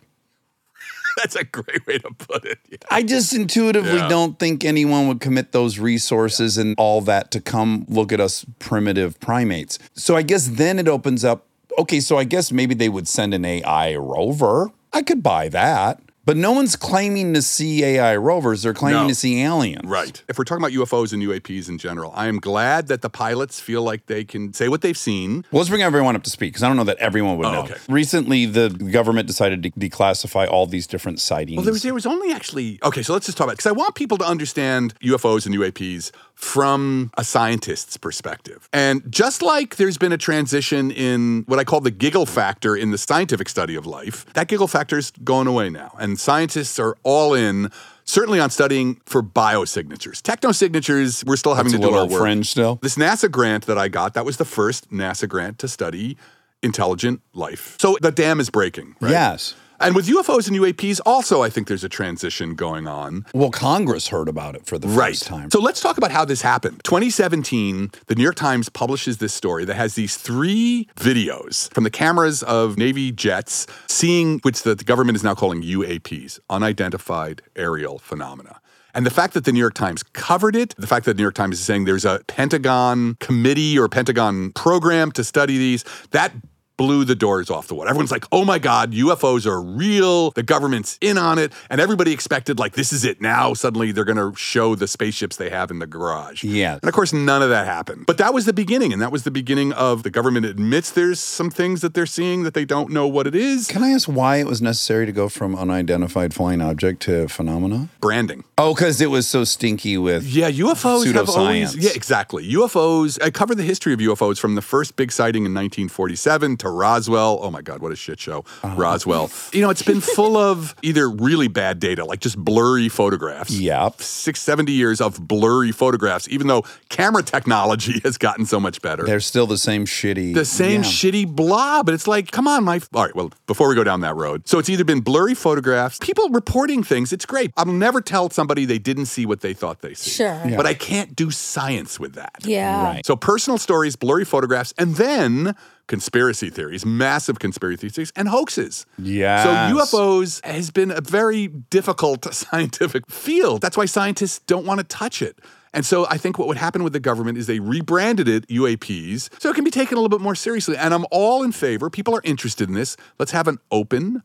[SPEAKER 5] That's a great way to put it. Yeah.
[SPEAKER 1] I just intuitively
[SPEAKER 5] Yeah.
[SPEAKER 1] don't think anyone would commit those resources and all that to come look at us primitive primates. So I guess then it opens up okay, so I guess maybe they would send an AI rover. I could buy that. But no one's claiming to see AI rovers, they're claiming
[SPEAKER 5] No.
[SPEAKER 1] to see aliens.
[SPEAKER 5] Right. If we're talking about UFOs and UAPs in general, I am glad that the pilots feel like they can say what they've seen.
[SPEAKER 1] Well, let's bring everyone up to speed because I don't know that everyone would know.
[SPEAKER 5] Oh, okay.
[SPEAKER 1] Recently, the government decided to declassify all these different sightings.
[SPEAKER 5] Well, there was, there was only actually, okay, so let's just talk about it. Because I want people to understand UFOs and UAPs from a scientist's perspective. And just like there's been a transition in what I call the giggle factor in the scientific study of life, that giggle factor's gone away now. And scientists are all in, certainly on studying for biosignatures. Technosignatures, we're still having
[SPEAKER 1] It's a
[SPEAKER 5] to do our
[SPEAKER 1] little
[SPEAKER 5] work.
[SPEAKER 1] fringe still.
[SPEAKER 5] This NASA grant that I got, that was the first NASA grant to study intelligent life. So the dam is breaking, right?
[SPEAKER 1] Yes.
[SPEAKER 5] And with UFOs and UAPs, also, I think there's a transition going on.
[SPEAKER 1] Well, Congress heard about it for the first time.
[SPEAKER 5] So let's talk about how this happened. 2017, the New York Times publishes this story that has these three videos from the cameras of Navy jets seeing, which the, the government is now calling UAPs, unidentified aerial phenomena. And the fact that the New York Times covered it, the fact that the New York Times is saying there's a Pentagon committee or Pentagon program to study these, that blew the doors off the water. Everyone's like, oh my God, UFOs are real. The government's in on it. And everybody expected, like, this is it now. Suddenly they're going to show the spaceships they have in the garage.
[SPEAKER 1] Yeah.
[SPEAKER 5] And of course, none of that happened. But that was the beginning. And that was the beginning of the government admits there's some things that they're seeing that they don't know what it is.
[SPEAKER 1] Can I ask why it was necessary to go from unidentified flying object to phenomena?
[SPEAKER 5] Branding.
[SPEAKER 1] Oh, because it was so stinky with.
[SPEAKER 5] Yeah, UFOs have always.
[SPEAKER 1] Pseudoscience.
[SPEAKER 5] Yeah, exactly. UFOs. I uh, cover the history of UFOs from the first big sighting in 1947 to Roswell. Oh my God, what a shit show. Roswell. You know, it's been full of either really bad data, like just blurry photographs.
[SPEAKER 1] Yep.
[SPEAKER 5] Six, 70 years of blurry photographs, even though camera technology has gotten so much better.
[SPEAKER 1] They're still the same shitty.
[SPEAKER 5] the same
[SPEAKER 1] Yeah.
[SPEAKER 5] shitty blob. And it's like, come on, my. All right, well, before we go down that road. So it's either been blurry photographs, people reporting things. It's great. I'll never tell somebody they didn't see what they thought they see.
[SPEAKER 2] Sure. Yeah.
[SPEAKER 5] But I can't do science with that.
[SPEAKER 2] Yeah.
[SPEAKER 1] Right.
[SPEAKER 5] So personal stories, blurry photographs, and then conspiracy theories, massive conspiracy theories, and hoaxes.
[SPEAKER 1] Yes.
[SPEAKER 5] So UFOs has been a very difficult scientific field. That's why scientists don't want to touch it. And so I think what would happen with the government is they rebranded it UAPs so it can be taken a little bit more seriously. And I'm all in favor. People are interested in this. Let's have an open,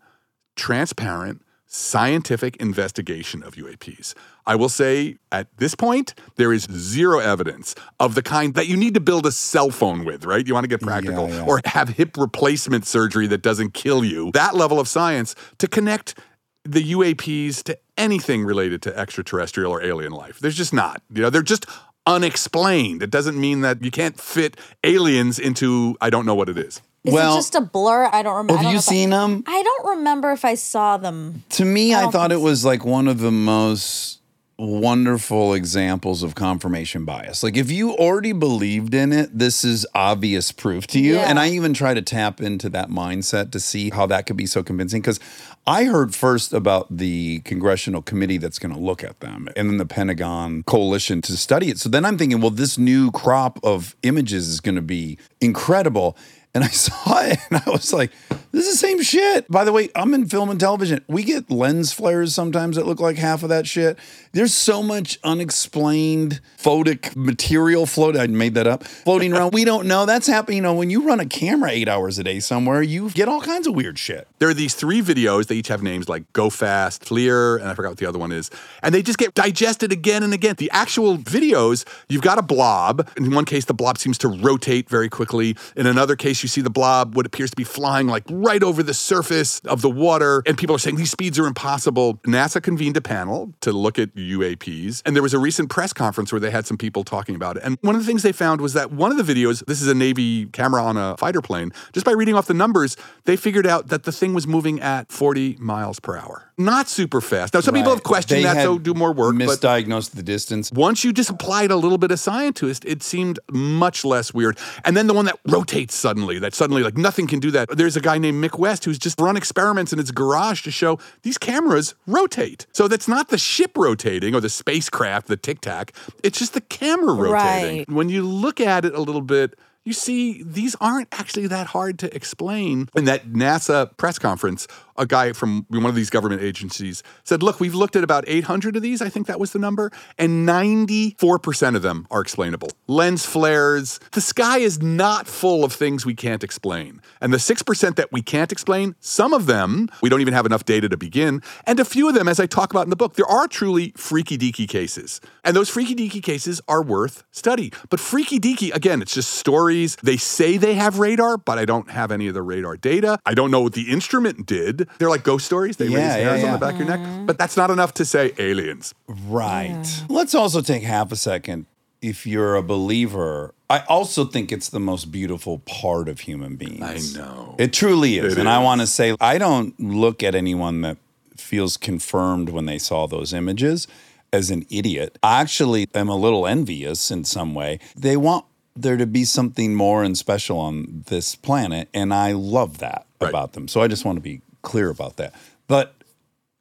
[SPEAKER 5] transparent, scientific investigation of UAPs. I will say at this point, there is zero evidence of the kind that you need to build a cell phone with, right? You want to get practical or have hip replacement surgery that doesn't kill you. That level of science to connect the UAPs to anything related to extraterrestrial or alien life. There's just not. You know, they're just unexplained. It doesn't mean that you can't fit aliens into I don't know what it is.
[SPEAKER 2] Is
[SPEAKER 1] Well- oh,
[SPEAKER 2] it just a blur? I don't remember.
[SPEAKER 1] Have you seen them?
[SPEAKER 2] I don't remember if I saw them.
[SPEAKER 1] To me,
[SPEAKER 2] I
[SPEAKER 1] I,
[SPEAKER 2] don't
[SPEAKER 1] thought
[SPEAKER 2] think
[SPEAKER 1] it was like one of the most wonderful examples of confirmation bias. Like if you already believed in it, this is obvious proof to you.
[SPEAKER 2] Yeah.
[SPEAKER 1] And I even try to tap into that mindset to see how that could be so convincing cuz I heard first about the congressional committee that's going to look at them and then the Pentagon coalition to study it. So then I'm thinking, well this new crop of images is going to be incredible. And I saw it and I was like, this is the same shit. By the way, I'm in film and television. We get lens flares sometimes that look like half of that shit. There's so much unexplained photic material float. I made that up floating around. We don't know. That's happening. You know, when you run a camera eight hours a day somewhere, you get all kinds of weird shit.
[SPEAKER 5] There are these three videos. They each have names like Go Fast, Clear, and I forgot what the other one is. And they just get digested again and again. The actual videos, you've got a blob. In one case, the blob seems to rotate very quickly. In another case, you see the blob, what appears to be flying like right over the surface of the water. And people are saying these speeds are impossible. NASA convened a panel to look at UAPs. And there was a recent press conference where they had some people talking about it. And one of the things they found was that one of the videos, this is a Navy camera on a fighter plane, just by reading off the numbers, they figured out that the thing was moving at 40 miles per hour. Not super fast. Now, some people have questioned
[SPEAKER 1] They
[SPEAKER 5] that,
[SPEAKER 1] had
[SPEAKER 5] so do more work. But
[SPEAKER 1] Misdiagnosed the distance.
[SPEAKER 5] once you just applied a little bit of science to it, it seemed much less weird. And then the one that rotates suddenly, that suddenly like nothing can do that. There's a guy named Mick West who's just run experiments in his garage to show these cameras rotate. So that's not the ship rotating or the spacecraft, the tic tac. It's just the camera rotating.
[SPEAKER 2] Right.
[SPEAKER 5] When you look at it a little bit, you see, these aren't actually that hard to explain. In that NASA press conference, a guy from one of these government agencies said, Look, we've looked at about 800 of these, I think that was the number, and 94% of them are explainable. Lens flares. The sky is not full of things we can't explain. And the 6% that we can't explain, some of them, we don't even have enough data to begin. And a few of them, as I talk about in the book, there are truly freaky deaky cases. And those freaky deaky cases are worth study. But freaky deaky, again, it's just stories. They say they have radar, but I don't have any of the radar data. I don't know what the instrument did. They're like ghost stories. They
[SPEAKER 1] Yeah,
[SPEAKER 5] raise hairs
[SPEAKER 1] yeah,
[SPEAKER 5] on the
[SPEAKER 1] yeah.
[SPEAKER 5] back of your neck. But that's not enough to say aliens.
[SPEAKER 1] Right. Let's also take half a second. If you're a believer, I also think it's the most beautiful part of human beings.
[SPEAKER 5] I know.
[SPEAKER 1] It truly is.
[SPEAKER 5] It
[SPEAKER 1] and I
[SPEAKER 5] is.
[SPEAKER 1] want to say, I don't look at anyone that feels confirmed when they saw those images as an idiot. I actually am a little envious in some way. They want there to be something more and special on this planet. And I love that
[SPEAKER 5] Right.
[SPEAKER 1] about them. So I just want to be clear about that. But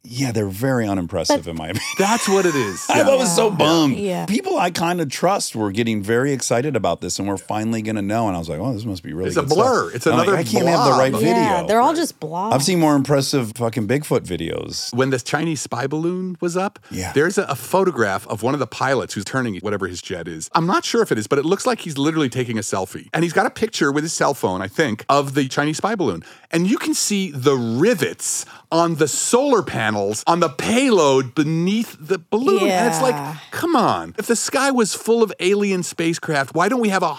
[SPEAKER 1] yeah, they're very unimpressive in my opinion.
[SPEAKER 5] That's what it is.
[SPEAKER 1] I was so bummed.
[SPEAKER 2] Yeah.
[SPEAKER 1] People I kind of trust were getting very excited about this, and we're finally going to know. And I was like, "Oh, this must be really."
[SPEAKER 5] It's a
[SPEAKER 1] good stuff."
[SPEAKER 5] blur. It's
[SPEAKER 1] And I'm like,
[SPEAKER 5] another
[SPEAKER 1] I can't have the
[SPEAKER 5] blob.
[SPEAKER 1] right video.
[SPEAKER 2] Yeah, they're all just blobs.
[SPEAKER 1] I've seen more impressive fucking Bigfoot videos.
[SPEAKER 5] when this Chinese spy balloon was up,
[SPEAKER 1] Yeah.
[SPEAKER 5] there's a, a photograph of one of the pilots who's turning whatever his jet is. I'm not sure if it is, but it looks like he's literally taking a selfie. And he's got a picture with his cell phone, I think, of the Chinese spy balloon. And you can see the rivets on the solar panels on the payload beneath the balloon. And it's like,
[SPEAKER 2] Yeah.
[SPEAKER 5] come on. If the sky was full of alien spacecraft, why don't we have a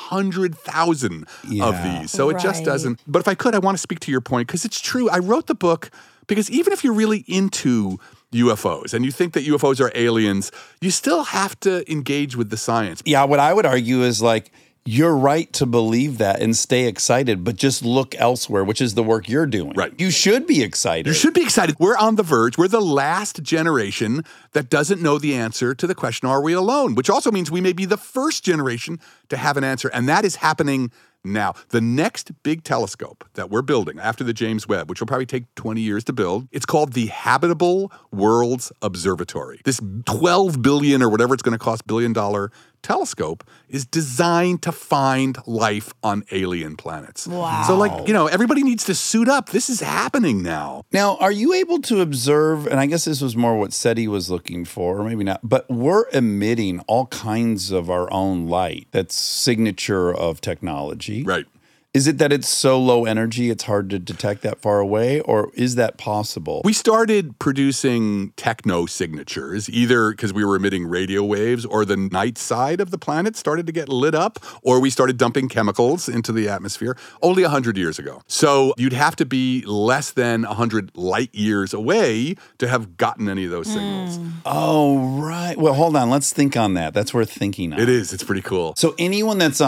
[SPEAKER 5] 100,000 of
[SPEAKER 1] Yeah.
[SPEAKER 5] these? So it just
[SPEAKER 2] Right.
[SPEAKER 5] doesn't but if I could, I want to speak to your point because it's true. I wrote the book because even if you're really into UFOs and you think that UFOs are aliens, you still have to engage with the science.
[SPEAKER 1] Yeah, what I would argue is like you're right to believe that and stay excited, but just look elsewhere, which is the work you're doing.
[SPEAKER 5] Right.
[SPEAKER 1] You should be excited.
[SPEAKER 5] You should be excited. We're on the verge. We're the last generation that doesn't know the answer to the question, Are we alone? Which also means we may be the first generation to have an answer. And that is happening now. The next big telescope that we're building after the James Webb, which will probably take 20 years to build, it's called the Habitable Worlds Observatory. This 12 billion or whatever it's going to cost billion dollar telescope is designed to find life on alien planets. Wow. So like, you know, everybody needs to suit up. This is happening now.
[SPEAKER 1] Now, are you able to observe? And I guess this was more what SETI was looking for, or maybe not, but we're emitting all kinds of our own light that's signature of technology.
[SPEAKER 5] Right.
[SPEAKER 1] Is it that it's so low energy it's hard to detect that far away, or is that possible?
[SPEAKER 5] We started producing techno signatures, either because we were emitting radio waves or the night side of the planet started to get lit up, or we started dumping chemicals into the atmosphere only 100 years ago. So you'd have to be less than 100 light years away to have gotten any of those signals.
[SPEAKER 1] oh, right. Well, hold on. Let's think on that. That's worth thinking on.
[SPEAKER 5] It is, it's pretty cool.
[SPEAKER 1] So anyone that's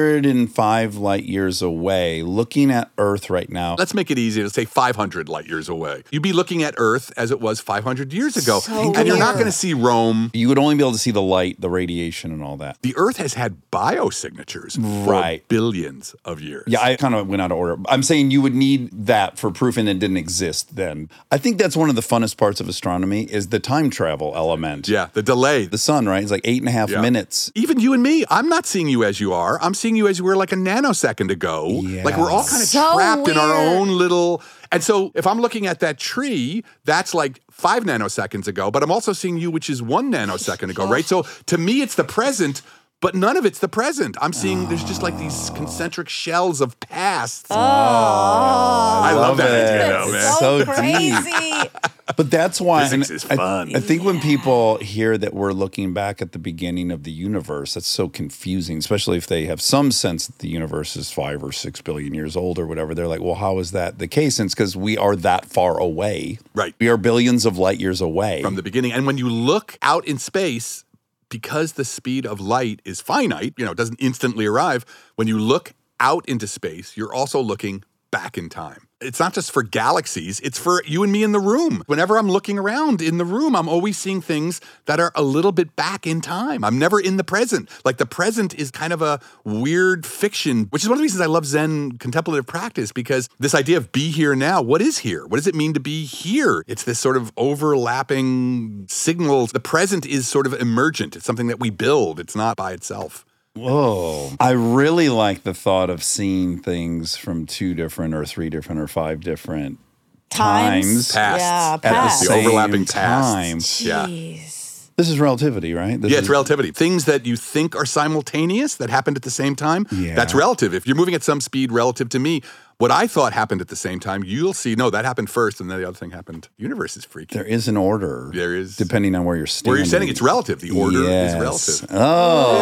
[SPEAKER 1] 105 light years away looking at Earth right now,
[SPEAKER 5] Let's make it easy to say 500 light years away. You'd be looking at Earth as it was 500 years ago. and you're not going to see Rome.
[SPEAKER 1] you would only be able to see the light, the radiation, and all that.
[SPEAKER 5] The Earth has had biosignatures for
[SPEAKER 1] Right.
[SPEAKER 5] billions of years.
[SPEAKER 1] Yeah, I kind of went out of order. I'm saying you would need that for proof, and it didn't exist then. I think that's one of the funnest parts of astronomy is the time travel element.
[SPEAKER 5] Yeah, the delay.
[SPEAKER 1] The sun, right? It's like eight and a half
[SPEAKER 5] Yeah.
[SPEAKER 1] minutes.
[SPEAKER 5] Even you and me, I'm not seeing you as you are. I'm seeing you as you were like a nanosecond ago. Like we're all kind of
[SPEAKER 2] So
[SPEAKER 5] trapped in our
[SPEAKER 2] weird.
[SPEAKER 5] own little. And so if I'm looking at that tree, that's like five nanoseconds ago, but I'm also seeing you, which is one nanosecond ago, right? So to me, it's the present. But none of it's the present. I'm seeing there's just like these concentric shells of past.
[SPEAKER 2] Oh.
[SPEAKER 5] I love, that idea, though, man.
[SPEAKER 1] It's so deep.
[SPEAKER 2] crazy.
[SPEAKER 1] But that's why
[SPEAKER 5] Physics
[SPEAKER 1] and
[SPEAKER 5] is
[SPEAKER 1] I-
[SPEAKER 5] fun.
[SPEAKER 1] I, think when people hear that we're looking back at the beginning of the universe, that's so confusing, especially if they have some sense that the universe is five or six billion years old or whatever. They're like, well, how is that the case? And it's because we are that far away.
[SPEAKER 5] Right.
[SPEAKER 1] We are billions of light years away.
[SPEAKER 5] from the beginning. And when you look out in space, because the speed of light is finite, you know, it doesn't instantly arrive. When you look out into space, you're also looking back in time. It's not just for galaxies, it's for you and me in the room. Whenever I'm looking around in the room, I'm always seeing things that are a little bit back in time. I'm never in the present. Like the present is kind of a weird fiction, which is one of the reasons I love Zen contemplative practice because this idea of be here now, what is here? What does it mean to be here? It's this sort of overlapping signals. The present is sort of emergent, it's something that we build, it's not by itself.
[SPEAKER 1] Whoa. I really like the thought of seeing things from two different or three different or five different times.
[SPEAKER 2] Times.
[SPEAKER 5] Past.
[SPEAKER 2] Yeah,
[SPEAKER 5] At
[SPEAKER 1] at the
[SPEAKER 2] past.
[SPEAKER 5] The
[SPEAKER 1] same
[SPEAKER 5] overlapping pasts.
[SPEAKER 1] time.
[SPEAKER 5] Yeah.
[SPEAKER 1] This is relativity, right? This
[SPEAKER 5] Yeah,
[SPEAKER 1] is-
[SPEAKER 5] it's relativity. Things that you think are simultaneous that happened at the same time,
[SPEAKER 1] Yeah.
[SPEAKER 5] that's relative. If you're moving at some speed relative to me, what I thought happened at the same time, you'll see, no, that happened first and then the other thing happened. The universe is freaky.
[SPEAKER 1] There is an order.
[SPEAKER 5] There is-
[SPEAKER 1] Depending on where you're standing.
[SPEAKER 5] Where you're saying it's relative. The order is
[SPEAKER 1] Yes.
[SPEAKER 5] relative.
[SPEAKER 1] Oh,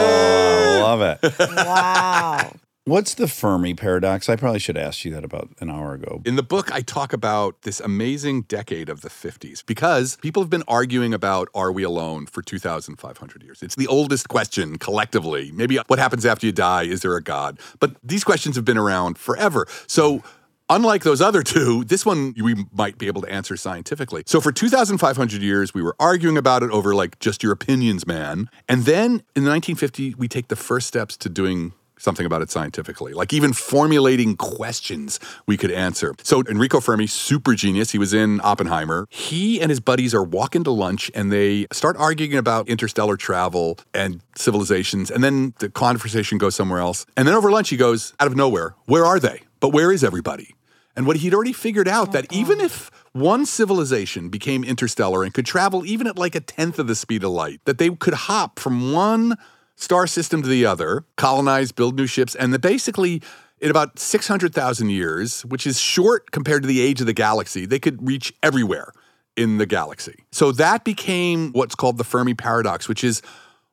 [SPEAKER 1] I love it.
[SPEAKER 2] Wow.
[SPEAKER 1] What's the Fermi paradox? I probably should ask you that about an hour ago.
[SPEAKER 5] In the book, I talk about this amazing decade of the 50s because people have been arguing about are we alone for 2,500 years? It's the oldest question collectively. Maybe what happens after you die? Is there a God? But these questions have been around forever. So, Unlike those other two, this one we might be able to answer scientifically. So for 2,500 years, we were arguing about it over like just your opinions, man. And then in the 1950s, we take the first steps to doing something about it scientifically, like even formulating questions we could answer. So Enrico Fermi, super genius, he was in Oppenheimer. He and his buddies are walking to lunch and they start arguing about interstellar travel and civilizations. And then the conversation goes somewhere else. And then over lunch, he goes, out of nowhere, where are they? But where is everybody? And what he'd already figured out that even if one civilization became interstellar and could travel even at like a tenth of the speed of light, that they could hop from one star system to the other, colonize, build new ships, and that basically in about 600,000 years, which is short compared to the age of the galaxy, they could reach everywhere in the galaxy. So that became what's called the Fermi paradox, which is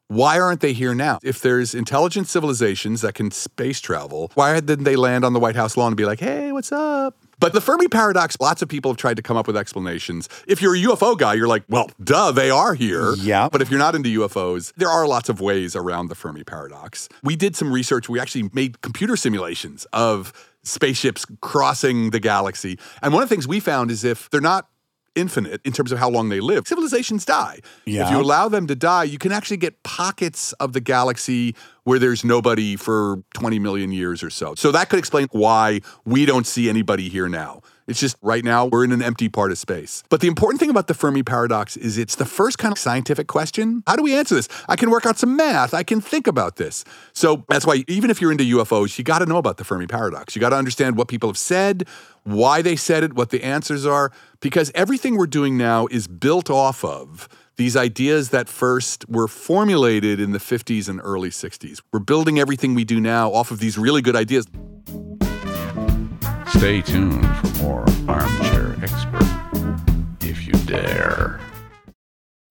[SPEAKER 5] why aren't they here now? If there's intelligent civilizations that can space travel, why didn't they land on the White House lawn and be like, hey, what's up? But the Fermi paradox, lots of people have tried to come up with explanations. If you're a UFO guy, you're like, well, duh, they are here.
[SPEAKER 1] Yeah.
[SPEAKER 5] But if you're not into UFOs, there are lots of ways around the Fermi paradox. We did some research. We actually made computer simulations of spaceships crossing the galaxy. And one of the things we found is if they're not infinite in terms of how long they live. Civilizations die. If
[SPEAKER 1] Yeah.
[SPEAKER 5] you allow them to die, you can actually get pockets of the galaxy where there's nobody for 20 million years or so. So that could explain why we don't see anybody here now. It's just right now we're in an empty part of space. But the important thing about the Fermi paradox is it's the first kind of scientific question. How do we answer this? I can work out some math. I can think about this. So that's why even if you're into UFOs, you got to know about the Fermi paradox. You got to understand what people have said, why they said it, what the answers are, because everything we're doing now is built off of these ideas that first were formulated in the 50s and early 60s. We're building everything we do now off of these really good ideas.
[SPEAKER 4] Stay tuned for more Armchair Expert, if you dare.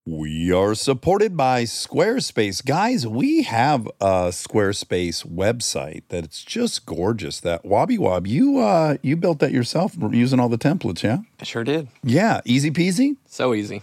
[SPEAKER 1] We are supported by Squarespace. Guys, we have a Squarespace website that's just gorgeous. That Wobby Wob, you uh you built that yourself using all the templates, yeah?
[SPEAKER 3] I sure did.
[SPEAKER 1] Yeah, easy peasy.
[SPEAKER 3] So easy.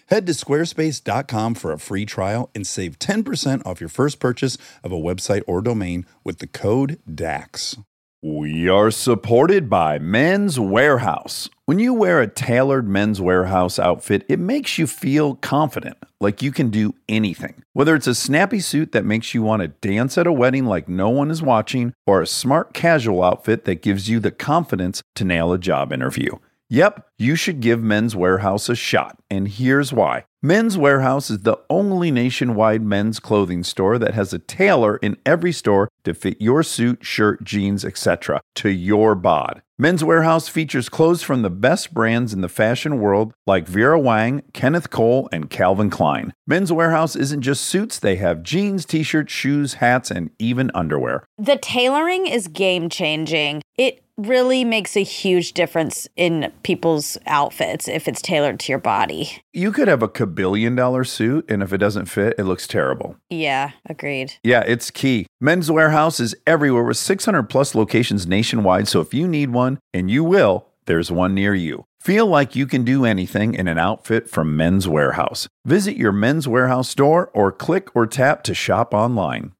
[SPEAKER 1] Head to squarespace.com for a free trial and save 10% off your first purchase of a website or domain with the code DAX.
[SPEAKER 4] We are supported by Men's Warehouse. When you wear a tailored Men's Warehouse outfit, it makes you feel confident, like you can do anything. Whether it's a snappy suit that makes you want to dance at a wedding like no one is watching, or a smart casual outfit that gives you the confidence to nail a job interview. Yep, you should give Men's Warehouse a shot, and here's why. Men's Warehouse is the only nationwide men's clothing store that has a tailor in every store to fit your suit, shirt, jeans, etc. to your bod. Men's Warehouse features clothes from the best brands in the fashion world like Vera Wang, Kenneth Cole, and Calvin Klein. Men's Warehouse isn't just suits, they have jeans, t shirts, shoes, hats, and even underwear.
[SPEAKER 7] The tailoring is game changing. It really makes a huge difference in people's outfits if it's tailored to your body.
[SPEAKER 4] You could have a kabillion dollar suit, and if it doesn't fit, it looks terrible.
[SPEAKER 7] Yeah, agreed.
[SPEAKER 4] Yeah, it's key. Men's Warehouse is everywhere with 600 plus locations nationwide. So if you need one, and you will, there's one near you. Feel like you can do anything in an outfit from Men's Warehouse. Visit your Men's Warehouse store or click or tap to shop online.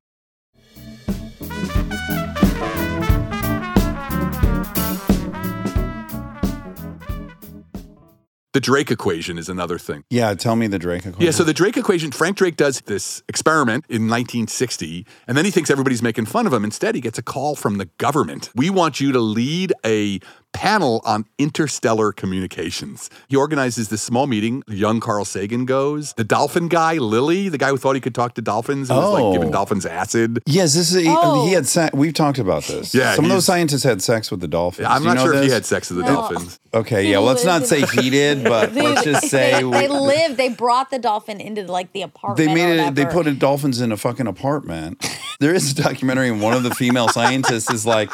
[SPEAKER 5] The Drake equation is another thing.
[SPEAKER 1] Yeah, tell me the Drake
[SPEAKER 8] Oh,
[SPEAKER 1] equation.
[SPEAKER 5] Yeah, so the Drake equation, Frank Drake does this experiment in 1960, and then he thinks everybody's making fun of him. Instead, he gets a call from the government. We want you to lead a panel on interstellar communications. He organizes this small meeting. Young Carl Sagan goes. The dolphin guy, Lily, the guy who thought he could talk to dolphins and was
[SPEAKER 1] Oh.
[SPEAKER 5] like giving dolphins acid.
[SPEAKER 1] Yes, this is.
[SPEAKER 2] Oh.
[SPEAKER 1] He had. Se- we've talked about this.
[SPEAKER 5] Yeah,
[SPEAKER 1] some of
[SPEAKER 5] he's-
[SPEAKER 1] those scientists had sex with the dolphins.
[SPEAKER 5] I'm
[SPEAKER 1] Do you
[SPEAKER 5] not
[SPEAKER 1] know
[SPEAKER 5] sure if he
[SPEAKER 1] this?
[SPEAKER 5] had sex with the
[SPEAKER 2] No.
[SPEAKER 5] dolphins.
[SPEAKER 1] Okay, yeah.
[SPEAKER 2] He
[SPEAKER 1] Well, let's not
[SPEAKER 2] lived
[SPEAKER 1] say
[SPEAKER 2] in-
[SPEAKER 1] he did, but let's just say
[SPEAKER 2] they,
[SPEAKER 1] we-
[SPEAKER 2] they lived. They brought the dolphin into like the apartment.
[SPEAKER 1] They made
[SPEAKER 2] or
[SPEAKER 1] it. They
[SPEAKER 2] whatever.
[SPEAKER 1] put in dolphins in a fucking apartment. There is a documentary, and one of the female scientists is like,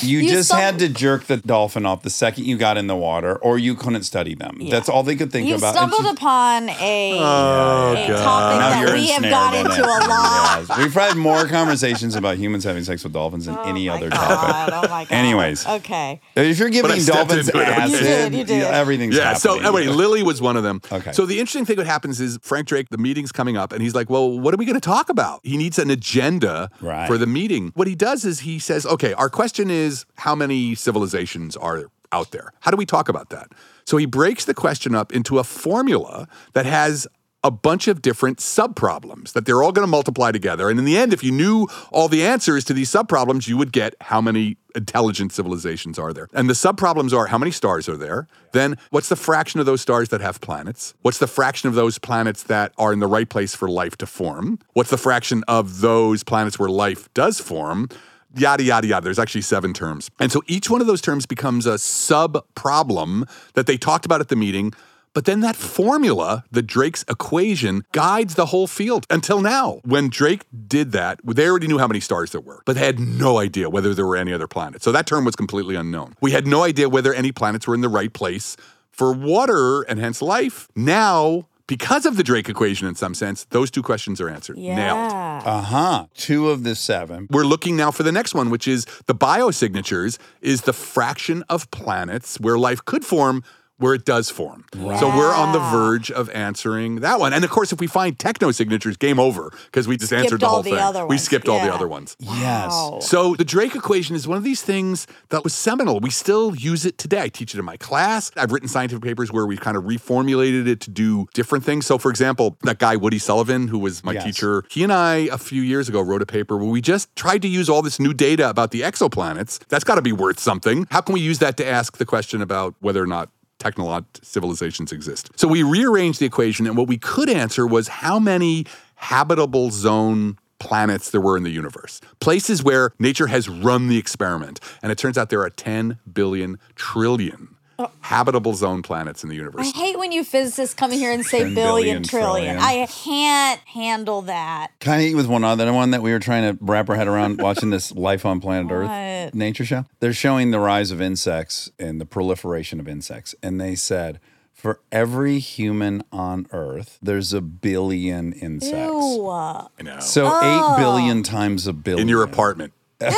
[SPEAKER 1] You,
[SPEAKER 2] You
[SPEAKER 1] just
[SPEAKER 2] saw-
[SPEAKER 1] had to jerk the dolphin off the second you got in the water, or you couldn't study them. That's all they could think
[SPEAKER 2] You
[SPEAKER 1] about. And
[SPEAKER 2] stumbled
[SPEAKER 1] she-
[SPEAKER 2] upon a, a
[SPEAKER 5] Oh, God.
[SPEAKER 2] topic
[SPEAKER 1] Now
[SPEAKER 2] that
[SPEAKER 1] you're
[SPEAKER 2] we have
[SPEAKER 1] ensnared
[SPEAKER 2] got
[SPEAKER 1] in
[SPEAKER 2] into
[SPEAKER 1] it.
[SPEAKER 2] a lot. Oh
[SPEAKER 1] Yes. We've had more conversations about humans having sex with dolphins than any other topic.
[SPEAKER 2] God, oh my God.
[SPEAKER 1] Anyways.
[SPEAKER 2] Okay.
[SPEAKER 1] If you're
[SPEAKER 5] I
[SPEAKER 1] giving
[SPEAKER 5] stepped
[SPEAKER 1] dolphins
[SPEAKER 5] into it.
[SPEAKER 1] acid,
[SPEAKER 2] You did, you did.
[SPEAKER 1] everything's
[SPEAKER 5] Yeah. So
[SPEAKER 1] happening.
[SPEAKER 5] anyway, Lily was one of them.
[SPEAKER 1] Okay.
[SPEAKER 5] So the interesting thing that happens is Frank Drake, the meeting's coming up, and he's like, "Well, what are we going to talk about?" He needs an agenda
[SPEAKER 1] Right.
[SPEAKER 5] for the meeting. What he does is he says, "Okay, our question is how many civilizations are out there? How do we talk about that?" So he breaks the question up into a formula that has a bunch of different subproblems that they're all going to multiply together and in the end if you knew all the answers to these subproblems you would get how many intelligent civilizations are there? And the subproblems are how many stars are there? Then what's the fraction of those stars that have planets? What's the fraction of those planets that are in the right place for life to form? What's the fraction of those planets where life does form? Yada, yada, yada. There's actually seven terms. And so each one of those terms becomes a sub problem that they talked about at the meeting. But then that formula, the Drake's equation, guides the whole field until now. When Drake did that, they already knew how many stars there were, but they had no idea whether there were any other planets. So that term was completely unknown. We had no idea whether any planets were in the right place for water and hence life. Now, because of the Drake equation in some sense, those two questions are answered. Nailed
[SPEAKER 2] Yeah.
[SPEAKER 1] uh huh. Two of the seven.
[SPEAKER 5] we're looking now for the next one, which is the biosignatures is the fraction of planets where life could form where it does form. So we're on the verge of answering that one. And of course, if we find techno signatures, game over because we just answered the
[SPEAKER 2] all
[SPEAKER 5] whole
[SPEAKER 2] the
[SPEAKER 5] thing.
[SPEAKER 2] other
[SPEAKER 5] We
[SPEAKER 2] ones.
[SPEAKER 5] skipped all the
[SPEAKER 2] Yeah.
[SPEAKER 5] other ones.
[SPEAKER 1] Yes.
[SPEAKER 5] So the Drake equation is one of these things that was seminal. We still use it today. I teach it in my class. I've written scientific papers where we've kind of reformulated it to do different things. So for example, that guy Woody Sullivan, who was my
[SPEAKER 1] Yes.
[SPEAKER 5] teacher, he and I a few years ago wrote a paper where we just tried to use all this new data about the exoplanets. That's got to be worth something. How can we use that to ask the question about whether or not technological civilizations exist. So we rearranged the equation, and what we could answer was how many habitable zone planets there were in the universe, places where nature has run the experiment. And it turns out there are 10 billion trillion habitable zone planets in the
[SPEAKER 2] I
[SPEAKER 5] universe.
[SPEAKER 2] hate when you physicists come in here and say
[SPEAKER 1] 10
[SPEAKER 2] billion,
[SPEAKER 1] billion
[SPEAKER 2] billion trillion.
[SPEAKER 1] trillion.
[SPEAKER 2] I can't handle that.
[SPEAKER 1] Kind of eat with one other one that we were trying to wrap our head around watching this Life on Planet Earth
[SPEAKER 2] What?
[SPEAKER 1] nature show. They're showing the rise of insects and the proliferation of insects. And they said, for every human on Earth, there's a billion insects.
[SPEAKER 2] Ew. Oh,
[SPEAKER 5] I know.
[SPEAKER 1] So 8 billion times a billion.
[SPEAKER 5] in your apartment. in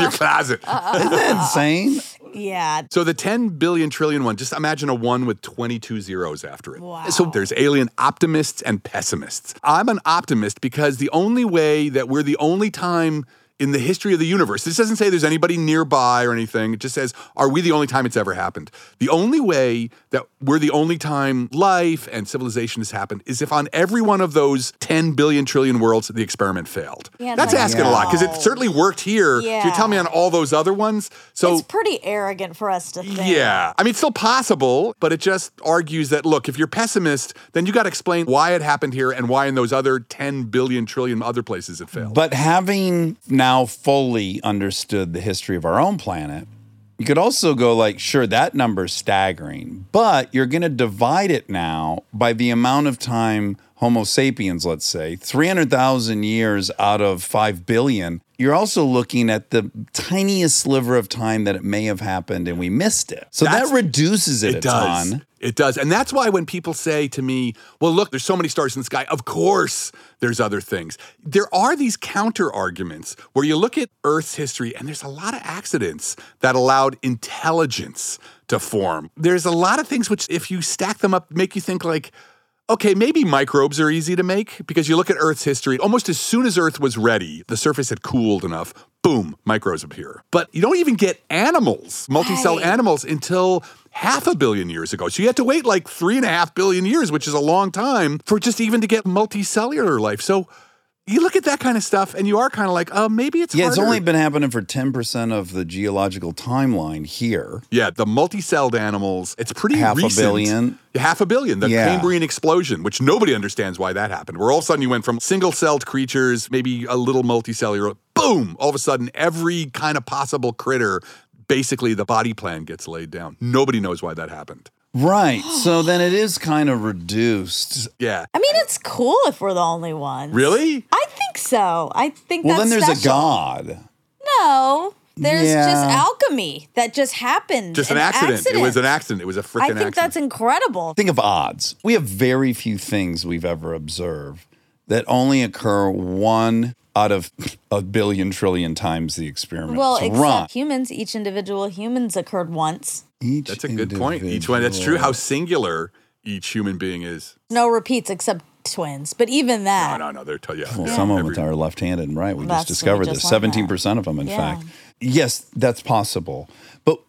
[SPEAKER 5] your closet.
[SPEAKER 1] Insane.
[SPEAKER 2] Yeah.
[SPEAKER 5] So the 10 billion trillion one, just imagine a one with 22 zeros after it.
[SPEAKER 2] Wow.
[SPEAKER 5] So there's alien optimists and pessimists. I'm an optimist because the only way that we're the only time in the history of the universe, this doesn't say there's anybody nearby or anything. It just says, are we the only time it's ever happened? The only way that we're the only time life and civilization has happened is if on every one of those 10 billion trillion worlds, the experiment failed.
[SPEAKER 2] Yeah,
[SPEAKER 5] That's
[SPEAKER 2] like,
[SPEAKER 5] asking a lot because it
[SPEAKER 2] no.
[SPEAKER 5] certainly worked here. So you
[SPEAKER 2] Yeah.
[SPEAKER 5] tell me on all those other ones. So
[SPEAKER 2] It's pretty arrogant for us to think.
[SPEAKER 5] yeah. I mean, it's still possible, but it just argues that look, if you're pessimist, then you got to explain why it happened here and why in those other 10 billion trillion other places it failed.
[SPEAKER 1] But having now fully understood the history of our own planet, you could also go like, sure, that number's staggering, but you're going to divide it now by the amount of time Homo sapiens, let's say, 300,000 years out of 5 billion. You're also looking at the tiniest sliver of time that it may have happened and we missed it. So
[SPEAKER 5] That's-
[SPEAKER 1] that reduces it,
[SPEAKER 5] it
[SPEAKER 1] a
[SPEAKER 5] does.
[SPEAKER 1] ton.
[SPEAKER 5] It does. And that's why when people say to me, well, look, there's so many stars in the sky, of course there's other things. There are these counter arguments where you look at Earth's history and there's a lot of accidents that allowed intelligence to form. There's a lot of things which, if you stack them up, make you think like, Okay, maybe microbes are easy to make because you look at Earth's history. Almost as soon as Earth was ready, the surface had cooled enough. Boom, microbes appear. But you don't even get animals, multi-cell
[SPEAKER 2] Right.
[SPEAKER 5] animals, until half a billion years ago. So you had to wait like three and a half billion years, which is a long time, for just even to get multicellular life. So you look at that kind of stuff, and you are kind of like, oh, maybe it's
[SPEAKER 1] Yeah, it's
[SPEAKER 5] harder.
[SPEAKER 1] only been happening for 10% of the geological timeline here.
[SPEAKER 5] Yeah, the multi-celled animals. It's pretty
[SPEAKER 1] Half a
[SPEAKER 5] recent.
[SPEAKER 1] billion.
[SPEAKER 5] Half a billion. The
[SPEAKER 1] Yeah.
[SPEAKER 5] Cambrian explosion, which nobody understands why that happened. Where all of a sudden you went from single-celled creatures, maybe a little multicellular, boom! All of a sudden, every kind of possible critter, basically the body plan gets laid down. Nobody knows why that happened.
[SPEAKER 1] Right. So then it is kind of reduced.
[SPEAKER 5] Yeah.
[SPEAKER 2] I mean, it's cool if we're the only ones.
[SPEAKER 5] Really?
[SPEAKER 2] I think so. I think
[SPEAKER 1] Well,
[SPEAKER 2] that's
[SPEAKER 1] then there's
[SPEAKER 2] special.
[SPEAKER 1] a God.
[SPEAKER 2] No, there's just
[SPEAKER 1] Yeah.
[SPEAKER 2] alchemy that just happened.
[SPEAKER 5] Just an, accident. It was
[SPEAKER 2] accident.
[SPEAKER 5] an accident. It was a freaking
[SPEAKER 2] I
[SPEAKER 5] accident.
[SPEAKER 2] think that's incredible.
[SPEAKER 1] Think of odds. We have very few things we've ever observed that only occur one out of a billion trillion times the experiment.
[SPEAKER 2] Well,
[SPEAKER 1] So,
[SPEAKER 2] except
[SPEAKER 1] Ron,
[SPEAKER 2] humans, each individual humans occurred once.
[SPEAKER 1] each
[SPEAKER 5] That's a good point. Each one. That's true. How singular each human being is.
[SPEAKER 2] No repeats except twins. But even
[SPEAKER 5] No,
[SPEAKER 2] that,
[SPEAKER 5] no, no. They're tell you.
[SPEAKER 1] Well,
[SPEAKER 5] yeah,
[SPEAKER 1] some of
[SPEAKER 5] every-
[SPEAKER 1] them are left-handed and right. We
[SPEAKER 2] That's-
[SPEAKER 1] just
[SPEAKER 2] we
[SPEAKER 1] discovered
[SPEAKER 2] just
[SPEAKER 1] this.
[SPEAKER 2] learned that.
[SPEAKER 1] Seventeen percent of them, in
[SPEAKER 2] Yeah.
[SPEAKER 1] fact. Yes, that's possible, but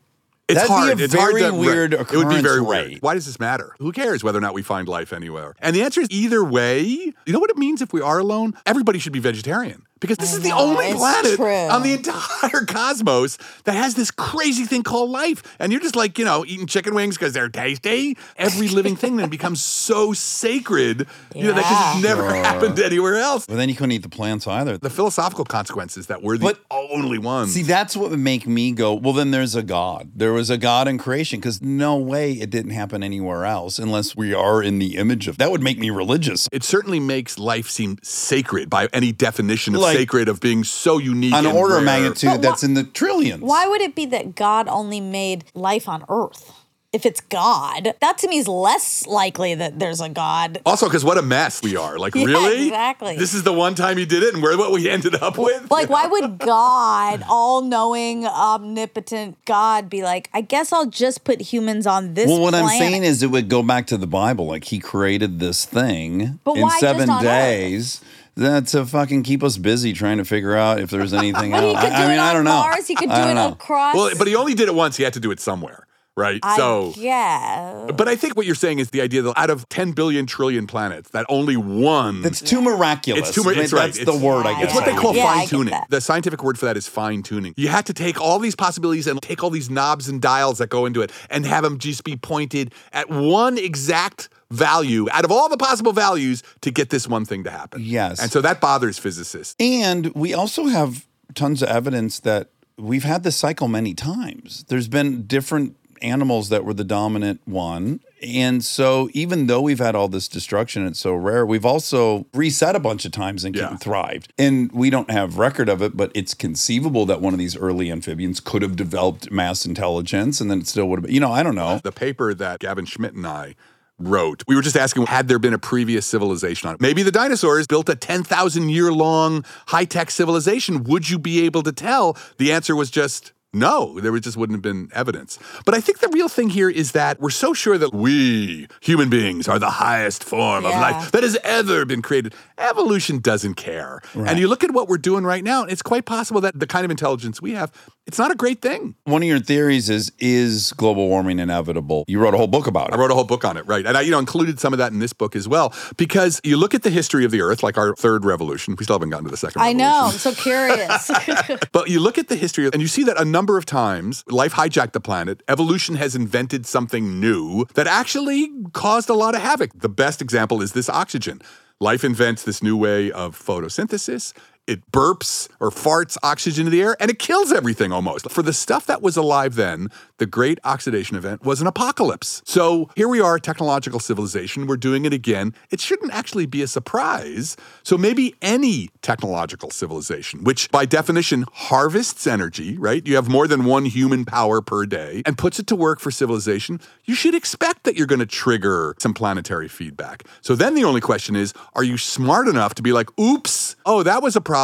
[SPEAKER 5] It's
[SPEAKER 1] that'd
[SPEAKER 5] hard.
[SPEAKER 1] be a
[SPEAKER 5] it's hard
[SPEAKER 1] very
[SPEAKER 5] to,
[SPEAKER 1] weird
[SPEAKER 5] It
[SPEAKER 1] occurrence
[SPEAKER 5] would be very
[SPEAKER 1] rate.
[SPEAKER 5] weird. Why does this matter? Who cares whether or not we find life anywhere? And the answer is either way. You know what it means if we are alone? Everybody should be vegetarian because this is the
[SPEAKER 2] know,
[SPEAKER 5] only
[SPEAKER 2] it's
[SPEAKER 5] planet
[SPEAKER 2] true.
[SPEAKER 5] on the entire cosmos that has this crazy thing called life. And you're just like, you know, eating chicken wings because they're tasty. Every living thing then becomes so sacred, you know, that just never happened anywhere else.
[SPEAKER 1] But then you couldn't eat the plants either.
[SPEAKER 5] The philosophical consequences that we're the
[SPEAKER 1] But-
[SPEAKER 5] only ones.
[SPEAKER 1] See, that's what would make me go, well, then there's a God. There was a God in creation because no way it didn't happen anywhere else unless we are in the image of that would make me religious.
[SPEAKER 5] it certainly makes life seem sacred by any definition of
[SPEAKER 1] Like-
[SPEAKER 5] sacred of being so unique.
[SPEAKER 1] An
[SPEAKER 5] and
[SPEAKER 1] order
[SPEAKER 5] rare.
[SPEAKER 1] of magnitude
[SPEAKER 2] But wh-
[SPEAKER 1] that's in the trillions.
[SPEAKER 2] why would it be that God only made life on Earth? If it's God, that to me is less likely that there's a God.
[SPEAKER 5] Also, because what a mess we are. Like,
[SPEAKER 2] Yeah,
[SPEAKER 5] really?
[SPEAKER 2] exactly.
[SPEAKER 5] This is the one time he did it, and we're what we ended up with.
[SPEAKER 2] Like, why would God, all knowing, omnipotent God, be like, I guess I'll just put humans on this
[SPEAKER 1] Well, what I'm
[SPEAKER 2] planet."
[SPEAKER 1] saying is it would go back to the Bible. Like he created this thing
[SPEAKER 2] But
[SPEAKER 1] in
[SPEAKER 2] why just
[SPEAKER 1] seven
[SPEAKER 2] on Earth?
[SPEAKER 1] days. That to fucking keep us busy trying to figure out if there's anything
[SPEAKER 2] But he
[SPEAKER 1] else.
[SPEAKER 2] could do
[SPEAKER 1] I, I mean,
[SPEAKER 2] it on
[SPEAKER 1] I don't know.
[SPEAKER 2] Mars. He could do
[SPEAKER 1] I don't
[SPEAKER 2] it
[SPEAKER 1] know.
[SPEAKER 2] across.
[SPEAKER 5] well, but he only did it once. He had to do it somewhere, right?
[SPEAKER 2] I
[SPEAKER 5] so.
[SPEAKER 2] guess.
[SPEAKER 5] But I think what you're saying is the idea that out of 10 billion trillion planets, that only one.
[SPEAKER 1] It's too miraculous.
[SPEAKER 5] It's too mir- it's right.
[SPEAKER 1] That's
[SPEAKER 5] It's-
[SPEAKER 1] the word, I
[SPEAKER 2] Yeah,
[SPEAKER 1] guess.
[SPEAKER 5] It's what they
[SPEAKER 2] Yeah.
[SPEAKER 5] call
[SPEAKER 2] Yeah, I
[SPEAKER 5] fine
[SPEAKER 2] get
[SPEAKER 5] tuning.
[SPEAKER 2] that.
[SPEAKER 5] The scientific word for that is fine tuning. You have to take all these possibilities and take all these knobs and dials that go into it and have them just be pointed at one exact value out of all the possible values to get this one thing to happen.
[SPEAKER 1] Yes.
[SPEAKER 5] And so that bothers physicists.
[SPEAKER 1] And we also have tons of evidence that we've had this cycle many times. There's been different animals that were the dominant one. And so even though we've had all this destruction, it's so rare, we've also reset a bunch of times and
[SPEAKER 5] Yeah.
[SPEAKER 1] kept- thrived. And we don't have record of it, but it's conceivable that one of these early amphibians could have developed mass intelligence and then it still would have been, you know, I don't know.
[SPEAKER 5] The paper that Gavin Schmidt and I wrote, we were just asking, had there been a previous civilization on it? Maybe the dinosaurs built a 10,000 year long high tech civilization. Would you be able to tell? The answer was just, no, there was- just wouldn't have been evidence. But I think the real thing here is that we're so sure that we, human beings, are the highest form of
[SPEAKER 2] Yeah.
[SPEAKER 5] life that has ever been created. Evolution doesn't care. And you look at what we're doing right now, and it's quite possible that the kind of intelligence we have, it's not a great thing.
[SPEAKER 1] One of your theories is is global warming inevitable? You wrote a whole book about
[SPEAKER 5] I
[SPEAKER 1] it.
[SPEAKER 5] wrote a whole book on it, right? And I, you know, included some of that in this book as well because you look at the history of the Earth, like our third revolution. We still haven't gotten to the second.
[SPEAKER 2] I know. I'm
[SPEAKER 5] revolution.
[SPEAKER 2] so curious.
[SPEAKER 5] but you look at the history, and you see that a number of times life hijacked the planet. Evolution has invented something new that actually caused a lot of havoc. The best example is this oxygen. Life invents this new way of photosynthesis. It burps or farts oxygen in the air and it kills everything almost. For the stuff that was alive then, the great oxidation event was an apocalypse. So here we are, technological civilization. We're doing it again. It shouldn't actually be a surprise. So maybe any technological civilization, which by definition harvests energy, right? You have more than one human power per day and puts it to work for civilization. You should expect that you're going to trigger some planetary feedback. So then the only question is are you smart enough to be like, oops, oh, that was a problem.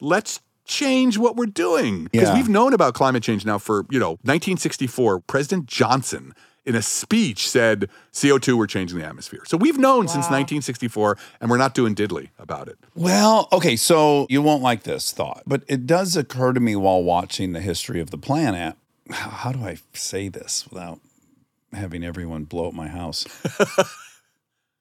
[SPEAKER 5] Let's change what we're doing because
[SPEAKER 1] Yeah.
[SPEAKER 5] we've known about climate change now for you know 1964 president johnson in a speech said co2 we're changing the atmosphere so we've known since 1964 and we're not doing diddly about it
[SPEAKER 1] Well, okay, so you won't like this thought, but it does occur to me while watching the history of the planet. How do I say this without having everyone blow up my house?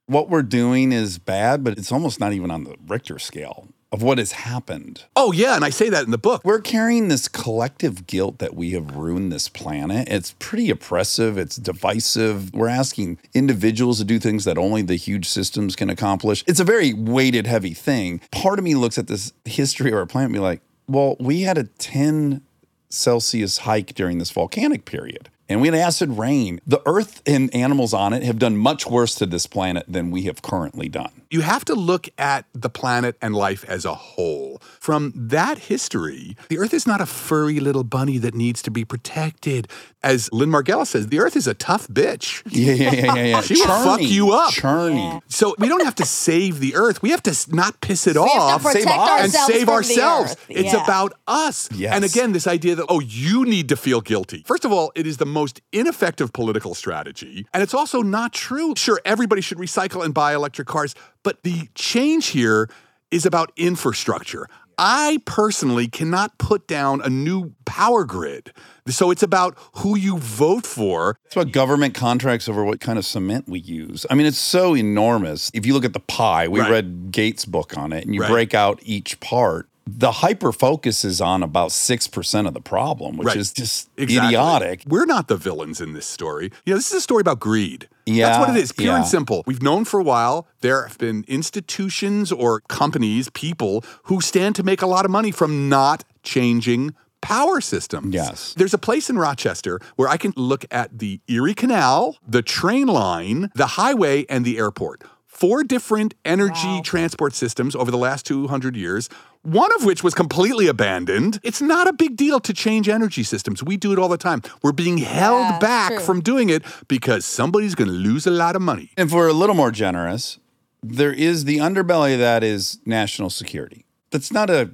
[SPEAKER 1] what we're doing is bad, but it's almost not even on the Richter scale of what has happened.
[SPEAKER 5] oh yeah and i say that in the book
[SPEAKER 1] We're carrying this collective guilt that we have ruined this planet. It's pretty oppressive, it's divisive. We're asking individuals to do things that only the huge systems can accomplish. It's a very weighted, heavy thing. Part of me looks at this history of our planet and be like, well, we had a 10 Celsius hike during this volcanic period. and we had acid rain. The earth and animals on it have done much worse to this planet than we have currently done.
[SPEAKER 5] You have to look at the planet and life as a whole. From that history, the Earth is not a furry little bunny that needs to be protected. As Lynn Margulis says, the Earth is a tough bitch.
[SPEAKER 1] Yeah, yeah, yeah, yeah. yeah.
[SPEAKER 5] She will fuck
[SPEAKER 1] Churning,
[SPEAKER 5] you up.
[SPEAKER 1] Churning.
[SPEAKER 5] So we don't have to save the Earth. We have to s- not piss it off.
[SPEAKER 2] protect
[SPEAKER 5] and
[SPEAKER 2] ourselves
[SPEAKER 5] save
[SPEAKER 2] from the
[SPEAKER 5] ourselves.
[SPEAKER 2] Earth.
[SPEAKER 5] It's
[SPEAKER 2] Yeah.
[SPEAKER 5] about us.
[SPEAKER 1] Yes.
[SPEAKER 5] And again, this idea that, oh, you need to feel guilty. First of all, it is the most ineffective political strategy. And it's also not true. Sure, everybody should recycle and buy electric cars, but the change here is about infrastructure. I personally cannot put down a new power grid. So it's about who you vote for
[SPEAKER 1] It's about government contracts over what kind of cement we use. I mean, it's so enormous. If you look at the pie, we
[SPEAKER 5] Right.
[SPEAKER 1] read Gates' book on it, and you
[SPEAKER 5] Right.
[SPEAKER 1] break out each part. The hyper focus is on about 6% of the problem, which
[SPEAKER 5] Right.
[SPEAKER 1] is just
[SPEAKER 5] Exactly.
[SPEAKER 1] idiotic.
[SPEAKER 5] We're not the villains in this story. You know, this is a story about greed.
[SPEAKER 1] Yeah,
[SPEAKER 5] That's what it is, pure and
[SPEAKER 1] yeah.
[SPEAKER 5] simple. We've known for a while there have been institutions or companies, people who stand to make a lot of money from not changing power systems.
[SPEAKER 1] Yes.
[SPEAKER 5] There's a place in Rochester where I can look at the Erie Canal, the train line, the highway, and the airport. Four different energy transport systems over the last 200 years, one of which was completely abandoned. It's not a big deal to change energy systems. We do it all the time. We're being held
[SPEAKER 2] Yeah,
[SPEAKER 5] back
[SPEAKER 2] true.
[SPEAKER 5] from doing it because somebody's going to lose a lot of money.
[SPEAKER 1] If we're a little more generous, there is the underbelly of that is national security. That's not a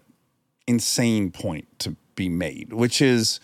[SPEAKER 1] insane point to be made, which is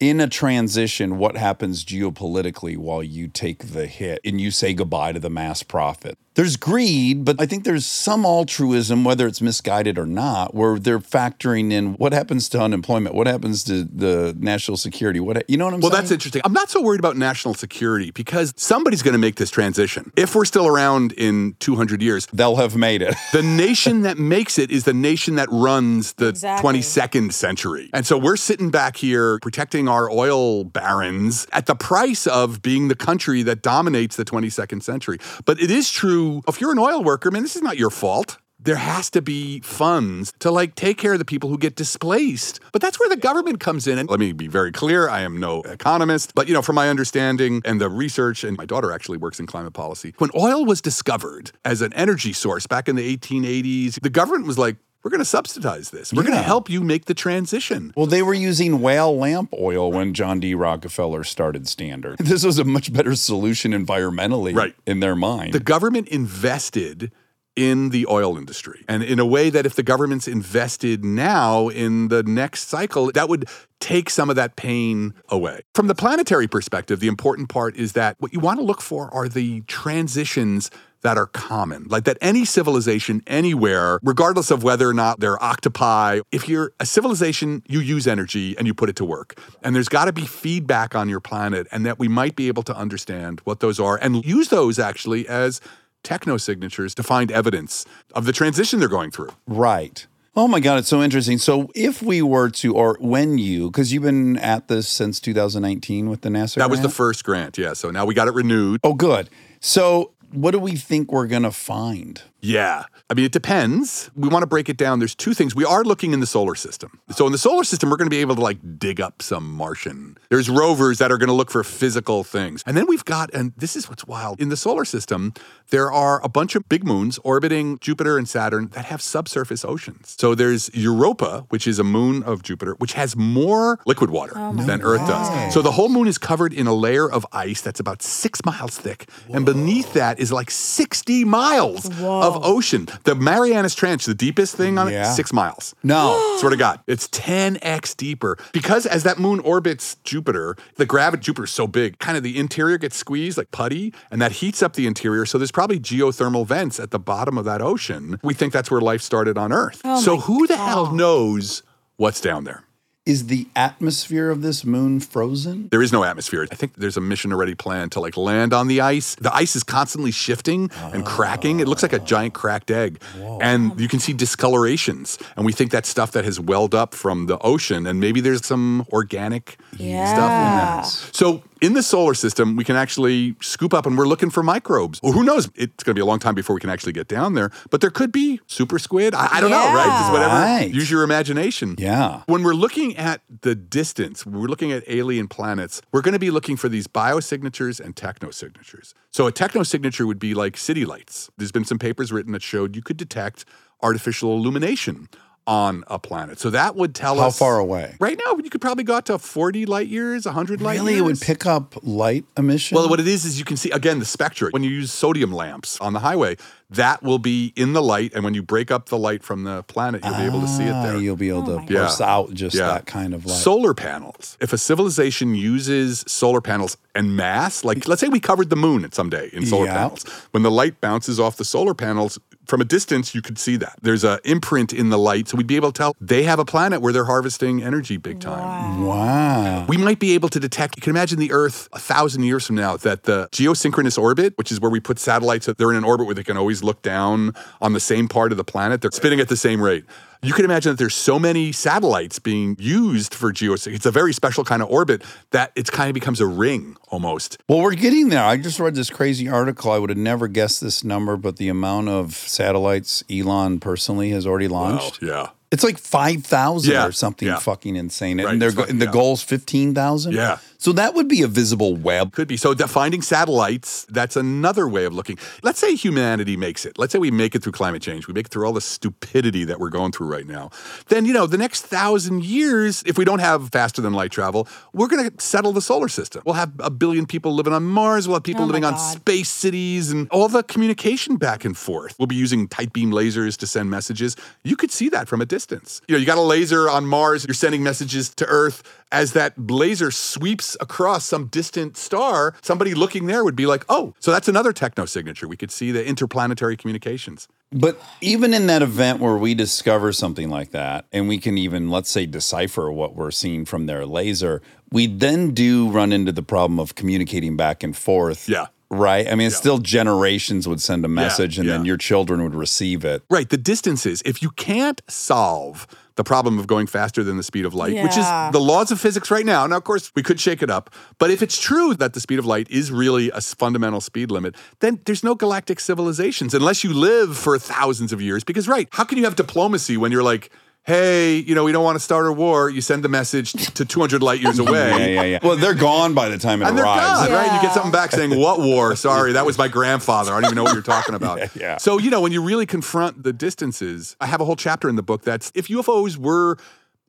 [SPEAKER 1] in a transition, what happens geopolitically while you take the hit and you say goodbye to the mass profit? There's greed, but I think there's some altruism, whether it's misguided or not, where they're factoring in what happens to unemployment, what happens to the national security, what you know what I'm
[SPEAKER 5] Well,
[SPEAKER 1] saying?
[SPEAKER 5] that's interesting. I'm not so worried about national security because somebody's going to make this transition. If we're still around in 200 years,
[SPEAKER 1] They'll have made it.
[SPEAKER 5] The nation that makes it is the nation that runs the
[SPEAKER 2] Exactly.
[SPEAKER 5] 22nd century. And so we're sitting back here protecting our oil barons at the price of being the country that dominates the 22nd century. But it is true if you're an oil worker, man, this is not your fault. There has to be funds to like take care of the people who get displaced. But that's where the government comes in. And let me be very clear, I am no economist, but you know, from my understanding and the research, and my daughter actually works in climate policy, when oil was discovered as an energy source back in the 1880s, the government was like, we're going to subsidize this. We're going
[SPEAKER 1] Yeah.
[SPEAKER 5] to help you make the transition.
[SPEAKER 1] Well, they were using whale lamp oil when John D. Rockefeller started Standard. This was a much better solution environmentally
[SPEAKER 5] Right.
[SPEAKER 1] in their mind.
[SPEAKER 5] The government invested in the oil industry. And in a way that if the government's invested now in the next cycle, that would take some of that pain away. From the planetary perspective, the important part is that what you want to look for are the transitions that are common. Like that any civilization anywhere, regardless of whether or not they're octopi, if you're a civilization, you use energy and you put it to work. And there's got to be feedback on your planet and that we might be able to understand what those are and use those actually as techno signatures to find evidence of the transition they're going through.
[SPEAKER 1] right. Oh my God, it's so interesting. So, if we were to, or when you, because you've been at this since 2019 with the NASA.
[SPEAKER 5] That was the
[SPEAKER 1] grant?
[SPEAKER 5] first grant. Yeah. So now we got it renewed.
[SPEAKER 1] Oh, good. So, what do we think we're going to find?
[SPEAKER 5] Yeah. I mean, it depends. We want to break it down. There's two things. We are looking in the solar system. So, in the solar system, we're going to be able to like dig up some Martian. There's rovers that are going to look for physical things. And then we've got, and this is what's wild in the solar system, there are a bunch of big moons orbiting Jupiter and Saturn that have subsurface oceans. So, there's Europa, which is a moon of Jupiter, which has more liquid water than Earth does. So, the whole moon is covered in a layer of ice that's about six miles thick. And beneath that is like 60 miles of ocean. The Marianas Trench, the deepest thing on
[SPEAKER 1] Yeah.
[SPEAKER 5] it, six miles.
[SPEAKER 1] No.
[SPEAKER 5] Swear to God, it's 10x deeper because as that moon orbits Jupiter, the gravity Jupiter is so big, kind of the interior gets squeezed like putty, and that heats up the interior. So there's probably geothermal vents at the bottom of that ocean. We think that's where life started on Earth. so who the hell knows what's down there?
[SPEAKER 1] Is the atmosphere of this moon frozen?
[SPEAKER 5] There is no atmosphere. I think there's a mission already planned to like land on the ice. The ice is constantly shifting and cracking. It looks like a giant cracked egg. And you can see discolorations. And we think that's stuff that has welled up from the ocean. And maybe there's some organic stuff in that. So in the solar system, we can actually scoop up and we're looking for microbes. Well, who knows? It's going to be a long time before we can actually get down there, but there could be super squid. I, I don't know, right?
[SPEAKER 2] Yeah.
[SPEAKER 5] Just whatever.
[SPEAKER 1] Right.
[SPEAKER 5] Use your imagination.
[SPEAKER 1] Yeah.
[SPEAKER 5] When we're looking at the distance, when we're looking at alien planets, we're going to be looking for these biosignatures and technosignatures. So a technosignature would be like city lights. There's been some papers written that showed you could detect artificial illumination on a planet. So that would tell
[SPEAKER 1] How
[SPEAKER 5] us
[SPEAKER 1] far away?
[SPEAKER 5] Right now, you could probably go out to 40 light years, 100 light
[SPEAKER 1] Really,
[SPEAKER 5] years.
[SPEAKER 1] it would pick up light emission.
[SPEAKER 5] Well, what it is is you can see again the spectra. When you use sodium lamps on the highway, that will be in the light, and when you break up the light from the planet, you'll be able to see it
[SPEAKER 1] Ah,
[SPEAKER 5] there. Oh
[SPEAKER 1] You'll be able to
[SPEAKER 5] God.
[SPEAKER 1] burst
[SPEAKER 5] Yeah.
[SPEAKER 1] out just
[SPEAKER 5] Yeah.
[SPEAKER 1] that kind of light.
[SPEAKER 5] Solar panels. If a civilization uses solar panels en masse, like let's say we covered the moon at some day in solar
[SPEAKER 1] Yeah.
[SPEAKER 5] panels, when the light bounces off the solar panels from a distance, you could see that. There's a imprint in the light, so we'd be able to tell they have a planet where they're harvesting energy big time.
[SPEAKER 1] wow.
[SPEAKER 5] We might be able to detect. You can imagine the Earth a thousand years from now that the geosynchronous orbit, which is where we put satellites, they're in an orbit where they can always look down on the same part of the planet. They're spinning at the same rate. You can imagine that there's so many satellites being used for geosync. It's a very special kind of orbit that it's kind of becomes a ring almost.
[SPEAKER 1] Well, we're getting there. I just read this crazy article. I would have never guessed this number, but the amount of satellites Elon personally has already launched.
[SPEAKER 5] yeah.
[SPEAKER 1] It's like 5,000
[SPEAKER 5] Yeah,
[SPEAKER 1] or something
[SPEAKER 5] yeah.
[SPEAKER 1] fucking insane.
[SPEAKER 5] Right,
[SPEAKER 1] and they're
[SPEAKER 5] it's
[SPEAKER 1] go-
[SPEAKER 5] fucking-
[SPEAKER 1] and the
[SPEAKER 5] yeah.
[SPEAKER 1] goal's 15,000?
[SPEAKER 5] Yeah.
[SPEAKER 1] So that would be a visible web.
[SPEAKER 5] Could be. So the finding satellites, that's another way of looking. Let's say humanity makes it. Let's say we make it through climate change. We make it through all the stupidity that we're going through right now. Then, you know, the next thousand years, if we don't have faster than light travel, we're going to settle the solar system. We'll have a billion people living on Mars. We'll have people
[SPEAKER 2] Oh my
[SPEAKER 5] living on
[SPEAKER 2] God.
[SPEAKER 5] space cities and all the communication back and forth. We'll be using tight beam lasers to send messages. You could see that from a distance. You know, you got a laser on Mars, you're sending messages to Earth. As that laser sweeps across some distant star, somebody looking there would be like, oh, so that's another techno signature. We could see the interplanetary communications.
[SPEAKER 1] But even in that event where we discover something like that, and we can even, let's say, decipher what we're seeing from their laser, we then do run into the problem of communicating back and forth.
[SPEAKER 5] Yeah.
[SPEAKER 1] Right? I mean, it's still generations would send a message and then
[SPEAKER 5] yeah.
[SPEAKER 1] your children would receive it.
[SPEAKER 5] Right, the distances. If you can't solve the problem of going faster than the speed of light, which
[SPEAKER 2] Yeah.
[SPEAKER 5] is the laws of physics right now. Now, of course, we could shake it up, but if it's true that the speed of light is really a s- fundamental speed limit, then there's no galactic civilizations unless you live for thousands of years. Because, right, how can you have diplomacy when you're like, hey, you know, we don't want to start a war? You send the message t- to 200 light years away.
[SPEAKER 1] Yeah, yeah, yeah. Well, they're gone by the time it
[SPEAKER 5] And they're
[SPEAKER 1] arrives.
[SPEAKER 5] gone, right? You
[SPEAKER 2] Yeah.
[SPEAKER 5] get something back saying, "What war? Sorry, that was my grandfather. I don't even know what you're talking about." yeah,
[SPEAKER 1] yeah.
[SPEAKER 5] So you know, when you really confront the distances, I have a whole chapter in the book that's if UFOs were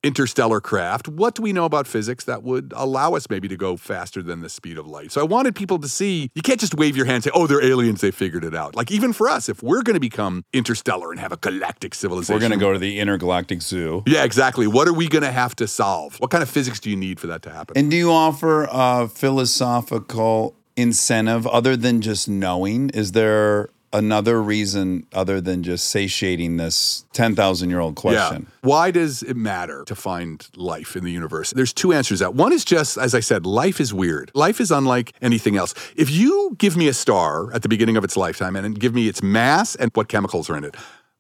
[SPEAKER 5] interstellar craft, what do we know about physics that would allow us maybe to go faster than the speed of light? So I wanted people to see you can't just wave your hand and say, "Oh, they're aliens. They figured it out." Like even for us, if we're going to become interstellar and have a galactic civilization,
[SPEAKER 1] We're going to go to the intergalactic zoo.
[SPEAKER 5] Yeah, exactly. What are we going to have to solve? What kind of physics do you need for that to happen?
[SPEAKER 1] And do you offer a philosophical incentive other than just knowing? Is there another reason other than just satiating this 10,000 year old question?
[SPEAKER 5] Yeah. Why does it matter to find life in the universe? There's two answers to that. One is just, as I said, life is weird. Life is unlike anything else. If you give me a star at the beginning of its lifetime and then give me its mass and what chemicals are in it,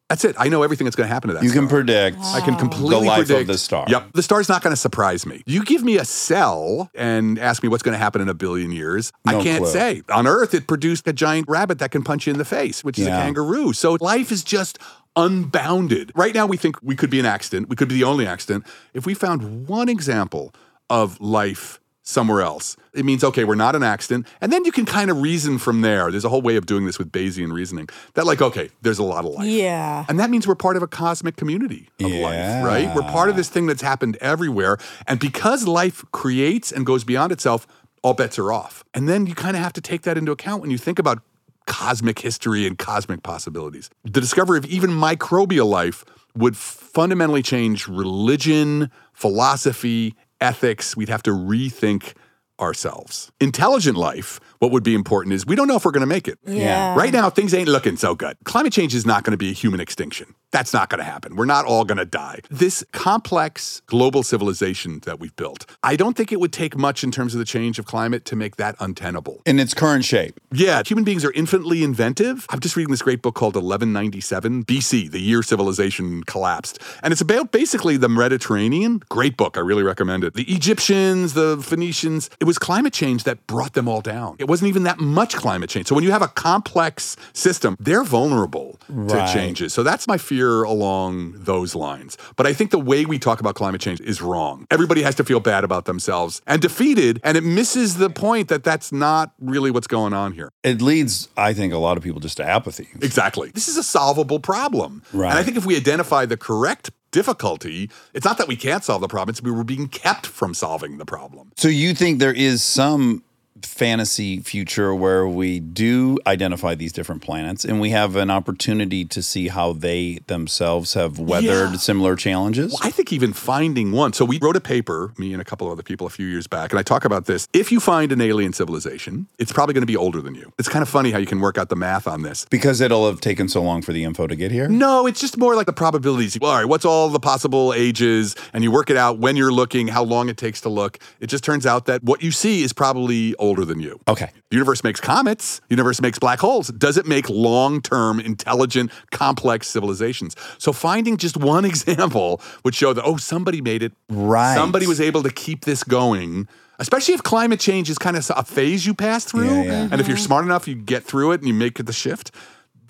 [SPEAKER 5] that's it. I know everything that's going to happen to that
[SPEAKER 1] You can
[SPEAKER 5] star.
[SPEAKER 1] predict.
[SPEAKER 5] I can completely
[SPEAKER 1] The life of
[SPEAKER 5] predict
[SPEAKER 1] the star.
[SPEAKER 5] Yep, the star's not going to surprise me. You give me a cell and ask me what's going to happen in a billion years.
[SPEAKER 1] No
[SPEAKER 5] I can't
[SPEAKER 1] clue.
[SPEAKER 5] say. On Earth, it produced a giant rabbit that can punch you in the face, which is a
[SPEAKER 1] Yeah.
[SPEAKER 5] kangaroo. So life is just unbounded. Right now, we think we could be an accident. We could be the only accident. If we found one example of life. Somewhere else. It means, okay, we're not an accident. And then you can kind of reason from there. There's a whole way of doing this with Bayesian reasoning that, like, okay, there's a lot of life.
[SPEAKER 2] Yeah.
[SPEAKER 5] And that means we're part of a cosmic community of
[SPEAKER 1] Yeah.
[SPEAKER 5] life, right? We're part of this thing that's happened everywhere. And because life creates and goes beyond itself, all bets are off. And then you kind of have to take that into account when you think about cosmic history and cosmic possibilities. The discovery of even microbial life would fundamentally change religion, philosophy, ethics. We'd have to rethink ourselves. Intelligent life, what would be important is we don't know if we're going to make it.
[SPEAKER 2] Yeah.
[SPEAKER 5] Right now, things ain't looking so good. Climate change is not going to be a human extinction. That's not going to happen. We're not all going to die. This complex global civilization that we've built, I don't think it would take much in terms of the change of climate to make that untenable.
[SPEAKER 1] In its current shape.
[SPEAKER 5] Yeah, human beings are infinitely inventive. I'm just reading this great book called 1197 BC, the year civilization collapsed. And it's about basically the Mediterranean. Great book. I really recommend it. The Egyptians, the Phoenicians, it was climate change that brought them all down. It wasn't even that much climate change. So when you have a complex system, they're vulnerable to changes. So that's my fear along those lines. But I think the way we talk about climate change is wrong. Everybody has to feel bad about themselves and defeated, and it misses the point that that's not really what's going on here.
[SPEAKER 1] It leads, I think, a lot of people just to apathy.
[SPEAKER 5] Exactly. This is a solvable problem.
[SPEAKER 1] Right.
[SPEAKER 5] And I think if we identify the correct difficulty, it's not that we can't solve the problem, it's we were being kept from solving the problem.
[SPEAKER 1] So you think there is some fantasy future where we do identify these different planets and we have an opportunity to see how they themselves have weathered
[SPEAKER 5] Yeah.
[SPEAKER 1] similar challenges?
[SPEAKER 5] Well, I think even finding one. So we wrote a paper, me and a couple other people a few years back, and I talk about this. If you find an alien civilization, it's probably going to be older than you. It's kind of funny how you can work out the math on this.
[SPEAKER 1] Because it'll have taken so long for the info to get here?
[SPEAKER 5] No, it's just more like the probabilities. All right, what's all the possible ages? And you work it out when you're looking, how long it takes to look. It just turns out that what you see is probably older than you.
[SPEAKER 1] Okay.
[SPEAKER 5] The universe makes comets, the universe makes black holes. Does it make long term, intelligent, complex civilizations? So finding just one example would show that, oh, somebody made it.
[SPEAKER 1] Right.
[SPEAKER 5] Somebody was able to keep this going. Especially if climate change is kind of a phase you pass through.
[SPEAKER 1] Yeah, yeah.
[SPEAKER 5] And if you're smart enough, you get through it and you make the shift.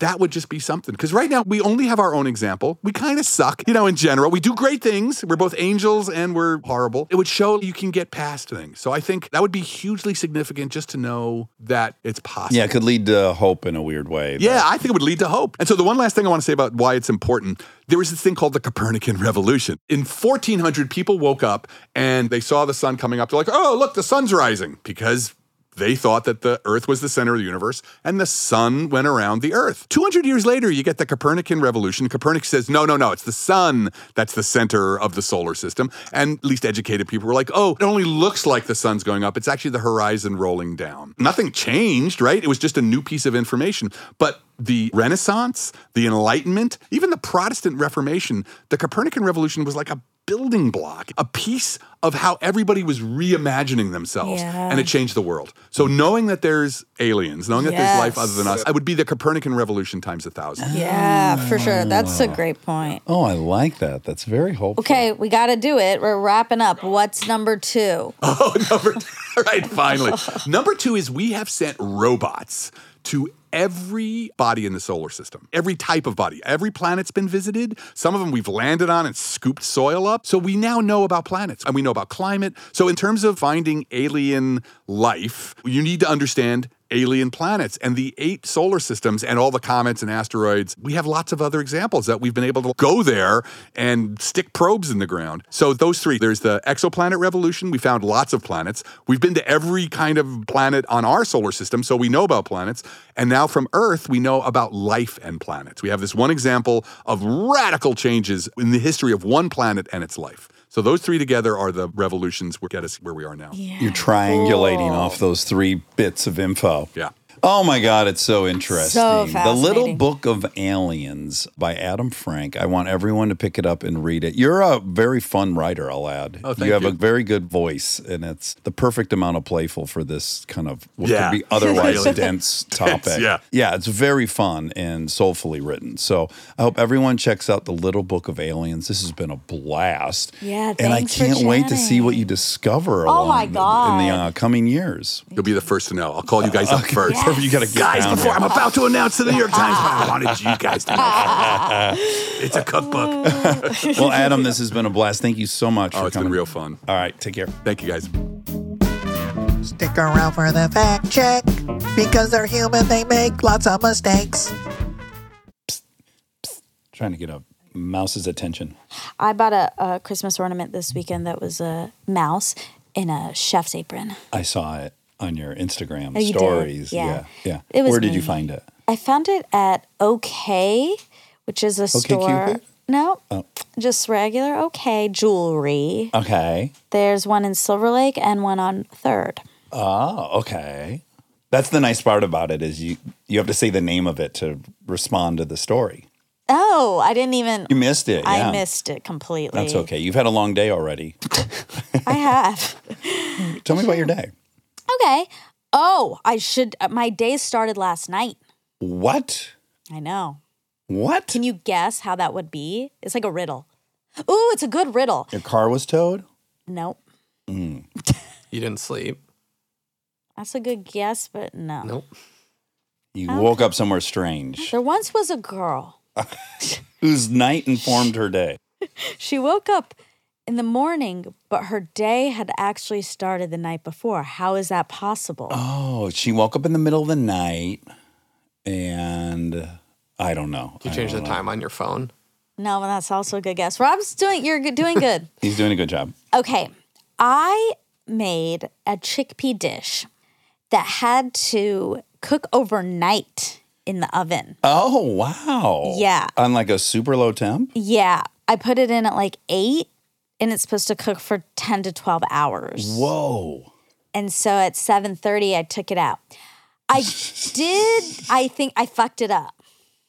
[SPEAKER 5] That would just be something. Because right now, we only have our own example. We kind of suck, you know, in general. We do great things. We're both angels and we're horrible. It would show you can get past things. So I think that would be hugely significant just to know that it's possible.
[SPEAKER 1] Yeah, it could lead to hope in a weird way. but-
[SPEAKER 5] Yeah, I think it would lead to hope. And so the one last thing I want to say about why it's important, there was this thing called the Copernican Revolution. In 1400, people woke up and they saw the sun coming up. They're like, "Oh, look, the sun's rising," because they thought that the earth was the center of the universe and the sun went around the earth. 200 years later, you get the Copernican revolution. Copernicus says, "No, no, no, it's the sun that's the center of the solar system." And least educated people were like, "Oh, it only looks like the sun's going up. It's actually the horizon rolling down." Nothing changed, right? It was just a new piece of information. But the Renaissance, the Enlightenment, even the Protestant Reformation, the Copernican revolution was like a building block, a piece of how everybody was reimagining themselves.
[SPEAKER 2] Yeah.
[SPEAKER 5] And it changed the world. So knowing that there's aliens, knowing that there's life
[SPEAKER 2] Yes.
[SPEAKER 5] other than us, I would be the Copernican revolution times a thousand.
[SPEAKER 2] Yeah, for sure. That's a great point.
[SPEAKER 1] Oh, I like that. That's very hopeful.
[SPEAKER 2] Okay, we got to do it. We're wrapping up. What's number two?
[SPEAKER 5] Oh, number all right, finally. Number two is we have sent robots to every body in the solar system, every type of body. Every planet's been visited. Some of them we've landed on and scooped soil up. So we now know about planets and we know about climate. So in terms of finding alien life, you need to understand alien planets and the eight solar systems and all the comets and asteroids. We have lots of other examples that we've been able to go there and stick probes in the ground. So, those three there's the exoplanet revolution. We found lots of planets. We've been to every kind of planet on our solar system, so we know about planets. And now from Earth, we know about life and planets. We have this one example of radical changes in the history of one planet and its life. So, those three together are the revolutions that get us where we are now.
[SPEAKER 1] You're triangulating off those three bits of info.
[SPEAKER 5] Yeah.
[SPEAKER 1] Oh my God, it's so interesting.
[SPEAKER 2] So
[SPEAKER 1] the Little
[SPEAKER 2] fascinating.
[SPEAKER 1] Book of Aliens by Adam Frank. I want everyone to pick it up and read it. You're a very fun writer, I'll add.
[SPEAKER 5] Oh, thank
[SPEAKER 1] have
[SPEAKER 5] you.
[SPEAKER 1] a very good voice, and it's the perfect amount of playful for this kind of what
[SPEAKER 5] Yeah.
[SPEAKER 1] could be otherwise
[SPEAKER 5] Really.
[SPEAKER 1] dense topic.
[SPEAKER 5] yeah.
[SPEAKER 1] Yeah, it's very fun and soulfully written. So I hope everyone checks out The Little Book of Aliens. This has been a blast.
[SPEAKER 2] Yeah,
[SPEAKER 1] And I
[SPEAKER 2] thanks for
[SPEAKER 1] can't wait to see what
[SPEAKER 2] chatting.
[SPEAKER 1] you discover
[SPEAKER 2] Oh
[SPEAKER 1] along the-
[SPEAKER 2] my
[SPEAKER 1] in the
[SPEAKER 2] God.
[SPEAKER 1] uh, coming years.
[SPEAKER 5] You'll be the first to know. I'll call you guys up first.
[SPEAKER 1] You got to get
[SPEAKER 5] guys,
[SPEAKER 1] down
[SPEAKER 5] before
[SPEAKER 1] there.
[SPEAKER 5] I'm about to announce to the New York Times, I wanted you guys to know. Oh, it's a cookbook.
[SPEAKER 1] Well, Adam, this has been a blast. Thank you so much
[SPEAKER 5] Oh,
[SPEAKER 1] for
[SPEAKER 5] it's
[SPEAKER 1] coming.
[SPEAKER 5] been real fun.
[SPEAKER 1] All right, take care.
[SPEAKER 5] Thank you guys.
[SPEAKER 9] Stick around for the fact check. Because they're human, they make lots of mistakes.
[SPEAKER 1] Trying to get a mouse's attention.
[SPEAKER 2] I bought a, a Christmas ornament this weekend that was a mouse in a chef's apron.
[SPEAKER 1] I saw it on your Instagram
[SPEAKER 2] Oh, you did?
[SPEAKER 1] stories.
[SPEAKER 2] Yeah.
[SPEAKER 1] yeah, yeah.
[SPEAKER 2] It was
[SPEAKER 1] Where did
[SPEAKER 2] me.
[SPEAKER 1] you find it?
[SPEAKER 2] I found it at OK, which is a store.
[SPEAKER 1] Cupid? Oh.
[SPEAKER 2] No, just regular OK jewelry.
[SPEAKER 1] Okay.
[SPEAKER 2] There's one in Silver Lake and one on Third.
[SPEAKER 1] Oh, okay. That's the nice part about it is you you have to say the name of it to respond to the story.
[SPEAKER 2] Oh, I didn't even.
[SPEAKER 1] You missed it.
[SPEAKER 2] I
[SPEAKER 1] yeah.
[SPEAKER 2] missed it completely.
[SPEAKER 1] That's okay. You've had a long day already.
[SPEAKER 2] I have.
[SPEAKER 1] Tell me about your day.
[SPEAKER 2] Okay. Oh, I should. uh, My day started last night.
[SPEAKER 1] What?
[SPEAKER 2] I know.
[SPEAKER 1] What?
[SPEAKER 2] Can you guess how that would be? It's like a riddle. Ooh, it's a good riddle.
[SPEAKER 1] Your car was towed?
[SPEAKER 2] Nope.
[SPEAKER 3] You didn't sleep.
[SPEAKER 2] That's a good guess, but no.
[SPEAKER 3] Nope.
[SPEAKER 8] You woke up somewhere strange.
[SPEAKER 2] There once was a girl.
[SPEAKER 8] Whose night informed her day?
[SPEAKER 2] She woke up in the morning, but her day had actually started the night before. How is that possible?
[SPEAKER 8] Oh, she woke up in the middle of the night and I don't know.
[SPEAKER 3] You
[SPEAKER 8] I
[SPEAKER 3] change the
[SPEAKER 8] don't know.
[SPEAKER 3] time on your phone.
[SPEAKER 2] No, and that's also a good guess. Rob's doing you're good- doing good.
[SPEAKER 8] He's doing a good job.
[SPEAKER 2] Okay. I made a chickpea dish that had to cook overnight in the oven.
[SPEAKER 8] Oh, wow.
[SPEAKER 2] Yeah.
[SPEAKER 8] On like a super low temp?
[SPEAKER 2] Yeah. I put it in at like 8 and it's supposed to cook for 10 to 12 hours.
[SPEAKER 8] Whoa.
[SPEAKER 2] and so at 7:30 I took it out. I did I think I fucked it up.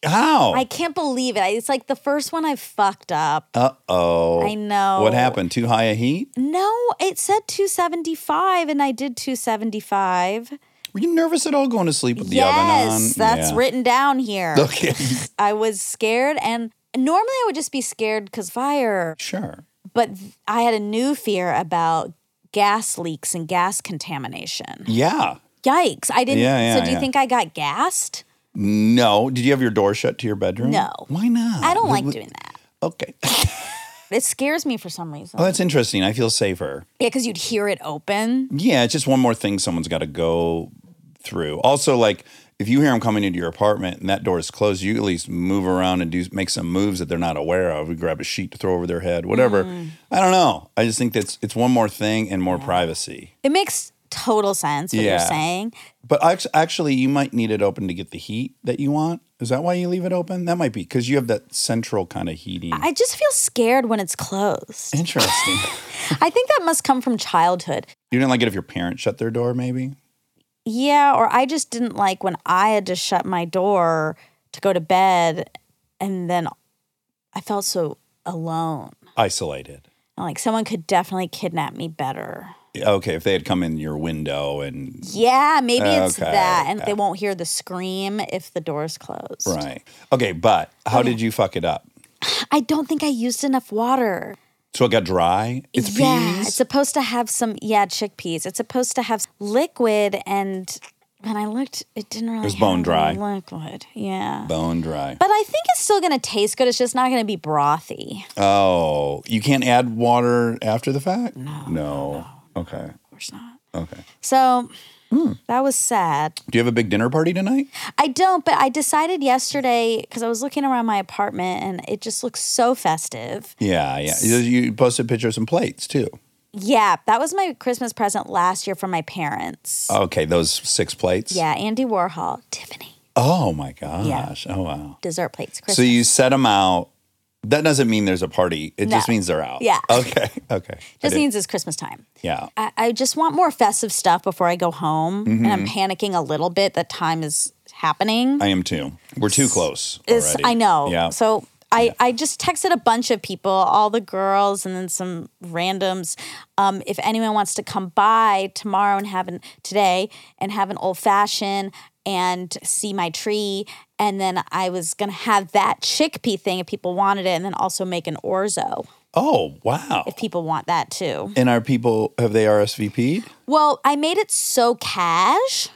[SPEAKER 8] How?
[SPEAKER 2] I can't believe it. I- It's like the first one I fucked up.
[SPEAKER 8] Uh oh.
[SPEAKER 2] I know.
[SPEAKER 8] What happened? Too high a heat?
[SPEAKER 2] No, it said 275 and I did 275.
[SPEAKER 8] Were you nervous at all going to sleep with the oven on?
[SPEAKER 2] yes, that's
[SPEAKER 8] Yeah.
[SPEAKER 2] written down here.
[SPEAKER 8] Okay.
[SPEAKER 2] I was scared and normally I would just be scared cuz fire,
[SPEAKER 8] sure.
[SPEAKER 2] but th- I had a new fear about gas leaks and gas contamination.
[SPEAKER 8] Yeah.
[SPEAKER 2] Yikes. I didn't
[SPEAKER 8] Yeah,
[SPEAKER 2] So
[SPEAKER 8] yeah,
[SPEAKER 2] do
[SPEAKER 8] yeah.
[SPEAKER 2] you think I got gassed?
[SPEAKER 8] No. Did you have your door shut to your bedroom?
[SPEAKER 2] No.
[SPEAKER 8] Mm, Why not?
[SPEAKER 2] I don't
[SPEAKER 8] Wh-
[SPEAKER 2] like
[SPEAKER 8] wh-
[SPEAKER 2] doing that.
[SPEAKER 8] Okay.
[SPEAKER 2] It scares me for some reason.
[SPEAKER 8] Oh, that's interesting. I feel safer.
[SPEAKER 2] yeah, because you'd hear it open.
[SPEAKER 8] Yeah, it's just one more thing someone's got to go through. Also, like if you hear them coming into your apartment and that door is closed, you at least move around and do make some moves that they're not aware of. We grab a sheet to throw over their head, whatever.
[SPEAKER 2] Hmm.
[SPEAKER 8] I don't know. I just think that's it's one more thing and more privacy.
[SPEAKER 2] It makes total sense what
[SPEAKER 8] Yeah.
[SPEAKER 2] you're saying.
[SPEAKER 8] But act- actually, you might need it open to get the heat that you want. Is that why you leave it open? That might be because you have that central kind of heating.
[SPEAKER 2] I just feel scared when it's closed.
[SPEAKER 8] Interesting.
[SPEAKER 2] I think that must come from childhood.
[SPEAKER 8] you didn't like it if your parents shut their door, maybe.
[SPEAKER 2] Yeah, or I just didn't like when I had to shut my door to go to bed and then I felt so alone.
[SPEAKER 8] Isolated.
[SPEAKER 2] And, Like someone could definitely kidnap me better.
[SPEAKER 8] Okay, if they had come in your window and
[SPEAKER 2] Yeah, maybe it's
[SPEAKER 8] Okay,
[SPEAKER 2] that. And
[SPEAKER 8] okay.
[SPEAKER 2] they won't hear the scream if the door's closed.
[SPEAKER 8] Right. Okay, but how did you fuck it up?
[SPEAKER 2] I don't think I used enough water.
[SPEAKER 8] So it got dry. It's
[SPEAKER 2] yeah,
[SPEAKER 8] peas.
[SPEAKER 2] it's supposed to have some yeah chickpeas. It's supposed to have liquid, and when I looked, it didn't really.
[SPEAKER 8] was
[SPEAKER 2] have
[SPEAKER 8] bone dry.
[SPEAKER 2] any Liquid, yeah.
[SPEAKER 8] bone dry.
[SPEAKER 2] But I think it's still gonna taste good. It's just not gonna be brothy. Of
[SPEAKER 8] Oh, you can't add water after the fact. No. No. Okay.
[SPEAKER 2] course not.
[SPEAKER 8] Okay. Hmm.
[SPEAKER 2] So that was sad.
[SPEAKER 8] Do you have a big dinner party tonight?
[SPEAKER 2] I don't, but I decided yesterday because I was looking around my apartment and it just looks so festive.
[SPEAKER 8] Yeah, yeah. You- You posted a picture of some plates too.
[SPEAKER 2] Yeah, that was my Christmas present last year from my parents.
[SPEAKER 8] Okay, those six plates.
[SPEAKER 2] Yeah, Andy Warhol, Tiffany
[SPEAKER 8] Oh my gosh. Oh wow.
[SPEAKER 2] dessert plates. Christmas.
[SPEAKER 8] So you set them out. That doesn't mean there's a party. It just
[SPEAKER 2] No.
[SPEAKER 8] means they're out.
[SPEAKER 2] Yeah.
[SPEAKER 8] Okay. Okay. I
[SPEAKER 2] just
[SPEAKER 8] did-
[SPEAKER 2] means it's Christmas time.
[SPEAKER 8] Yeah.
[SPEAKER 2] I, I just want more festive stuff before I go home. And I'm
[SPEAKER 8] Mm-hmm.
[SPEAKER 2] panicking a little bit that time is happening.
[SPEAKER 8] I am too. We're too close.
[SPEAKER 2] It's-
[SPEAKER 8] already.
[SPEAKER 2] I know.
[SPEAKER 8] Yeah.
[SPEAKER 2] So I, I just texted a bunch of people, all the girls and then some randoms. Um, if anyone wants to come by tomorrow and have an today and have an old fashioned and see my tree. And then I was gonna have that chickpea thing if people wanted it, and then also make an orzo
[SPEAKER 8] oh wow.
[SPEAKER 2] if people want that too.
[SPEAKER 8] And are people have they RSVP'd?
[SPEAKER 2] Well, I made it so cash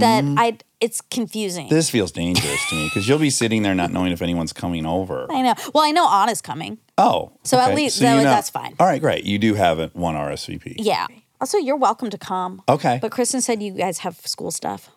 [SPEAKER 2] that I it's confusing.
[SPEAKER 8] Mm-hmm. This feels dangerous to me because you'll be sitting there not knowing if anyone's coming over.
[SPEAKER 2] I know. Well, I know Anna's coming.
[SPEAKER 8] Oh,
[SPEAKER 2] So at least- that-
[SPEAKER 8] you know-
[SPEAKER 2] that's fine.
[SPEAKER 8] All right, great. You do have it, one RSVP.
[SPEAKER 2] Yeah. Also, you're welcome to come.
[SPEAKER 8] Okay,
[SPEAKER 2] But Kristen said you guys have school stuff.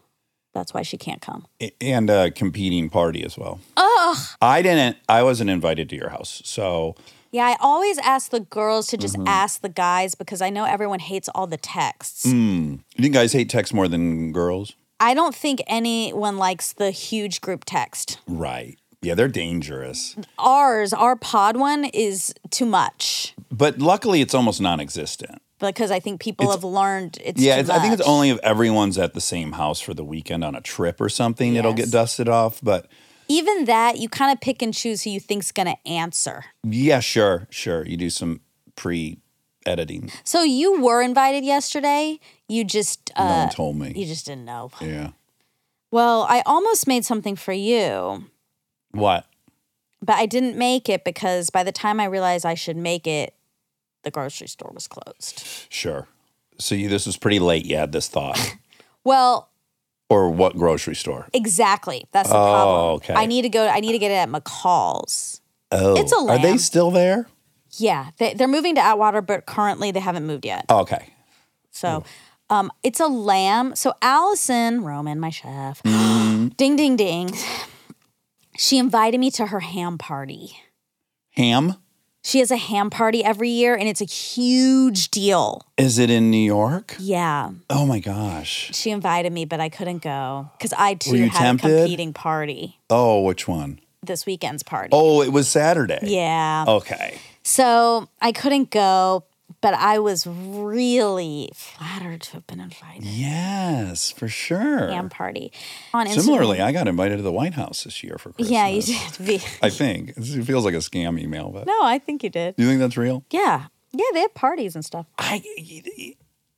[SPEAKER 2] That's why she can't come.
[SPEAKER 8] A- and a competing party as well. Ugh. I didn't. I wasn't invited to your house, so
[SPEAKER 2] Yeah, I always ask the girls to just
[SPEAKER 8] Mm-hmm.
[SPEAKER 2] ask the guys because I know everyone hates all the texts.
[SPEAKER 8] Mm. you guys hate text more than girls,
[SPEAKER 2] I don't think anyone likes the huge group text.
[SPEAKER 8] right? Yeah, they're dangerous.
[SPEAKER 2] Ours, our pod one is too much
[SPEAKER 8] But luckily, it's almost non-existent.
[SPEAKER 2] because I think people have learned it's
[SPEAKER 8] yeah,
[SPEAKER 2] too
[SPEAKER 8] it's, I think it's
[SPEAKER 2] much.
[SPEAKER 8] only if everyone's at the same house for the weekend on a trip or something, it'll get
[SPEAKER 2] Yes.
[SPEAKER 8] dusted off. But
[SPEAKER 2] even that you kind of pick and choose who you think's going to answer.
[SPEAKER 8] yeah, sure, sure. You do some pre-editing.
[SPEAKER 2] So you were invited yesterday. You just
[SPEAKER 8] no
[SPEAKER 2] uh,
[SPEAKER 8] one told me.
[SPEAKER 2] you just didn't know.
[SPEAKER 8] yeah.
[SPEAKER 2] Well, I almost made something for you,
[SPEAKER 8] What?
[SPEAKER 2] but I didn't make it because by the time I realized I should make it, the grocery store was closed.
[SPEAKER 8] Sure. So you, this was pretty late. You had this thought.
[SPEAKER 2] Well,
[SPEAKER 8] Or what grocery store?
[SPEAKER 2] exactly. That's the
[SPEAKER 8] Oh,
[SPEAKER 2] problem.
[SPEAKER 8] okay.
[SPEAKER 2] I need to go. I need to get it at McCall's.
[SPEAKER 8] Oh,
[SPEAKER 2] It's a
[SPEAKER 8] Are they
[SPEAKER 2] lamb.
[SPEAKER 8] still there?
[SPEAKER 2] Yeah, they, they're moving to Atwater, but currently they haven't moved yet.
[SPEAKER 8] Okay.
[SPEAKER 2] So
[SPEAKER 8] Oh.
[SPEAKER 2] um, it's a lamb. So Allison Roman, my chef,
[SPEAKER 8] Mm-hmm.
[SPEAKER 2] ding, ding, ding. She invited me to her ham party.
[SPEAKER 8] Ham?
[SPEAKER 2] She has a ham party every year and it's a huge deal.
[SPEAKER 8] Is it in New York?
[SPEAKER 2] Yeah.
[SPEAKER 8] Oh my gosh.
[SPEAKER 2] She invited me, but I couldn't go because I too
[SPEAKER 8] Were you
[SPEAKER 2] had
[SPEAKER 8] tempted?
[SPEAKER 2] a competing party
[SPEAKER 8] Oh, which one?
[SPEAKER 2] this weekend's party.
[SPEAKER 8] Oh, it was Saturday.
[SPEAKER 2] Yeah.
[SPEAKER 8] Okay.
[SPEAKER 2] So I couldn't go, but I was really flattered to have been invited
[SPEAKER 8] Yes, for sure.
[SPEAKER 2] to a ham party. On Instagram-
[SPEAKER 8] Similarly, I got invited to the White House this year for Christmas.
[SPEAKER 2] Yeah, you did. be-
[SPEAKER 8] I think. It feels like a scam email, but
[SPEAKER 2] No, I think you did.
[SPEAKER 8] do you think that's real?
[SPEAKER 2] Yeah. Yeah, they have parties and stuff.
[SPEAKER 8] I,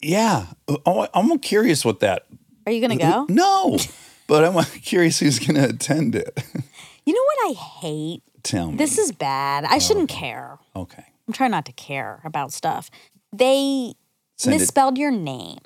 [SPEAKER 8] yeah. Oh, I'm curious what that.
[SPEAKER 2] Are you going to go?
[SPEAKER 8] No, but I'm curious who's going to attend it.
[SPEAKER 2] You know what I hate?
[SPEAKER 8] Tell me.
[SPEAKER 2] This is bad. I shouldn't care.
[SPEAKER 8] okay.
[SPEAKER 2] I'm trying not to care about stuff. They
[SPEAKER 8] Send it-
[SPEAKER 2] misspelled your name.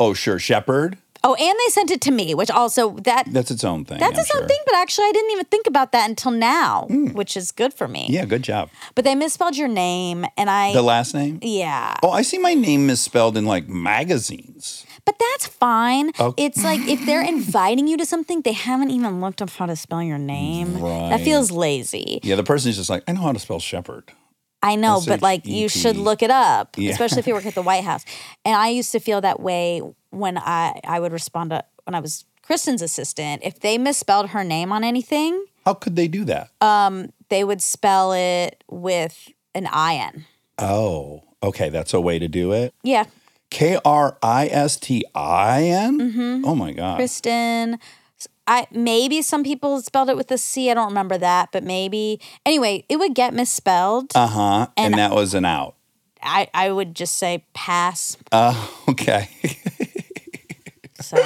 [SPEAKER 8] Oh, sure. Shepherd.
[SPEAKER 2] Oh, and they sent it to me, which also that
[SPEAKER 8] That's its own thing.
[SPEAKER 2] that's
[SPEAKER 8] I'm
[SPEAKER 2] its own
[SPEAKER 8] sure. Mm.
[SPEAKER 2] thing, but actually I didn't even think about that until now, which is good for me.
[SPEAKER 8] Yeah, good job.
[SPEAKER 2] But they misspelled your name and I
[SPEAKER 8] The last name?
[SPEAKER 2] yeah.
[SPEAKER 8] Oh, I see my name misspelled in like magazines.
[SPEAKER 2] But that's fine.
[SPEAKER 8] Oh.
[SPEAKER 2] It's like if they're inviting you to something, they haven't even looked up how to spell your name. That
[SPEAKER 8] Right.
[SPEAKER 2] feels lazy.
[SPEAKER 8] Yeah, the person's just like, I know how to spell shepherd.
[SPEAKER 2] I know, but like you
[SPEAKER 8] S-H-E-P.
[SPEAKER 2] should look it up,
[SPEAKER 8] Yeah.
[SPEAKER 2] especially if you work at the White House. And I used to feel that way when I I would respond to when I was Kristen's assistant. If they misspelled her name on anything,
[SPEAKER 8] How could they do that?
[SPEAKER 2] they would spell it with an I N.
[SPEAKER 8] oh, okay. That's a way to do it.
[SPEAKER 2] Yeah,
[SPEAKER 8] K R I S T I
[SPEAKER 2] Mm-hmm.
[SPEAKER 8] N? Oh my God.
[SPEAKER 2] Kristen. I maybe some people spelled it with a C. I don't remember that, but maybe anyway, it would get misspelled.
[SPEAKER 8] Uh huh. And, that was an out.
[SPEAKER 2] I I would just say pass.
[SPEAKER 8] Uh, okay.
[SPEAKER 2] So.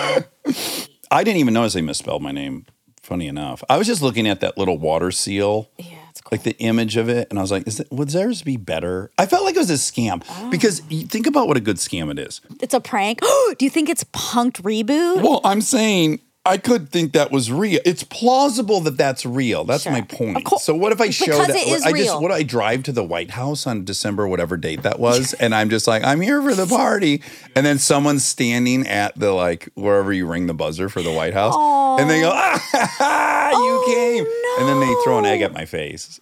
[SPEAKER 8] I didn't even notice they misspelled my name, funny enough. I was just looking at that little water seal.
[SPEAKER 2] Yeah, it's cool.
[SPEAKER 8] like the image of it, and I was like, "Is it would theirs be better?" I felt like it was a scam
[SPEAKER 2] Oh.
[SPEAKER 8] because you think about what a good scam it is.
[SPEAKER 2] It's a prank. Do you think it's punked reboot?
[SPEAKER 8] Well, I'm saying I could think that was real. It's plausible that that's real. That's
[SPEAKER 2] Sure.
[SPEAKER 8] my
[SPEAKER 2] Of
[SPEAKER 8] point.
[SPEAKER 2] cour-
[SPEAKER 8] So what if I showed
[SPEAKER 2] Because
[SPEAKER 8] that?
[SPEAKER 2] it is
[SPEAKER 8] I just
[SPEAKER 2] real.
[SPEAKER 8] what do I drive to the White House on December whatever date that was, and I'm just like, "I'm here for the party," and then someone's standing at the like wherever you ring the buzzer for the White House, and they go, "Ah, ha, ha, you
[SPEAKER 2] Oh,
[SPEAKER 8] came," and then they throw an egg at my face.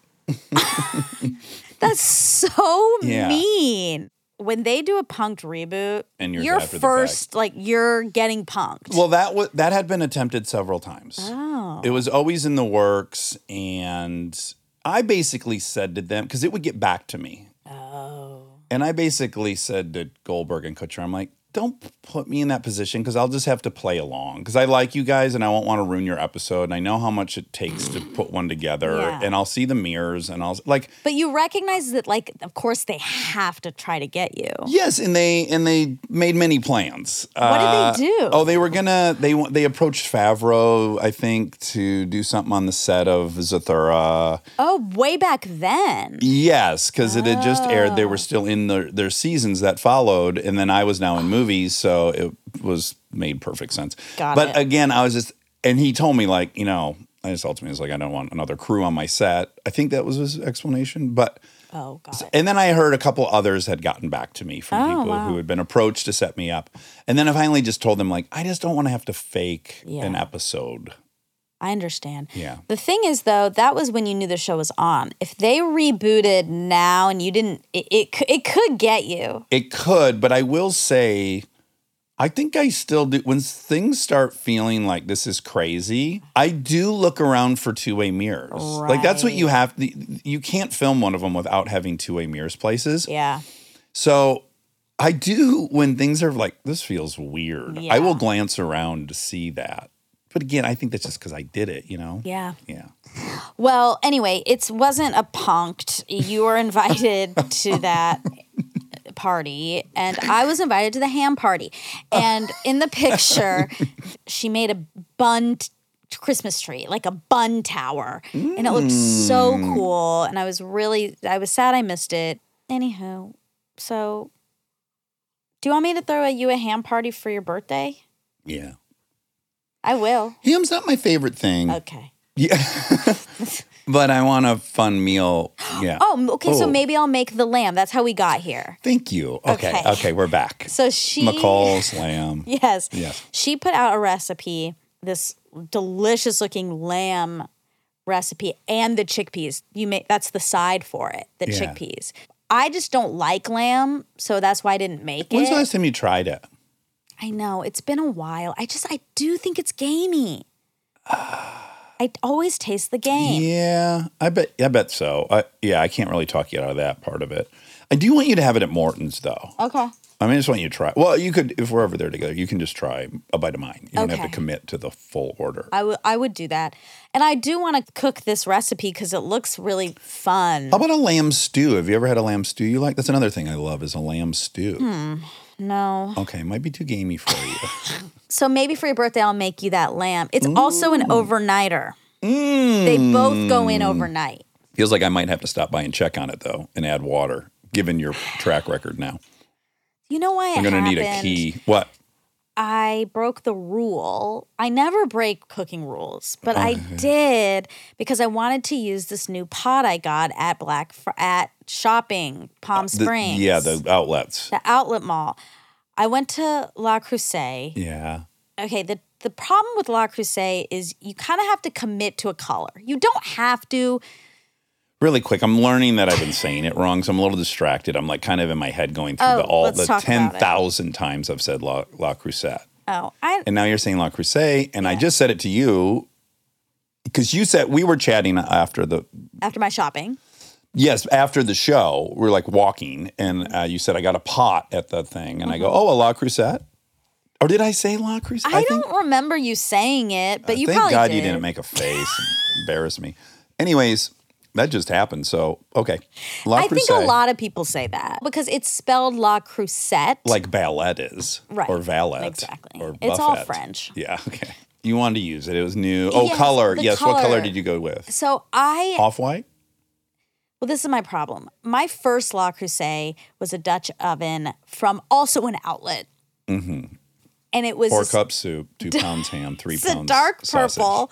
[SPEAKER 2] That's so
[SPEAKER 8] Yeah.
[SPEAKER 2] mean. When they do a punked reboot,
[SPEAKER 8] And yours
[SPEAKER 2] you're
[SPEAKER 8] after the
[SPEAKER 2] first, like you're getting punked.
[SPEAKER 8] Well, that was that had been attempted several times.
[SPEAKER 2] oh.
[SPEAKER 8] It was always in the works, and I basically said to them because it would get back to me,
[SPEAKER 2] oh.
[SPEAKER 8] and I basically said to Goldberg and Kutcher, I'm like, don't put me in that position because I'll just have to play along because I like you guys and I won't want to ruin your episode, and I know how much it takes to put one together,
[SPEAKER 2] Yeah.
[SPEAKER 8] and I'll see the mirrors, and I'll like.
[SPEAKER 2] But you recognize that, like, of course, they have to try to get you.
[SPEAKER 8] Yes, and they and they made many plans.
[SPEAKER 2] What did they do?
[SPEAKER 8] Oh, they were gonna they wa- they approached Favreau, I think, to do something on the set of Zathura.
[SPEAKER 2] Oh, way back then.
[SPEAKER 8] Yes, because it had just aired. They were still in their their seasons that followed, and then I was now in movies, so it was made perfect sense.
[SPEAKER 2] Got
[SPEAKER 8] but
[SPEAKER 2] it.
[SPEAKER 8] again, I was just, and he told me like, you know, I just ultimately was like, I don't want another crew on my set. I think that was his explanation, but.
[SPEAKER 2] Oh, got it.
[SPEAKER 8] And then I heard a couple others had gotten back to me from
[SPEAKER 2] Oh,
[SPEAKER 8] people
[SPEAKER 2] wow.
[SPEAKER 8] who had been approached to set me up. And then I finally just told them, like, I just don't want to have to fake
[SPEAKER 2] Yeah.
[SPEAKER 8] an episode.
[SPEAKER 2] I understand.
[SPEAKER 8] Yeah.
[SPEAKER 2] The thing is, though, that was when you knew the show was on. If they rebooted now and you didn't, it, it, cou- it could get you.
[SPEAKER 8] It could, but I will say, I think I still do. When things start feeling like this is crazy, I do look around for two way mirrors. Like, that's what you have. You can't film one of them without having two way mirrors places.
[SPEAKER 2] Yeah.
[SPEAKER 8] So I do when things are like this feels weird. I will
[SPEAKER 2] Yeah.
[SPEAKER 8] glance around to see that. But again, I think that's just because I did it, you know?
[SPEAKER 2] Yeah.
[SPEAKER 8] Yeah.
[SPEAKER 2] Well, anyway, it wasn't a punked. You were invited to that party, and I was invited to the ham party. And in the picture, she made a bun t- Christmas tree, like a bun tower, and it looked so cool. And I was really, I was sad I missed it. Anywho, so do you want me to throw a, you a ham party for your birthday?
[SPEAKER 1] Yeah.
[SPEAKER 2] I will.
[SPEAKER 1] Ham's not my favorite
[SPEAKER 8] Mm.
[SPEAKER 1] thing.
[SPEAKER 2] Okay.
[SPEAKER 1] Yeah. but I want a fun meal. Yeah.
[SPEAKER 2] Oh, m- okay. So
[SPEAKER 1] Oh.
[SPEAKER 2] maybe I'll make the lamb. That's how we got here.
[SPEAKER 1] Thank you. Okay. Okay,
[SPEAKER 2] Okay.
[SPEAKER 1] we're back.
[SPEAKER 2] So she.
[SPEAKER 1] McCall's lamb.
[SPEAKER 2] Yes.
[SPEAKER 1] Yes.
[SPEAKER 2] She put out a recipe, this delicious looking lamb recipe and the chickpeas. You make that's the side for it, the
[SPEAKER 1] Yeah.
[SPEAKER 2] chickpeas. I just don't like lamb, so that's why I didn't make
[SPEAKER 1] When's
[SPEAKER 2] it.
[SPEAKER 1] the last time you tried it?
[SPEAKER 2] I know, it's been a while. I just I do think it's gamey. I always taste the game.
[SPEAKER 1] Yeah, I bet. I bet so. I, yeah, I can't really talk you out of that part of it. I do want you to have it at Morton's, though.
[SPEAKER 2] Okay.
[SPEAKER 1] I mean, I just want you to try. Well, you could if we're ever there together, you can just try a bite of mine. You don't have
[SPEAKER 2] Okay.
[SPEAKER 1] to commit to the full order.
[SPEAKER 2] I would I would do that. And I do want to cook this recipe cuz it looks really fun.
[SPEAKER 1] How about a lamb stew? Have you ever had a lamb stew you like? That's another thing I love is a lamb stew.
[SPEAKER 2] No.
[SPEAKER 1] Okay, might be too gamey for you.
[SPEAKER 2] So maybe for your birthday, I'll make you that lamb. It's also an overnighter.
[SPEAKER 1] Mm.
[SPEAKER 2] They both go in overnight.
[SPEAKER 1] Feels like I might have to stop by and check on it though, and add water, given your track record now.
[SPEAKER 2] You know why
[SPEAKER 1] I'm
[SPEAKER 2] it
[SPEAKER 1] gonna
[SPEAKER 2] happened?
[SPEAKER 1] need a key. What?
[SPEAKER 2] I broke the rule. I never break cooking rules, but I did because I wanted to use this new pot I got at Black Fr- at shopping Palm
[SPEAKER 1] The-
[SPEAKER 2] Springs.
[SPEAKER 1] yeah, the outlets.
[SPEAKER 2] the outlet mall. I went to La Crusade.
[SPEAKER 1] Yeah.
[SPEAKER 2] okay the the problem with La Crusade is you kind of have to commit to a color. You don't have to.
[SPEAKER 1] Really quick, I'm learning that I've been saying it wrong, so I'm a little distracted. I'm like kind of in my head going through
[SPEAKER 2] Oh,
[SPEAKER 1] the all
[SPEAKER 2] let's
[SPEAKER 1] the
[SPEAKER 2] talk
[SPEAKER 1] ten
[SPEAKER 2] about it.
[SPEAKER 1] thousand times I've said La, La Crusade,
[SPEAKER 2] Oh, I
[SPEAKER 1] and now you're saying La Crusade, and I just said it to you because you said we were chatting after the
[SPEAKER 2] after my shopping.
[SPEAKER 1] yes after the show we are like walking, and uh, you said I got a pot at the thing, and I go oh a La Crusade, or did I say La Crusade?
[SPEAKER 2] Mm-hmm. I, don't remember you saying it, but you
[SPEAKER 1] Thank
[SPEAKER 2] probably
[SPEAKER 1] God
[SPEAKER 2] did.
[SPEAKER 1] you didn't make a face, and embarrass me. Anyways, that just happened. So okay, La
[SPEAKER 2] I think a
[SPEAKER 1] Crusade.
[SPEAKER 2] lot of people say that because it's spelled La Crusette.
[SPEAKER 1] like ballet is
[SPEAKER 2] Right.
[SPEAKER 1] or valet
[SPEAKER 2] Exactly.
[SPEAKER 1] or
[SPEAKER 2] It's all
[SPEAKER 1] buffet.
[SPEAKER 2] French.
[SPEAKER 1] yeah okay you wanted to use it it was new oh
[SPEAKER 2] Yes,
[SPEAKER 1] color
[SPEAKER 2] the
[SPEAKER 1] yes what color
[SPEAKER 2] color.
[SPEAKER 1] did you go with
[SPEAKER 2] so I
[SPEAKER 1] off-white
[SPEAKER 2] well, this is my problem. My first La Crusade was a Dutch oven from also an outlet, mm-hmm. and it was
[SPEAKER 1] four
[SPEAKER 2] a s-
[SPEAKER 1] cups soup two pounds ham three
[SPEAKER 2] It's a
[SPEAKER 1] pounds
[SPEAKER 2] dark
[SPEAKER 1] sausage.
[SPEAKER 2] purple.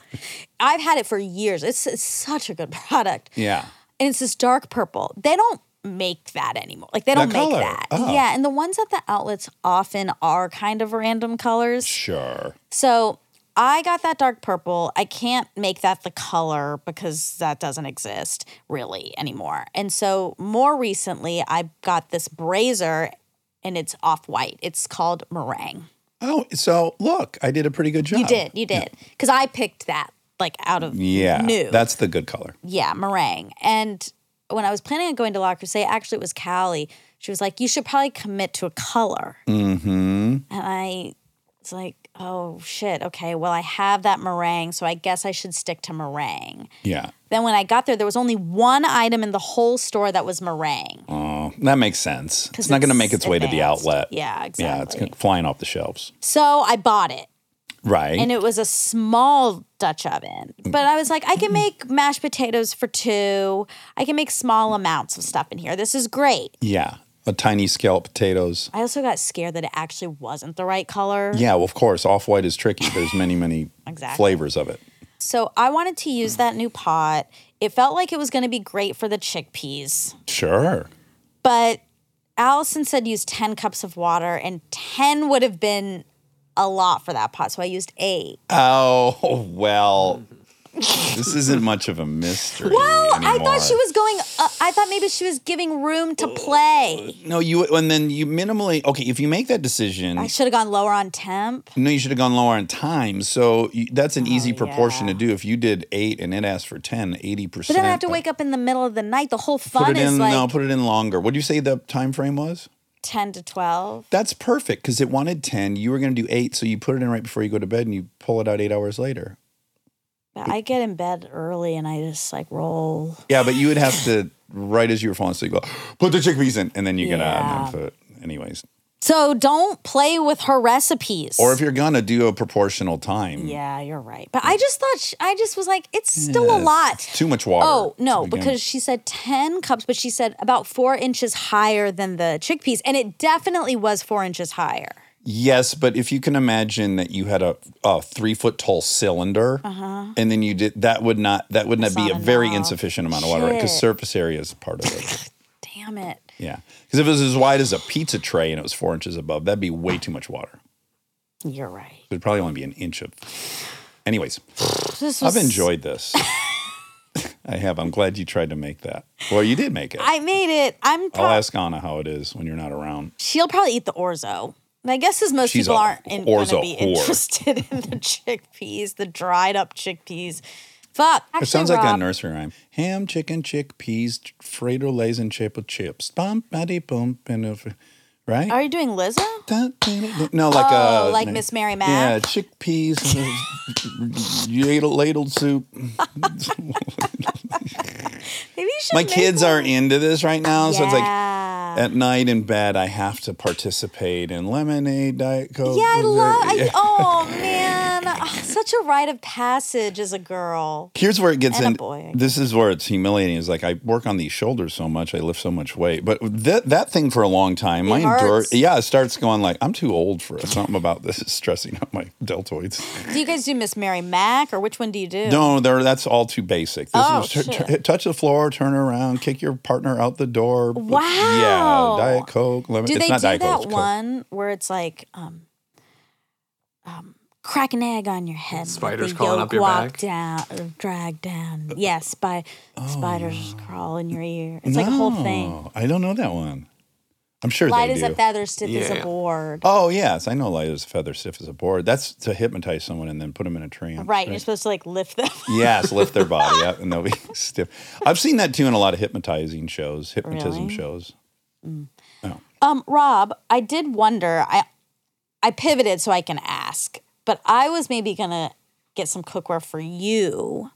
[SPEAKER 2] I've had it for years. It's, it's such a good product.
[SPEAKER 1] yeah
[SPEAKER 2] and it's this dark purple. They don't make that anymore. Like they don't make
[SPEAKER 1] color.
[SPEAKER 2] that.
[SPEAKER 1] Oh.
[SPEAKER 2] Yeah, and the ones at the outlets often are kind of random colors.
[SPEAKER 1] sure
[SPEAKER 2] So I got that dark purple. I can't make that the color because that doesn't exist really anymore. And so more recently, I got this brazier and it's off white. It's called meringue.
[SPEAKER 1] oh so look i did a pretty good job
[SPEAKER 2] You did, you did. Because I picked that like out of
[SPEAKER 1] yeah
[SPEAKER 2] new.
[SPEAKER 1] that's the good color
[SPEAKER 2] yeah, meringue. And when I was planning on going to La Crusade, actually it was Callie. She was like, "You should probably commit to a color." Mm-hmm. And I was like, "Oh shit, okay. Well, I have that meringue, so I guess I should stick to meringue."
[SPEAKER 1] yeah
[SPEAKER 2] Then when I got there, there was only one item in the whole store that was meringue.
[SPEAKER 1] oh that makes sense it's not
[SPEAKER 2] it's
[SPEAKER 1] going to make its way to the
[SPEAKER 2] advanced.
[SPEAKER 1] outlet
[SPEAKER 2] Yeah,
[SPEAKER 1] yeah it's
[SPEAKER 2] exactly.
[SPEAKER 1] gonna, flying off the shelves
[SPEAKER 2] So I bought it.
[SPEAKER 1] right
[SPEAKER 2] and it was a small Dutch oven.
[SPEAKER 1] Mm.
[SPEAKER 2] But I was like, I can make mashed potatoes for two. I can make small amounts of stuff in here. This is great.
[SPEAKER 1] yeah a tiny scallop potatoes
[SPEAKER 2] I also got scared that it actually wasn't the right color.
[SPEAKER 1] yeah well of course off-white is tricky there's many many
[SPEAKER 2] Exactly.
[SPEAKER 1] flavors of it
[SPEAKER 2] So I wanted to use that new pot. It felt like it was going to be great for the chickpeas.
[SPEAKER 1] Sure.
[SPEAKER 2] But Allison said use 10 cups of water, and 10 would have been a lot for that pot. So I used eight.
[SPEAKER 1] Oh, well, this isn't much of a mystery.
[SPEAKER 2] Well, Oh, I
[SPEAKER 1] anymore.
[SPEAKER 2] thought she was going, uh, I thought maybe she was giving room to play.
[SPEAKER 1] No, you, and then you minimally, okay, if you make that decision,
[SPEAKER 2] I should have gone lower on temp.
[SPEAKER 1] no, you should have gone lower on time. So you, that's an easy proportion
[SPEAKER 2] Oh, yeah.
[SPEAKER 1] to do. If you did eight and it asked for 10, 80%.
[SPEAKER 2] But then I have to wake up in the middle of the night. The whole
[SPEAKER 1] Put
[SPEAKER 2] fun
[SPEAKER 1] it
[SPEAKER 2] is
[SPEAKER 1] in,
[SPEAKER 2] like
[SPEAKER 1] no, put it in longer. What do you say the time frame was?
[SPEAKER 2] 10 to 12.
[SPEAKER 1] That's perfect because it wanted 10. You were going to do eight. So you put it in right before you go to bed and you pull it out eight hours later.
[SPEAKER 2] But I get in bed early and I just like roll.
[SPEAKER 1] Yeah, but you would have to, right as you were falling asleep, go, put the chickpeas in. And then you get out
[SPEAKER 2] Yeah.
[SPEAKER 1] and then put, anyways.
[SPEAKER 2] So don't play with her recipes.
[SPEAKER 1] Or if Mm. you're gonna do a proportional time,
[SPEAKER 2] yeah, you're right. But I just thought, sh I just was like, it's still a
[SPEAKER 1] Yeah,
[SPEAKER 2] lot.
[SPEAKER 1] too much water.
[SPEAKER 2] Oh, no,
[SPEAKER 1] to begin-
[SPEAKER 2] because she said 10 cups, but she said about four inches higher than the chickpeas. And it definitely was four inches higher.
[SPEAKER 1] Yes, but if you can imagine that you had a, a three foot tall cylinder, and then you did that would not that would not be a
[SPEAKER 2] Uh-huh. not
[SPEAKER 1] very
[SPEAKER 2] enough.
[SPEAKER 1] insufficient amount of water, right? Because
[SPEAKER 2] Shit.
[SPEAKER 1] surface area is part of it.
[SPEAKER 2] Damn it.
[SPEAKER 1] yeah, because if it was as wide as a pizza tray and it was four inches above, that'd be way too much water.
[SPEAKER 2] You're right.
[SPEAKER 1] It'd probably only be an inch of. Anyways,
[SPEAKER 2] This
[SPEAKER 1] I've
[SPEAKER 2] was-
[SPEAKER 1] enjoyed this. I have. I'm glad you tried to make that. Well, you did make it.
[SPEAKER 2] I made it. I'm
[SPEAKER 1] I'll
[SPEAKER 2] pro-
[SPEAKER 1] ask Anna how it is when you're not around.
[SPEAKER 2] she'll probably eat the orzo. And I guess as most
[SPEAKER 1] She's
[SPEAKER 2] people
[SPEAKER 1] a
[SPEAKER 2] aren't in, gonna
[SPEAKER 1] orzo
[SPEAKER 2] be
[SPEAKER 1] whore.
[SPEAKER 2] interested in the chickpeas, the dried up chickpeas. Fuck. Actually,
[SPEAKER 1] It sounds
[SPEAKER 2] Rob,
[SPEAKER 1] like a nursery rhyme. Ham, chicken, chickpeas, Frito Lays, and chip chips. Bum, buddy, boom, and over. Right?
[SPEAKER 2] Are you doing Lizzo?
[SPEAKER 1] Da, da, da, da. No, like
[SPEAKER 2] Oh,
[SPEAKER 1] uh,
[SPEAKER 2] like
[SPEAKER 1] na-
[SPEAKER 2] Miss Mary Mac?
[SPEAKER 1] Yeah, chickpeas, ladle, ladle soup.
[SPEAKER 2] Maybe you should.
[SPEAKER 1] My
[SPEAKER 2] make
[SPEAKER 1] kids
[SPEAKER 2] one.
[SPEAKER 1] are into this right now, so it's like
[SPEAKER 2] Yeah.
[SPEAKER 1] at night in bed, I have to participate in lemonade, diet coke.
[SPEAKER 2] yeah, I love. I,
[SPEAKER 1] Yeah.
[SPEAKER 2] oh man, Ah, such a rite of passage as a girl.
[SPEAKER 1] Here's where it gets
[SPEAKER 2] And a
[SPEAKER 1] in.
[SPEAKER 2] boy.
[SPEAKER 1] This is where it's humiliating. Is like I work on these shoulders so much, I lift so much weight, but that that thing for a long time, my endurance,
[SPEAKER 2] hurts.
[SPEAKER 1] yeah, it starts going like I'm too old for it. Something about this is stressing out my deltoids.
[SPEAKER 2] Do you guys do Miss Mary Mac or which one do you do?
[SPEAKER 1] No, there. That's all too basic. This
[SPEAKER 2] Oh,
[SPEAKER 1] is t-
[SPEAKER 2] shit.
[SPEAKER 1] t- touch the floor, turn around, kick your partner out the door.
[SPEAKER 2] Wow.
[SPEAKER 1] Yeah, diet coke. Lemon.
[SPEAKER 2] Do
[SPEAKER 1] it's
[SPEAKER 2] they
[SPEAKER 1] not
[SPEAKER 2] do
[SPEAKER 1] diet
[SPEAKER 2] that
[SPEAKER 1] coke. it's Coke.
[SPEAKER 2] one where it's like, um, um, crack an egg on your head, let
[SPEAKER 3] Spiders
[SPEAKER 2] the
[SPEAKER 3] crawling
[SPEAKER 2] yolk
[SPEAKER 3] up your
[SPEAKER 2] walk
[SPEAKER 3] back?
[SPEAKER 2] down, or drag
[SPEAKER 1] Uh,
[SPEAKER 2] down. Yes, by spiders crawl in your ear. It's like a whole thing.
[SPEAKER 1] oh. No, I don't know that one. I'm sure
[SPEAKER 2] Light
[SPEAKER 1] they
[SPEAKER 2] as
[SPEAKER 1] do.
[SPEAKER 2] a feather, stiff as
[SPEAKER 3] Yeah.
[SPEAKER 2] a board.
[SPEAKER 1] Oh yes, I know light as a feather, stiff as a board. That's to hypnotize someone and then put them in a trance.
[SPEAKER 2] right, you're supposed to like lift them.
[SPEAKER 1] yes, lift their body up and they'll be stiff. I've seen that too in a lot of hypnotizing shows, hypnotism
[SPEAKER 2] Really?
[SPEAKER 1] shows.
[SPEAKER 2] Um, Rob, I did wonder. I I pivoted so I can ask, but I was maybe gonna get some cookware for you.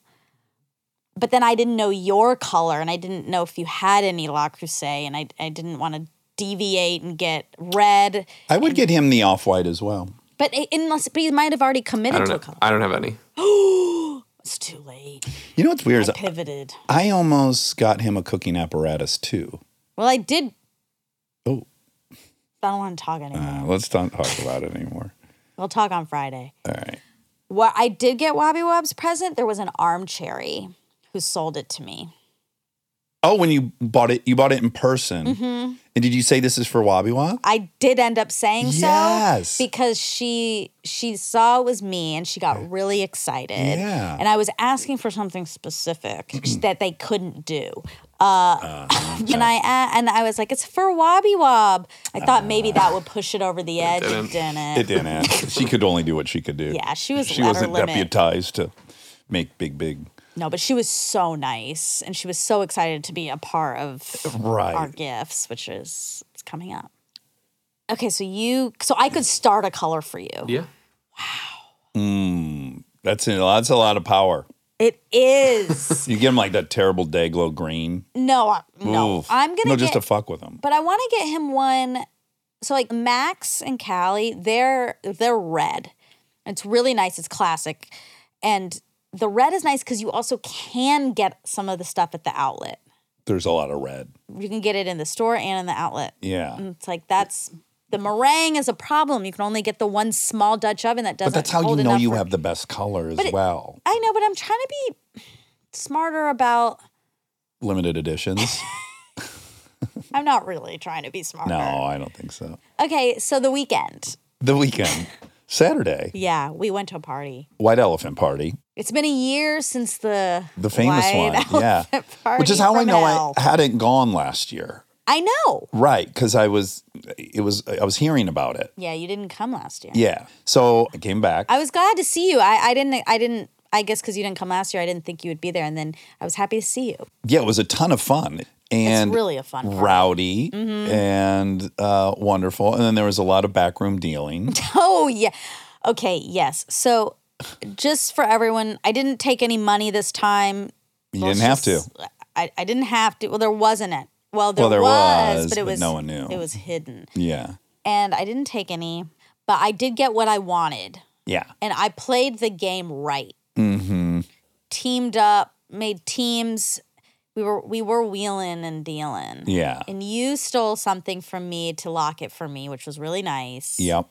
[SPEAKER 2] But then I didn't know your color, and I didn't know if you had any La Crusade, and I I didn't want to deviate and get red.
[SPEAKER 1] I would get him the off white as well.
[SPEAKER 2] But it, unless, but he might have already
[SPEAKER 3] I
[SPEAKER 2] committed
[SPEAKER 3] don't
[SPEAKER 2] to a
[SPEAKER 3] know.
[SPEAKER 2] color.
[SPEAKER 3] I don't have any.
[SPEAKER 2] It's too late.
[SPEAKER 1] You know what's weird is
[SPEAKER 2] I pivoted.
[SPEAKER 1] I almost got him a cooking apparatus too.
[SPEAKER 2] Well, I did.
[SPEAKER 1] Oh.
[SPEAKER 2] I don't want to talk anymore.
[SPEAKER 1] Uh, let's not talk about it anymore.
[SPEAKER 2] we'll talk on Friday.
[SPEAKER 1] All right.
[SPEAKER 2] What I did get Wabi Wob's present, there was an arm cherry who sold it to me.
[SPEAKER 1] Oh, when you bought it, you bought it in person.
[SPEAKER 2] Mm-hmm.
[SPEAKER 1] And did you say this is for Wabi Wab?
[SPEAKER 2] I did end up saying
[SPEAKER 1] Yes.
[SPEAKER 2] so because she she saw it was me and she got really excited.
[SPEAKER 1] Yeah.
[SPEAKER 2] And I was asking for something specific that they couldn't do. Uh,
[SPEAKER 1] Uh-huh.
[SPEAKER 2] and I a- and I was like, it's for Wabi Wob. I thought maybe that would push it over the edge. It
[SPEAKER 3] didn't.
[SPEAKER 2] didn't.
[SPEAKER 1] Uh-huh. It didn't. ask. she could only do what she could do.
[SPEAKER 2] Yeah, she was
[SPEAKER 1] She
[SPEAKER 2] at her
[SPEAKER 1] wasn't
[SPEAKER 2] limit.
[SPEAKER 1] deputized to make big, big.
[SPEAKER 2] No, but she was so nice and she was so excited to be a part of
[SPEAKER 1] Right.
[SPEAKER 2] our gifts, which is it's coming up. Okay, so you so I could start a color for you.
[SPEAKER 3] Yeah.
[SPEAKER 1] That's a, that's a lot of power.
[SPEAKER 2] It is
[SPEAKER 1] You get him like that terrible Dayglow green.
[SPEAKER 2] no, I- no.
[SPEAKER 1] Oof.
[SPEAKER 2] I'm gonna
[SPEAKER 1] no,
[SPEAKER 2] get,
[SPEAKER 1] just to fuck with him.
[SPEAKER 2] but I want to get him one. So like Max and Callie, they're they're red. It's really nice. It's classic, and the red is nice because you also can get some of the stuff at the outlet.
[SPEAKER 1] There's a lot of red.
[SPEAKER 2] You can get it in the store and in the outlet.
[SPEAKER 1] Yeah.
[SPEAKER 2] And it's like that's the meringue is a problem. You can only get the one small Dutch oven that doesn't.
[SPEAKER 1] But that's how
[SPEAKER 2] hold
[SPEAKER 1] you know
[SPEAKER 2] enough
[SPEAKER 1] you
[SPEAKER 2] for-
[SPEAKER 1] have the best color as
[SPEAKER 2] But it-
[SPEAKER 1] well.
[SPEAKER 2] I know, but I'm trying to be smarter about.
[SPEAKER 1] Limited editions.
[SPEAKER 2] I'm not really trying to be smarter.
[SPEAKER 1] no, I don't think so.
[SPEAKER 2] Okay, so the weekend.
[SPEAKER 1] The weekend, Saturday,
[SPEAKER 2] Yeah, we went to a party.
[SPEAKER 1] White Elephant Party.
[SPEAKER 2] It's been a year since the
[SPEAKER 1] The famous
[SPEAKER 2] White
[SPEAKER 1] one, yeah.
[SPEAKER 2] Elephant Party
[SPEAKER 1] Which is how I
[SPEAKER 2] from
[SPEAKER 1] know
[SPEAKER 2] hell.
[SPEAKER 1] I hadn't gone last year.
[SPEAKER 2] I know.
[SPEAKER 1] Right, because I was, it was, I was hearing about it.
[SPEAKER 2] Yeah, you didn't come last year.
[SPEAKER 1] Yeah, so I came back.
[SPEAKER 2] I was glad to see you. I, I didn't. I didn't. I guess because you didn't come last year, I didn't think you would be there, and then I was happy to see you.
[SPEAKER 1] yeah, it was a ton of fun and
[SPEAKER 2] really a fun party.
[SPEAKER 1] rowdy and uh, wonderful. And then there was a lot of backroom dealing.
[SPEAKER 2] Oh yeah. Okay. Yes. So, just for everyone, I didn't take any money this time.
[SPEAKER 1] You
[SPEAKER 2] Let's
[SPEAKER 1] didn't have to.
[SPEAKER 2] just- I, I didn't have to. Well, there wasn't it. Well, there,
[SPEAKER 1] there
[SPEAKER 2] was,
[SPEAKER 1] was,
[SPEAKER 2] but it
[SPEAKER 1] but
[SPEAKER 2] was
[SPEAKER 1] no one knew.
[SPEAKER 2] It was hidden,
[SPEAKER 1] Yeah,
[SPEAKER 2] and I didn't take any. But I did get what I wanted,
[SPEAKER 1] yeah.
[SPEAKER 2] and I played the game right. Mm-hmm. Teamed up, made teams. We were we were wheeling and dealing.
[SPEAKER 1] Yeah.
[SPEAKER 2] And you stole something from me to lock it for me, which was really nice.
[SPEAKER 1] Yep.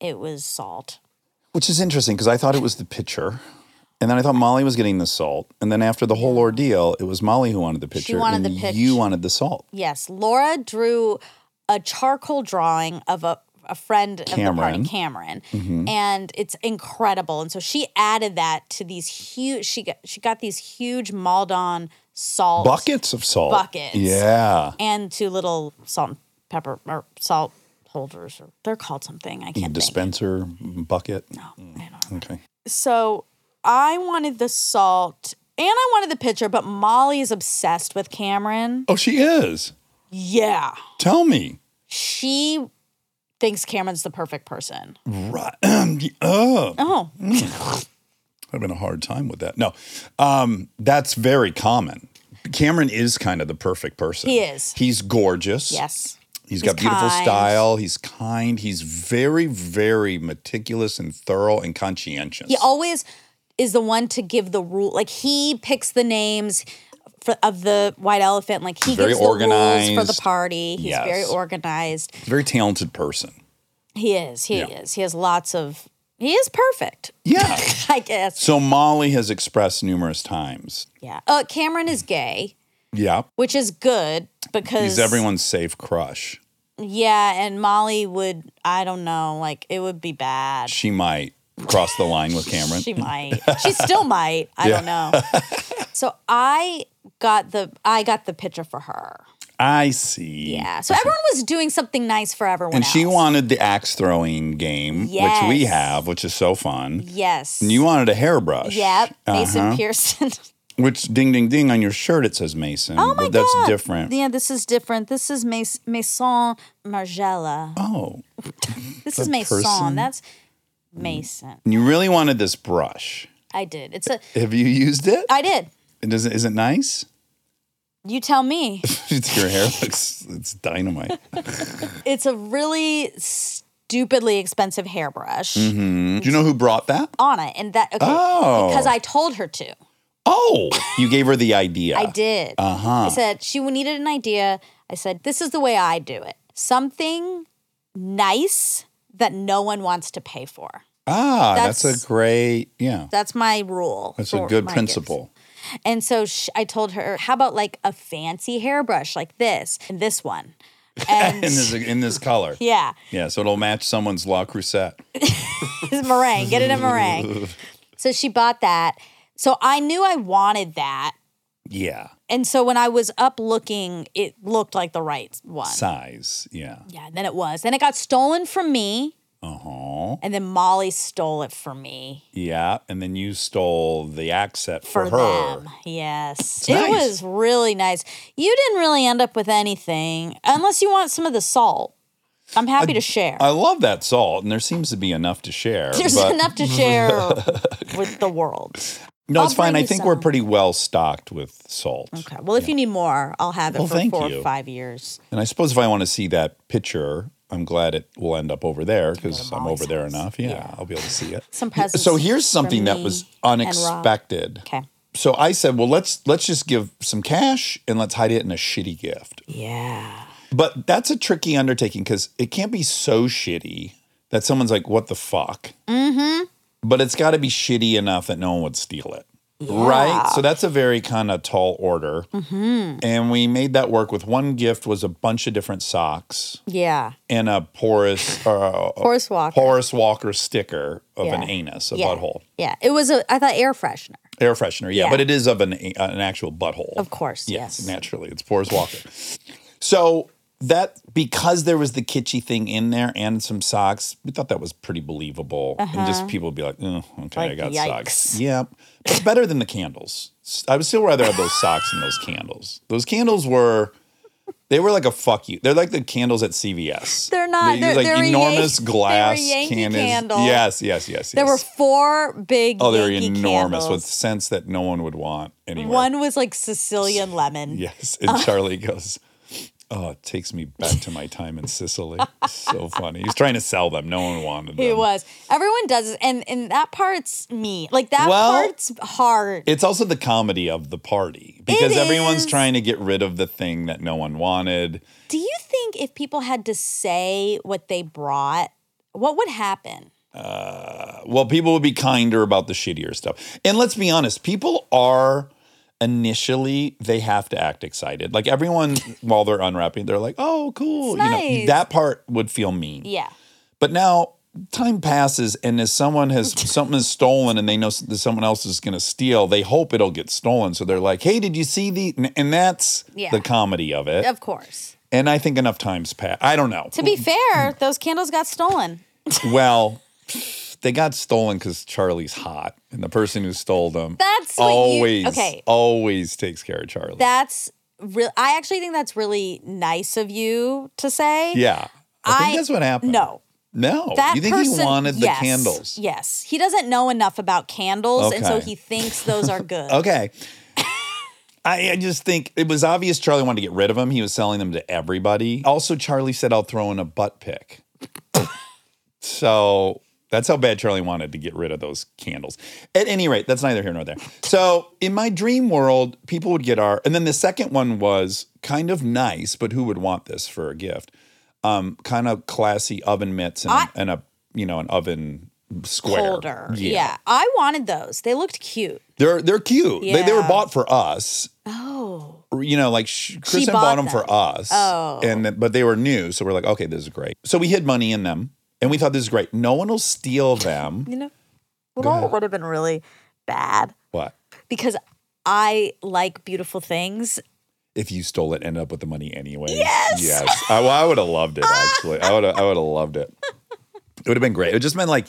[SPEAKER 2] it was salt.
[SPEAKER 1] Which is interesting because I thought it was the pitcher. And then I thought Molly was getting the salt. And then after the whole ordeal, it was Molly who wanted the pitcher.
[SPEAKER 2] wanted
[SPEAKER 1] and
[SPEAKER 2] the pitch.
[SPEAKER 1] You wanted the salt.
[SPEAKER 2] Yes, Laura drew a charcoal drawing of a a friend of the
[SPEAKER 1] Cameron. Mm-hmm.
[SPEAKER 2] party, Cameron, and it's incredible. And so she added that to these huge. She got she got these huge Maldon salt
[SPEAKER 1] Buckets of salt.
[SPEAKER 2] Buckets.
[SPEAKER 1] Yeah.
[SPEAKER 2] and two little salt and pepper or salt holders, or they're called something. I can't think.
[SPEAKER 1] Dispenser, bucket.
[SPEAKER 2] I don't know.
[SPEAKER 1] Okay.
[SPEAKER 2] So I wanted the salt and I wanted the pitcher, but Molly is obsessed with Cameron.
[SPEAKER 1] Oh, she is.
[SPEAKER 2] Yeah.
[SPEAKER 1] Tell me.
[SPEAKER 2] She thinks Cameron's the perfect person.
[SPEAKER 1] Right. oh,
[SPEAKER 2] Oh,
[SPEAKER 1] having a hard time with that. No, um, that's very common. Cameron is kind of the perfect person.
[SPEAKER 2] He is.
[SPEAKER 1] He's gorgeous.
[SPEAKER 2] yes.
[SPEAKER 1] he's got beautiful
[SPEAKER 2] kind.
[SPEAKER 1] style. He's kind. He's very, very meticulous and thorough and conscientious.
[SPEAKER 2] He always is the one to give the rule. Like he picks the names for, of the white elephant. Like he
[SPEAKER 1] Very
[SPEAKER 2] gives the rules for the
[SPEAKER 1] organized.
[SPEAKER 2] party. He's very
[SPEAKER 1] Yes.
[SPEAKER 2] organized.
[SPEAKER 1] very talented person.
[SPEAKER 2] He is. He
[SPEAKER 1] Yeah.
[SPEAKER 2] is. He has lots of. He is perfect.
[SPEAKER 1] Yeah.
[SPEAKER 2] I guess.
[SPEAKER 1] so Molly has expressed numerous times.
[SPEAKER 2] Yeah. Uh, Cameron is gay,
[SPEAKER 1] Yeah,
[SPEAKER 2] which is good because
[SPEAKER 1] he's everyone's safe crush.
[SPEAKER 2] Yeah, and Molly would. I don't know. Like it would be bad.
[SPEAKER 1] She might cross the line with Cameron.
[SPEAKER 2] She might. She still might. I don't know. So I got the I got the picture for her.
[SPEAKER 1] I see.
[SPEAKER 2] Yeah. So everyone was doing something nice for everyone.
[SPEAKER 1] And she
[SPEAKER 2] else.
[SPEAKER 1] wanted the axe throwing game, which we
[SPEAKER 2] Yes.
[SPEAKER 1] have, which is so fun.
[SPEAKER 2] Yes.
[SPEAKER 1] You wanted a hairbrush.
[SPEAKER 2] Yep. Mason
[SPEAKER 1] Uh-huh.
[SPEAKER 2] Pearson.
[SPEAKER 1] Which ding ding ding on your shirt it says Mason.
[SPEAKER 2] oh my
[SPEAKER 1] but that's
[SPEAKER 2] god.
[SPEAKER 1] different.
[SPEAKER 2] Yeah, this is different. This is Mas- Maison Margiela.
[SPEAKER 1] oh.
[SPEAKER 2] This is Maison.
[SPEAKER 1] person? Mm.
[SPEAKER 2] That's Mason.
[SPEAKER 1] And you really wanted this brush.
[SPEAKER 2] I did. It's a.
[SPEAKER 1] Have you used it?
[SPEAKER 2] I did.
[SPEAKER 1] It doesn't is it nice?
[SPEAKER 2] You tell me.
[SPEAKER 1] it's your hair looks it's dynamite.
[SPEAKER 2] It's a really stupidly expensive hairbrush
[SPEAKER 1] Do you know who brought that?
[SPEAKER 2] on it, and that okay
[SPEAKER 1] Mm-hmm. Oh.
[SPEAKER 2] because I told her to.
[SPEAKER 1] Oh. You gave her the idea.
[SPEAKER 2] I did.
[SPEAKER 1] Uh huh.
[SPEAKER 2] I said she needed an idea. I said this is the way I do it. Something nice that no one wants to pay for.
[SPEAKER 1] Ah, that's,
[SPEAKER 2] That's-
[SPEAKER 1] a great yeah.
[SPEAKER 2] That's my rule.
[SPEAKER 1] That's a
[SPEAKER 2] for
[SPEAKER 1] good
[SPEAKER 2] my
[SPEAKER 1] principle.
[SPEAKER 2] gifts. And so sh- I told her, how about like a fancy hairbrush like this and this one, and
[SPEAKER 1] In this in this color.
[SPEAKER 2] yeah,
[SPEAKER 1] Yeah, so it'll match someone's La Crusette.
[SPEAKER 2] It's meringue. Get it a meringue. So she bought that. So I knew I wanted that.
[SPEAKER 1] Yeah.
[SPEAKER 2] And so when I was up looking, it looked like the right one.
[SPEAKER 1] Size. Yeah.
[SPEAKER 2] yeah, then it was. Then it got stolen from me.
[SPEAKER 1] Uh huh.
[SPEAKER 2] And then Molly stole it from me
[SPEAKER 1] Yeah. And then you stole the accent
[SPEAKER 2] for,
[SPEAKER 1] for, her.
[SPEAKER 2] them. Yes.
[SPEAKER 1] nice.
[SPEAKER 2] It was really nice. You didn't really end up with anything unless you want some of the salt. I'm happy to share.
[SPEAKER 1] I love that salt, and there seems to be enough to share.
[SPEAKER 2] There's
[SPEAKER 1] but
[SPEAKER 2] enough to share with the world.
[SPEAKER 1] no, it's
[SPEAKER 2] I'll
[SPEAKER 1] fine.
[SPEAKER 2] bring
[SPEAKER 1] I
[SPEAKER 2] you
[SPEAKER 1] think we're
[SPEAKER 2] some.
[SPEAKER 1] pretty well stocked with salt.
[SPEAKER 2] Okay. Well, if you need more, I'll have it
[SPEAKER 1] Well,
[SPEAKER 2] for
[SPEAKER 1] thank
[SPEAKER 2] four
[SPEAKER 1] you.
[SPEAKER 2] or five years.
[SPEAKER 1] And I suppose if I want to see that picture, I'm glad it will end up over there because I'm over there enough. Yeah, I'll be able to see it.
[SPEAKER 2] Some presents.
[SPEAKER 1] So here's
[SPEAKER 2] for
[SPEAKER 1] something that
[SPEAKER 2] me
[SPEAKER 1] was
[SPEAKER 2] and Rob.
[SPEAKER 1] unexpected.
[SPEAKER 2] Okay.
[SPEAKER 1] So I said, well, let's let's just give some cash and let's hide it in a shitty gift.
[SPEAKER 2] Yeah.
[SPEAKER 1] But that's a tricky undertaking because it can't be so shitty that someone's like, what the fuck? Mm-hmm. But it's got to be shitty enough that no one would steal it. Right? So that's a very kind of tall order.
[SPEAKER 2] Mm-hmm.
[SPEAKER 1] And we made that work with one gift was a bunch of different socks
[SPEAKER 2] Yeah.
[SPEAKER 1] and a porous, uh,
[SPEAKER 2] Horse walk.
[SPEAKER 1] porous walker sticker of an
[SPEAKER 2] Yeah.
[SPEAKER 1] anus, a
[SPEAKER 2] yeah.
[SPEAKER 1] butthole.
[SPEAKER 2] Yeah. It was a, I thought air freshener.
[SPEAKER 1] Air freshener, yeah,
[SPEAKER 2] Yeah.
[SPEAKER 1] but it is of an, an actual butthole.
[SPEAKER 2] Of course.
[SPEAKER 1] Yes,
[SPEAKER 2] Yes.
[SPEAKER 1] naturally. It's Boris Walker. so that because there was the kitschy thing in there and some socks, we thought that was pretty believable. And just people would be like, oh, okay, I
[SPEAKER 2] Uh-huh. Like,
[SPEAKER 1] got socks.
[SPEAKER 2] yikes.
[SPEAKER 1] Yeah. But it's better than the candles. I would still rather have those socks than those candles. Those candles were they were like a fuck you. They're like the candles at CVS.
[SPEAKER 2] They're not.
[SPEAKER 1] They're,
[SPEAKER 2] They're-
[SPEAKER 1] like
[SPEAKER 2] they're a
[SPEAKER 1] enormous
[SPEAKER 2] Yan-
[SPEAKER 1] glass
[SPEAKER 2] they were Yankee
[SPEAKER 1] candles.
[SPEAKER 2] candles.
[SPEAKER 1] Yes, yes, yes.
[SPEAKER 2] There were
[SPEAKER 1] yes.
[SPEAKER 2] four big.
[SPEAKER 1] oh, they're
[SPEAKER 2] Yankee
[SPEAKER 1] enormous with
[SPEAKER 2] Candles.
[SPEAKER 1] scents that no one would want anywhere.
[SPEAKER 2] One was like Sicilian lemon.
[SPEAKER 1] Yes.
[SPEAKER 2] Uh.
[SPEAKER 1] And Charlie goes, Oh, it takes me back to my time in Sicily. so funny. He's trying to sell them. No one wanted them.
[SPEAKER 2] It was. Everyone does it, and and that part's me. Like that
[SPEAKER 1] Well,
[SPEAKER 2] part's hard.
[SPEAKER 1] It's also the comedy of the party because everyone's
[SPEAKER 2] is.
[SPEAKER 1] trying to get rid of the thing that no one wanted.
[SPEAKER 2] Do you think if people had to say what they brought What would happen?
[SPEAKER 1] well, people would be kinder about the shittier stuff. And let's be honest, people are initially they have to act excited. Like everyone while they're unwrapping, they're like, "Oh, cool."
[SPEAKER 2] It's
[SPEAKER 1] You know,
[SPEAKER 2] nice.
[SPEAKER 1] that part would feel mean.
[SPEAKER 2] Yeah.
[SPEAKER 1] But now time passes, and if someone has something is stolen, and they know s- that someone else is going to steal, they hope it'll get stolen. So they're like, "Hey, did you see the?" and- And that's
[SPEAKER 2] Yeah.
[SPEAKER 1] the comedy of it.
[SPEAKER 2] Of course.
[SPEAKER 1] And I think enough times pass. I don't know.
[SPEAKER 2] To be
[SPEAKER 1] hmm.
[SPEAKER 2] fair, those candles got stolen.
[SPEAKER 1] well, they got stolen because Charlie's hot, and the person who stole them
[SPEAKER 2] That's what you-
[SPEAKER 1] always
[SPEAKER 2] okay.
[SPEAKER 1] always takes care of Charlie.
[SPEAKER 2] That's real. I actually think that's really nice of you to say.
[SPEAKER 1] yeah, I, think
[SPEAKER 2] I-
[SPEAKER 1] that's what happened.
[SPEAKER 2] No.
[SPEAKER 1] no.
[SPEAKER 2] That
[SPEAKER 1] you think
[SPEAKER 2] person,
[SPEAKER 1] he wanted the
[SPEAKER 2] yes,
[SPEAKER 1] candles?
[SPEAKER 2] Yes. He doesn't know enough about candles, and so
[SPEAKER 1] Okay.
[SPEAKER 2] he thinks those are good.
[SPEAKER 1] Okay. I, I just think it was obvious Charlie wanted to get rid of him. He was selling them to everybody. Also, Charlie said, I'll throw in a butt pick. so that's how bad Charlie wanted to get rid of those candles. At any rate, that's neither here nor there. So in my dream world, people would get our. And then the second one was kind of nice, but who would want this for a gift? Um, kind of classy oven mitts and,
[SPEAKER 2] I-
[SPEAKER 1] and a, you know, an oven square.
[SPEAKER 2] Holder. Yeah. I wanted those. They looked cute.
[SPEAKER 1] They're they're cute. They, they were
[SPEAKER 2] Yeah.
[SPEAKER 1] bought for us.
[SPEAKER 2] Oh.
[SPEAKER 1] You know, like sh- Kristen bought,
[SPEAKER 2] bought
[SPEAKER 1] them, for
[SPEAKER 2] them.
[SPEAKER 1] us.
[SPEAKER 2] Oh.
[SPEAKER 1] And th- but they were new, so we're like, okay, this is great. So we hid money in them, and we thought this is great. No one will steal them.
[SPEAKER 2] You know, you know what would have been really bad?
[SPEAKER 1] what
[SPEAKER 2] Because I like beautiful things.
[SPEAKER 1] if you stole it? End up with the money anyway. Yes. Yes. I, well, I would have loved it actually. I would I would have loved it. It would have been great. It would just been like,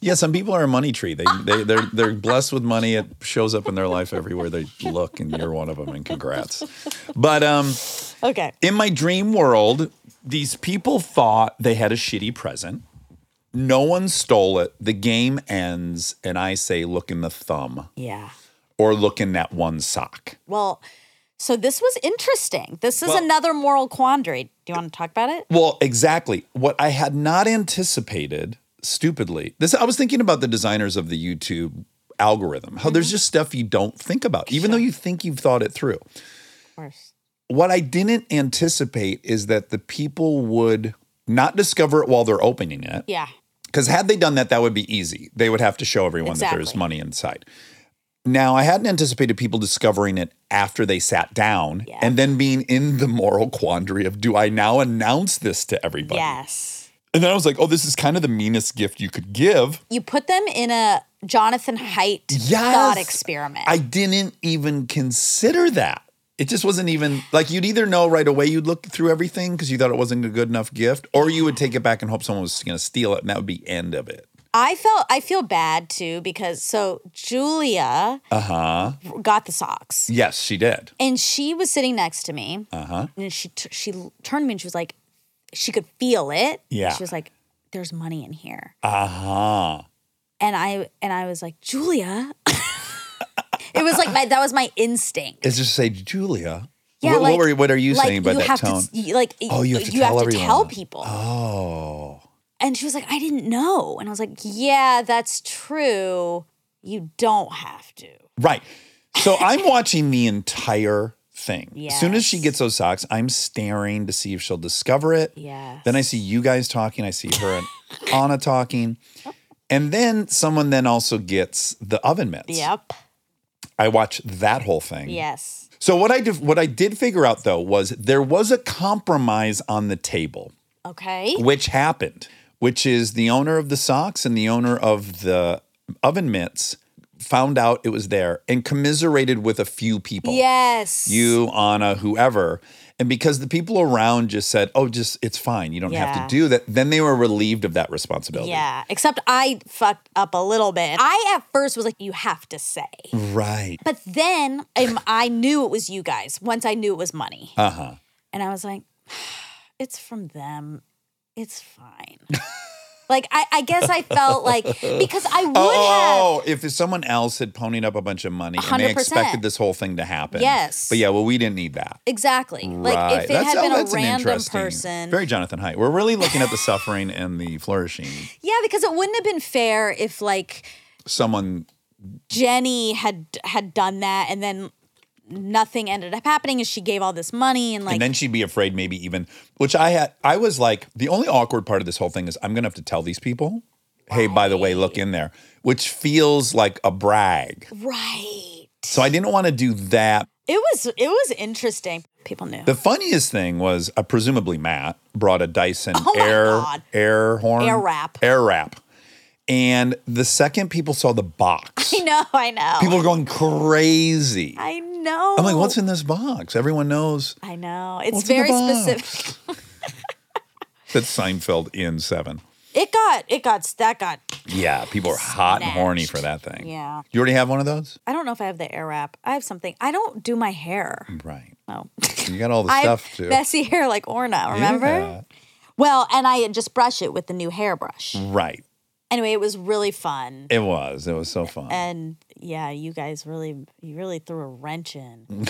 [SPEAKER 1] yeah, some people are a money tree. They they they're they're blessed with money. It shows up in their life everywhere they look, and you're one of them. And congrats. But um.
[SPEAKER 2] Okay.
[SPEAKER 1] in my dream world, these people thought they had a shitty present. No one stole it. The game ends, and I say, look in the thumb
[SPEAKER 2] Yeah.
[SPEAKER 1] or look in that one sock.
[SPEAKER 2] Well, so this was interesting. This is
[SPEAKER 1] Well-
[SPEAKER 2] another moral quandary. Do you want to talk about it?
[SPEAKER 1] Well, exactly. What I had not anticipated, stupidly, this I was thinking about the designers of the YouTube algorithm, how there's just stuff you don't think about, even though you think you've thought it through.
[SPEAKER 2] Of course.
[SPEAKER 1] what I didn't anticipate is that the people would not discover it while they're opening it.
[SPEAKER 2] Yeah.
[SPEAKER 1] Because had they done that, that would be easy. They would have to show everyone that there's
[SPEAKER 2] Exactly.
[SPEAKER 1] money inside. Now, I hadn't anticipated people discovering it after they sat down
[SPEAKER 2] Yeah.
[SPEAKER 1] and then being in the moral quandary of do I now announce this to everybody?
[SPEAKER 2] Yes.
[SPEAKER 1] And then I was like, oh, this is kind of the meanest gift you could give.
[SPEAKER 2] You put them in a Jonathan Haidt
[SPEAKER 1] Yes.
[SPEAKER 2] thought experiment.
[SPEAKER 1] I didn't even consider that. It just wasn't even like you'd either know right away you'd look through everything because you thought it wasn't a good enough gift, or you would take it back and hope someone was going to steal it, and that would be end of it.
[SPEAKER 2] I felt I feel bad too because so Julia got the socks
[SPEAKER 1] Yes, she did.
[SPEAKER 2] and she was sitting next to me and she t- she l- turned to me and she was like she could feel it
[SPEAKER 1] Yeah.
[SPEAKER 2] she was like there's money in here
[SPEAKER 1] Uh huh.
[SPEAKER 2] and I and I was like Julia it was like my that was my instinct
[SPEAKER 1] It's just say Julia.
[SPEAKER 2] Yeah,
[SPEAKER 1] what, what
[SPEAKER 2] like-
[SPEAKER 1] were you- what are you
[SPEAKER 2] like
[SPEAKER 1] saying by
[SPEAKER 2] you
[SPEAKER 1] that
[SPEAKER 2] have
[SPEAKER 1] tone?
[SPEAKER 2] to you- like
[SPEAKER 1] Oh, you have to tell everyone.
[SPEAKER 2] people
[SPEAKER 1] oh,
[SPEAKER 2] and she was like I didn't know and I was like yeah that's true you don't have to
[SPEAKER 1] right. So I'm watching the entire thing. As soon as she
[SPEAKER 2] Yes.
[SPEAKER 1] gets those socks, I'm staring to see if she'll discover it.
[SPEAKER 2] yeah
[SPEAKER 1] Then I see you guys talking. I see her and Anna talking. And then someone then also gets the oven mitts.
[SPEAKER 2] yep
[SPEAKER 1] I watch that whole thing.
[SPEAKER 2] yes
[SPEAKER 1] So what I did what I did figure out though was there was a compromise on the table,
[SPEAKER 2] okay
[SPEAKER 1] which happened, which is the owner of the socks and the owner of the oven mitts found out it was there and commiserated with a few people.
[SPEAKER 2] Yes.
[SPEAKER 1] you, Anna, whoever. And because the people around just said, oh, just it's fine. You don't have
[SPEAKER 2] Yeah.
[SPEAKER 1] to do that. Then they were relieved of that responsibility.
[SPEAKER 2] Yeah. Except I fucked up a little bit. I at first was like, you have to say.
[SPEAKER 1] Right.
[SPEAKER 2] But then um, I knew it was you guys once I knew it was money.
[SPEAKER 1] Uh huh.
[SPEAKER 2] And I was like, it's from them. It's fine. like, I, I guess I felt like, because I would have.
[SPEAKER 1] Oh, oh, if someone else had ponied up a bunch of money and they
[SPEAKER 2] 100%.
[SPEAKER 1] expected this whole thing to happen.
[SPEAKER 2] Yes.
[SPEAKER 1] But yeah, well, we didn't need that.
[SPEAKER 2] Exactly.
[SPEAKER 1] right.
[SPEAKER 2] Like, if it
[SPEAKER 1] That's-
[SPEAKER 2] had been
[SPEAKER 1] oh,
[SPEAKER 2] a
[SPEAKER 1] that's an
[SPEAKER 2] random
[SPEAKER 1] interesting-
[SPEAKER 2] person.
[SPEAKER 1] Very Jonathan Haidt. We're really looking at the suffering and the flourishing.
[SPEAKER 2] yeah, because it wouldn't have been fair if, like,
[SPEAKER 1] Someone,
[SPEAKER 2] Jenny had had done that and then nothing ended up happening is she gave all this money and like
[SPEAKER 1] and then she'd be afraid maybe even which i had i was like the only awkward part of this whole thing is i'm gonna have to tell these people hey by the way look in there which feels like a brag
[SPEAKER 2] right.
[SPEAKER 1] so i didn't want to do that
[SPEAKER 2] It was it was interesting. People knew.
[SPEAKER 1] the funniest thing was uh, presumably matt brought a dyson
[SPEAKER 2] Oh my
[SPEAKER 1] air
[SPEAKER 2] God.
[SPEAKER 1] air horn
[SPEAKER 2] Air wrap.
[SPEAKER 1] air wrap and the second people saw the box
[SPEAKER 2] I know, I know.
[SPEAKER 1] people are going crazy
[SPEAKER 2] I know.
[SPEAKER 1] i'm like what's in this box everyone knows
[SPEAKER 2] I know. It's
[SPEAKER 1] What's in the
[SPEAKER 2] very
[SPEAKER 1] box?
[SPEAKER 2] specific.
[SPEAKER 1] that seinfeld in seven
[SPEAKER 2] It got it got that got
[SPEAKER 1] yeah people are hot and horny for that thing
[SPEAKER 2] yeah.
[SPEAKER 1] you already have one of those
[SPEAKER 2] I don't know if I have the air wrap. I have something. I don't do my hair.
[SPEAKER 1] right
[SPEAKER 2] Oh.
[SPEAKER 1] You got all the
[SPEAKER 2] I have
[SPEAKER 1] stuff too.
[SPEAKER 2] messy hair like Orna, remember?
[SPEAKER 1] Yeah.
[SPEAKER 2] Well, and I just brush it with the new hairbrush.
[SPEAKER 1] Right.
[SPEAKER 2] Anyway, it was really fun.
[SPEAKER 1] Mm. It was. It was so fun.
[SPEAKER 2] And yeah, you guys really you really threw a wrench
[SPEAKER 1] Mm.
[SPEAKER 2] in.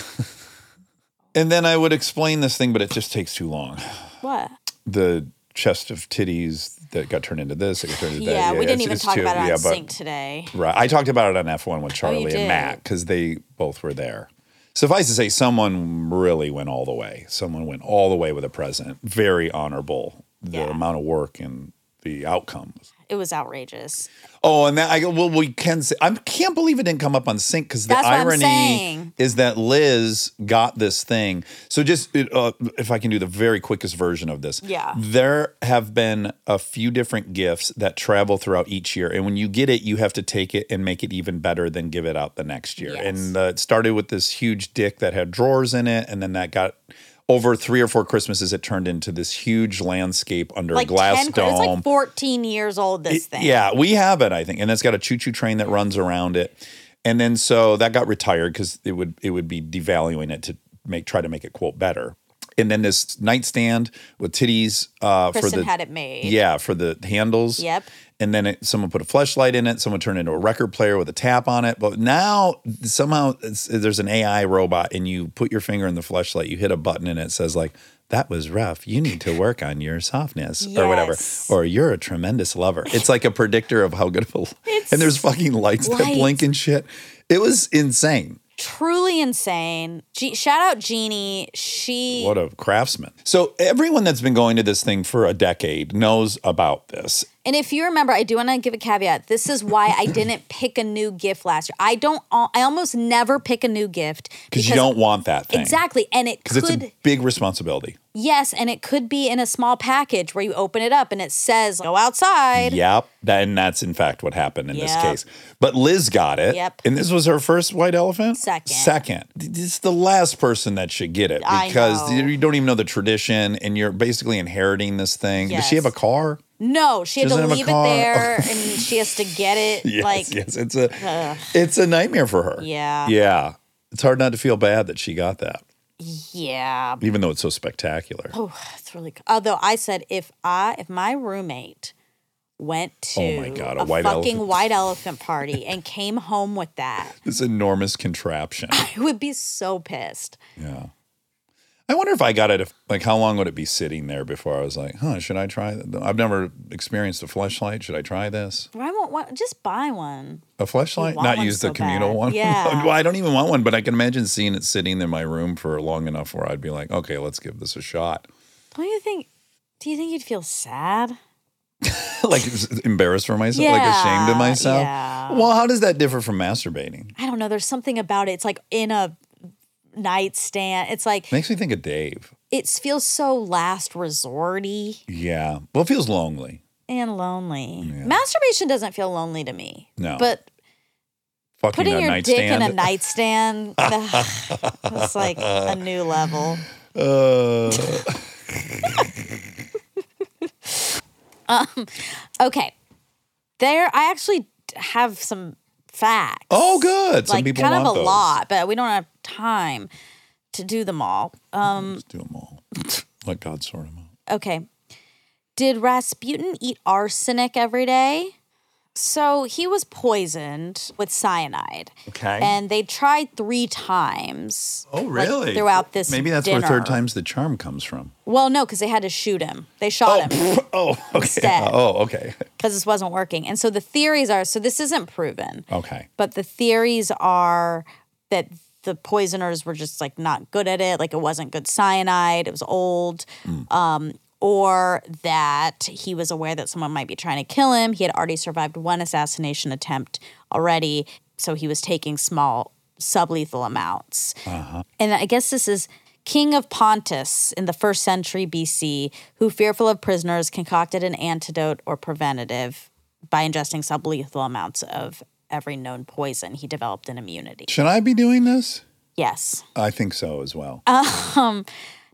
[SPEAKER 1] And then I would explain this thing, but it just takes too long.
[SPEAKER 2] What?
[SPEAKER 1] The chest of titties that got turned into this, that got turned into
[SPEAKER 2] Yeah,
[SPEAKER 1] that.
[SPEAKER 2] we
[SPEAKER 1] it's-
[SPEAKER 2] didn't even
[SPEAKER 1] it's
[SPEAKER 2] talk
[SPEAKER 1] too-
[SPEAKER 2] about it on
[SPEAKER 1] yeah, but-
[SPEAKER 2] sync today.
[SPEAKER 1] Right. I talked about it on F1 with
[SPEAKER 2] Oh, you
[SPEAKER 1] Charlie and
[SPEAKER 2] did.
[SPEAKER 1] Matt because they both were there. Suffice to say, someone really went all the way. Someone went all the way with a present. Very honorable. The
[SPEAKER 2] Yeah.
[SPEAKER 1] amount of work and the outcome was
[SPEAKER 2] It was outrageous.
[SPEAKER 1] Oh, and that I well, we can say I can't believe it didn't come up on sync because the
[SPEAKER 2] That's what I'm
[SPEAKER 1] irony
[SPEAKER 2] saying.
[SPEAKER 1] is that Liz got this thing. So just it, uh, if I can do the very quickest version of this,
[SPEAKER 2] Yeah.
[SPEAKER 1] there have been a few different gifts that travel throughout each year, and when you get it, you have to take it and make it even better than give it out the next year.
[SPEAKER 2] Yes.
[SPEAKER 1] And uh, it started with this huge dick that had drawers in it, and then that got. Over three or four Christmases, it turned into this huge landscape under a
[SPEAKER 2] Like
[SPEAKER 1] glass
[SPEAKER 2] 10
[SPEAKER 1] dome.
[SPEAKER 2] It's like 14 years old this
[SPEAKER 1] It-
[SPEAKER 2] thing.
[SPEAKER 1] Yeah, we have it, I think, and it's got a choo-choo train that runs around it, and then so that got retired because it would it would be devaluing it to make try to make it quote better, and then this nightstand with titties uh, for
[SPEAKER 2] Kristen
[SPEAKER 1] the
[SPEAKER 2] had it made.
[SPEAKER 1] yeah for the handles.
[SPEAKER 2] Yep.
[SPEAKER 1] And then it, someone put a flashlight in it. Someone turned it into a record player with a tap on it. But now somehow it's, there's an AI robot, and you put your finger in the flashlight, you hit a button, and it says like, "That was rough. You need to work on your softness or whatever."
[SPEAKER 2] Yes.
[SPEAKER 1] Or you're a tremendous lover. It's like a predictor of how good of a. And there's fucking lights that
[SPEAKER 2] lights.
[SPEAKER 1] blink and shit. It was insane.
[SPEAKER 2] Truly insane. Ge- shout out Jeannie. She
[SPEAKER 1] What a craftsman. So everyone that's been going to this thing for a decade knows about this.
[SPEAKER 2] And if you remember, I do want to give a caveat. This is why I didn't pick a new gift last year. I don't. al- I almost never pick a new gift
[SPEAKER 1] Because you don't want that thing.
[SPEAKER 2] exactly. And it
[SPEAKER 1] Because
[SPEAKER 2] could
[SPEAKER 1] it's a big responsibility.
[SPEAKER 2] yes, and it could be in a small package where you open it up and it says go outside.
[SPEAKER 1] Yep. That, and that's in fact what happened in this
[SPEAKER 2] Yep.
[SPEAKER 1] case. But Liz got it.
[SPEAKER 2] Yep.
[SPEAKER 1] And this was her first white elephant?
[SPEAKER 2] Second.
[SPEAKER 1] Second. This is the last person that should get it
[SPEAKER 2] I
[SPEAKER 1] because
[SPEAKER 2] know.
[SPEAKER 1] you don't even know the tradition and you're basically inheriting this thing. Does she
[SPEAKER 2] Yes.
[SPEAKER 1] have a car?
[SPEAKER 2] No, she had
[SPEAKER 1] She doesn't
[SPEAKER 2] to
[SPEAKER 1] have a
[SPEAKER 2] leave it
[SPEAKER 1] car.
[SPEAKER 2] there, and she has to get it.
[SPEAKER 1] Yes,
[SPEAKER 2] like
[SPEAKER 1] yes. It's a it's a nightmare for her.
[SPEAKER 2] Yeah.
[SPEAKER 1] Yeah. It's hard not to feel bad that she got that,
[SPEAKER 2] yeah,
[SPEAKER 1] even though it's so spectacular.
[SPEAKER 2] it's really. Although I said if I if my roommate went to
[SPEAKER 1] Oh my God, a
[SPEAKER 2] a
[SPEAKER 1] white
[SPEAKER 2] fucking
[SPEAKER 1] elephant.
[SPEAKER 2] white elephant party and came home with that,
[SPEAKER 1] This enormous contraption.
[SPEAKER 2] I would be so pissed.
[SPEAKER 1] Yeah. I wonder if I got it, if, like, how long would it be sitting there before I was like, huh, should I try? th- I've never experienced a fleshlight. Should I try this?
[SPEAKER 2] I won't want just buy one.
[SPEAKER 1] A fleshlight?
[SPEAKER 2] want
[SPEAKER 1] Not
[SPEAKER 2] one
[SPEAKER 1] use the
[SPEAKER 2] so
[SPEAKER 1] communal
[SPEAKER 2] bad.
[SPEAKER 1] one?
[SPEAKER 2] Yeah.
[SPEAKER 1] well, I don't even want one, but I can imagine seeing it sitting in my room for long enough where I'd be like, okay, let's give this a shot.
[SPEAKER 2] Don't you think? Do you think you'd feel sad?
[SPEAKER 1] like, s- embarrassed for myself, like
[SPEAKER 2] Yeah,
[SPEAKER 1] ashamed of myself.
[SPEAKER 2] yeah.
[SPEAKER 1] Well, how does that differ from masturbating?
[SPEAKER 2] I don't know. There's something about it. It's like in a nightstand. It's like
[SPEAKER 1] Makes me think of Dave.
[SPEAKER 2] it feels so last resorty
[SPEAKER 1] Yeah. Well, it feels lonely.
[SPEAKER 2] and lonely. Masturbation doesn't feel lonely to me.
[SPEAKER 1] No.
[SPEAKER 2] but
[SPEAKER 1] Fucking
[SPEAKER 2] putting
[SPEAKER 1] a
[SPEAKER 2] your dick
[SPEAKER 1] nightstand.
[SPEAKER 2] in a nightstand, it's like a new level.
[SPEAKER 1] uh,
[SPEAKER 2] Okay, there. I actually have some facts.
[SPEAKER 1] oh, good. Some
[SPEAKER 2] like
[SPEAKER 1] people
[SPEAKER 2] kind
[SPEAKER 1] want
[SPEAKER 2] of a
[SPEAKER 1] those.
[SPEAKER 2] lot, but we don't have time to do them all. Um,
[SPEAKER 1] Let's do them all. Let God sort them out.
[SPEAKER 2] Okay. Did Rasputin eat arsenic every day? So he was poisoned with cyanide.
[SPEAKER 1] Okay.
[SPEAKER 2] And they tried three times.
[SPEAKER 1] Oh,
[SPEAKER 2] like,
[SPEAKER 1] really?
[SPEAKER 2] throughout this
[SPEAKER 1] Maybe that's
[SPEAKER 2] dinner.
[SPEAKER 1] where third time's the charm comes from.
[SPEAKER 2] Well, no, because they had to shoot him. They shot him
[SPEAKER 1] Oh,
[SPEAKER 2] Instead.
[SPEAKER 1] Oh, okay.
[SPEAKER 2] because this wasn't working. And so
[SPEAKER 1] Oh.
[SPEAKER 2] the theories are so this isn't proven,
[SPEAKER 1] Okay.
[SPEAKER 2] but the theories are that the poisoners were just like not good at it. Like it wasn't good cyanide, it was old.
[SPEAKER 1] Hmm.
[SPEAKER 2] Um, or that he was aware that someone might be trying to kill him. He had already survived one assassination attempt already. So he was taking small sublethal amounts. And I guess this is King of Pontus in the first century BC, who, fearful of prisoners, concocted an antidote or preventative by ingesting sublethal amounts of every known poison. He developed an immunity.
[SPEAKER 1] Should I be doing this?
[SPEAKER 2] Yes.
[SPEAKER 1] I think so as well.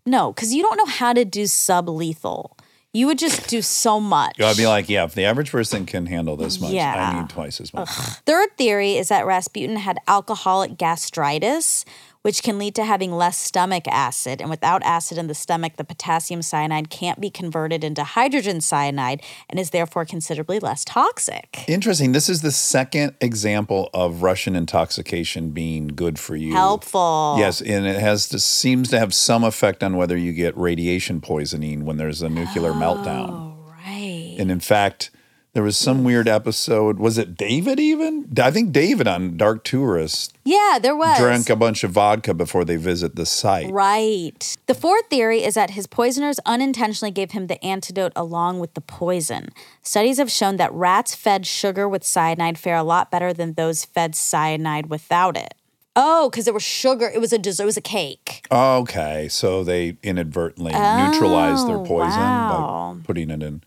[SPEAKER 2] No, because you don't know how to do sublethal. You would just do so much.
[SPEAKER 1] I'd be like, yeah, if the average person can handle this much, I
[SPEAKER 2] Uh, Yeah.
[SPEAKER 1] need twice as much.
[SPEAKER 2] Third theory is that Rasputin had alcoholic gastritis, which can lead to having less stomach acid. And without acid in the stomach, the potassium cyanide can't be converted into hydrogen cyanide and is therefore considerably less toxic.
[SPEAKER 1] Interesting. This is the second example of Russian intoxication being good for you.
[SPEAKER 2] Helpful.
[SPEAKER 1] Yes, and it has to, seems to have some effect on whether you get radiation poisoning when there's a nuclear meltdown.
[SPEAKER 2] Oh. Right.
[SPEAKER 1] And in fact, there was some weird episode. Was it David even? I think David on Dark Tourist
[SPEAKER 2] Yeah, there was.
[SPEAKER 1] drank a bunch of vodka before they visit the site.
[SPEAKER 2] Right. The fourth theory is that his poisoners unintentionally gave him the antidote along with the poison. Studies have shown that rats fed sugar with cyanide fare a lot better than those fed cyanide without it. Oh, because it was sugar. It was a dessert. It was a cake.
[SPEAKER 1] Oh. Okay, so they inadvertently neutralized their poison
[SPEAKER 2] Oh, wow.
[SPEAKER 1] by putting it in.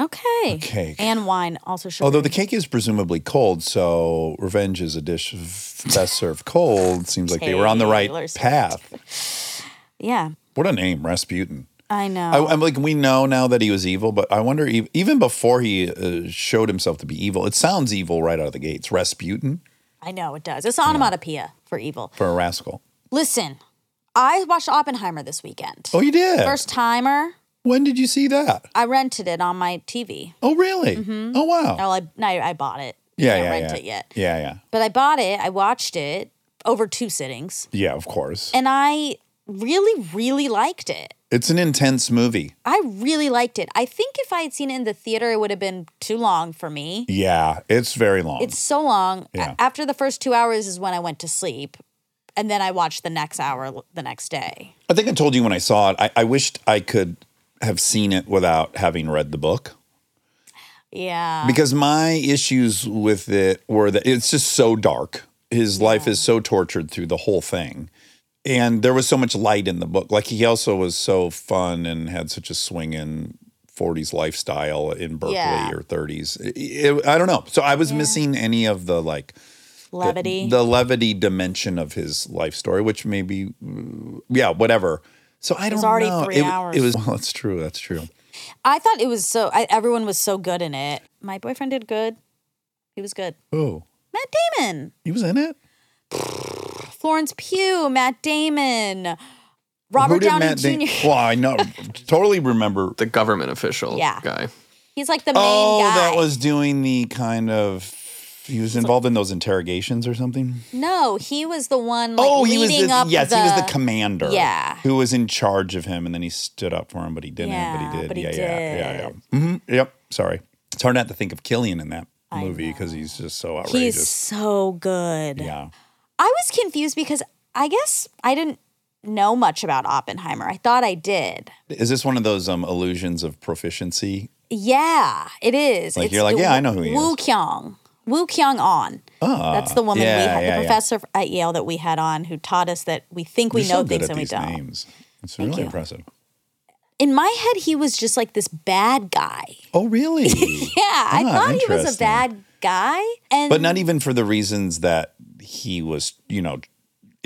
[SPEAKER 2] Okay.
[SPEAKER 1] cake.
[SPEAKER 2] And wine, also sugar.
[SPEAKER 1] Although the cake is presumably cold, so revenge is a dish f- best served cold. Seems like they were on the right
[SPEAKER 2] Taylor Swift.
[SPEAKER 1] path.
[SPEAKER 2] yeah,
[SPEAKER 1] What a name, Rasputin.
[SPEAKER 2] I know.
[SPEAKER 1] I, I'm like, we know now that he was evil, but I wonder if, even before he uh, showed himself to be evil, it sounds evil right out of the gates. Rasputin
[SPEAKER 2] I know it does. It's an onomatopoeia for evil.
[SPEAKER 1] for a rascal.
[SPEAKER 2] Listen, I watched Oppenheimer this weekend.
[SPEAKER 1] Oh, you did.
[SPEAKER 2] First timer.
[SPEAKER 1] when did you see that?
[SPEAKER 2] I rented it on my TV.
[SPEAKER 1] Oh, really? Oh, wow.
[SPEAKER 2] Oh, I, no, I bought it.
[SPEAKER 1] yeah,
[SPEAKER 2] Can't
[SPEAKER 1] yeah,
[SPEAKER 2] rent
[SPEAKER 1] yeah.
[SPEAKER 2] it yet.
[SPEAKER 1] Yeah, yeah,
[SPEAKER 2] But I bought it, I watched it over two sittings,
[SPEAKER 1] yeah. Of course,
[SPEAKER 2] and I really, really liked it.
[SPEAKER 1] it's an intense movie.
[SPEAKER 2] I really liked it. I think if I had seen it in the theater, it would have been too long for me.
[SPEAKER 1] Yeah, it's very long.
[SPEAKER 2] It's so long. A-
[SPEAKER 1] Yeah.
[SPEAKER 2] After the first two hours is when I went to sleep, and then I watched the next hour l- the next day.
[SPEAKER 1] I think I told you when I saw it. I, I wished I could have seen it without having read the book.
[SPEAKER 2] Yeah.
[SPEAKER 1] because my issues with it were that it's just so dark. His life is so tortured through the whole thing. And there was so much light in the book. Like he also was so fun and had such a swinging 40s lifestyle in Berkeley
[SPEAKER 2] Yeah.
[SPEAKER 1] or 30s. It- it- I don't know. So I was missing any of the like
[SPEAKER 2] Levity.
[SPEAKER 1] the levity dimension of his life story, which maybe, mm, yeah, whatever. So I don't
[SPEAKER 2] already
[SPEAKER 1] know.
[SPEAKER 2] three
[SPEAKER 1] it,
[SPEAKER 2] hours.
[SPEAKER 1] it was. Well, that's true. That's true.
[SPEAKER 2] I thought it was so, I, everyone was so good in it. My boyfriend did good. He was good.
[SPEAKER 1] Oh,
[SPEAKER 2] Matt Damon.
[SPEAKER 1] he was in it.
[SPEAKER 2] Florence Pugh, Matt Damon,
[SPEAKER 1] Who
[SPEAKER 2] Robert
[SPEAKER 1] did
[SPEAKER 2] Downey
[SPEAKER 1] Matt
[SPEAKER 2] Jr.
[SPEAKER 1] Dam- Well, I know, totally remember.
[SPEAKER 3] The government official
[SPEAKER 2] Yeah.
[SPEAKER 3] guy.
[SPEAKER 2] He's like the main
[SPEAKER 1] Oh,
[SPEAKER 2] guy.
[SPEAKER 1] that was doing the kind of. He was involved in those interrogations or something.
[SPEAKER 2] no. He was the one. Like,
[SPEAKER 1] oh, he was
[SPEAKER 2] leading
[SPEAKER 1] the
[SPEAKER 2] up.
[SPEAKER 1] yes,
[SPEAKER 2] the,
[SPEAKER 1] he was the commander.
[SPEAKER 2] Yeah.
[SPEAKER 1] who was in charge of him, and then he stood up for him, but he didn't. but he
[SPEAKER 2] Yeah,
[SPEAKER 1] did.
[SPEAKER 2] but he
[SPEAKER 1] yeah, yeah, yeah, yeah. Mm-hmm. Yep. Sorry, it's hard not to think of Killian in that
[SPEAKER 2] I
[SPEAKER 1] movie because he's just so
[SPEAKER 2] He's
[SPEAKER 1] outrageous.
[SPEAKER 2] so good.
[SPEAKER 1] yeah.
[SPEAKER 2] I was confused because I guess I didn't know much about Oppenheimer. I thought I did.
[SPEAKER 1] Is this one of those um, illusions of proficiency?
[SPEAKER 2] Yeah, it is.
[SPEAKER 1] Like, you're like,
[SPEAKER 2] the
[SPEAKER 1] yeah, I know who he
[SPEAKER 2] Woo
[SPEAKER 1] is. Ah,
[SPEAKER 2] Kyung. Woo Kyung On. That's the woman we
[SPEAKER 1] yeah,
[SPEAKER 2] had,
[SPEAKER 1] yeah, yeah.
[SPEAKER 2] the professor at Yale that we had on who taught us that we think we
[SPEAKER 1] You're
[SPEAKER 2] know
[SPEAKER 1] so good
[SPEAKER 2] things
[SPEAKER 1] at
[SPEAKER 2] and we
[SPEAKER 1] these
[SPEAKER 2] don't.
[SPEAKER 1] names. It's really
[SPEAKER 2] you.
[SPEAKER 1] impressive.
[SPEAKER 2] In my head, he was just like this bad guy.
[SPEAKER 1] Oh, really?
[SPEAKER 2] Yeah, I
[SPEAKER 1] Ah,
[SPEAKER 2] thought he was a
[SPEAKER 1] interesting.
[SPEAKER 2] bad guy, and
[SPEAKER 1] but not even for the reasons that he was, you know,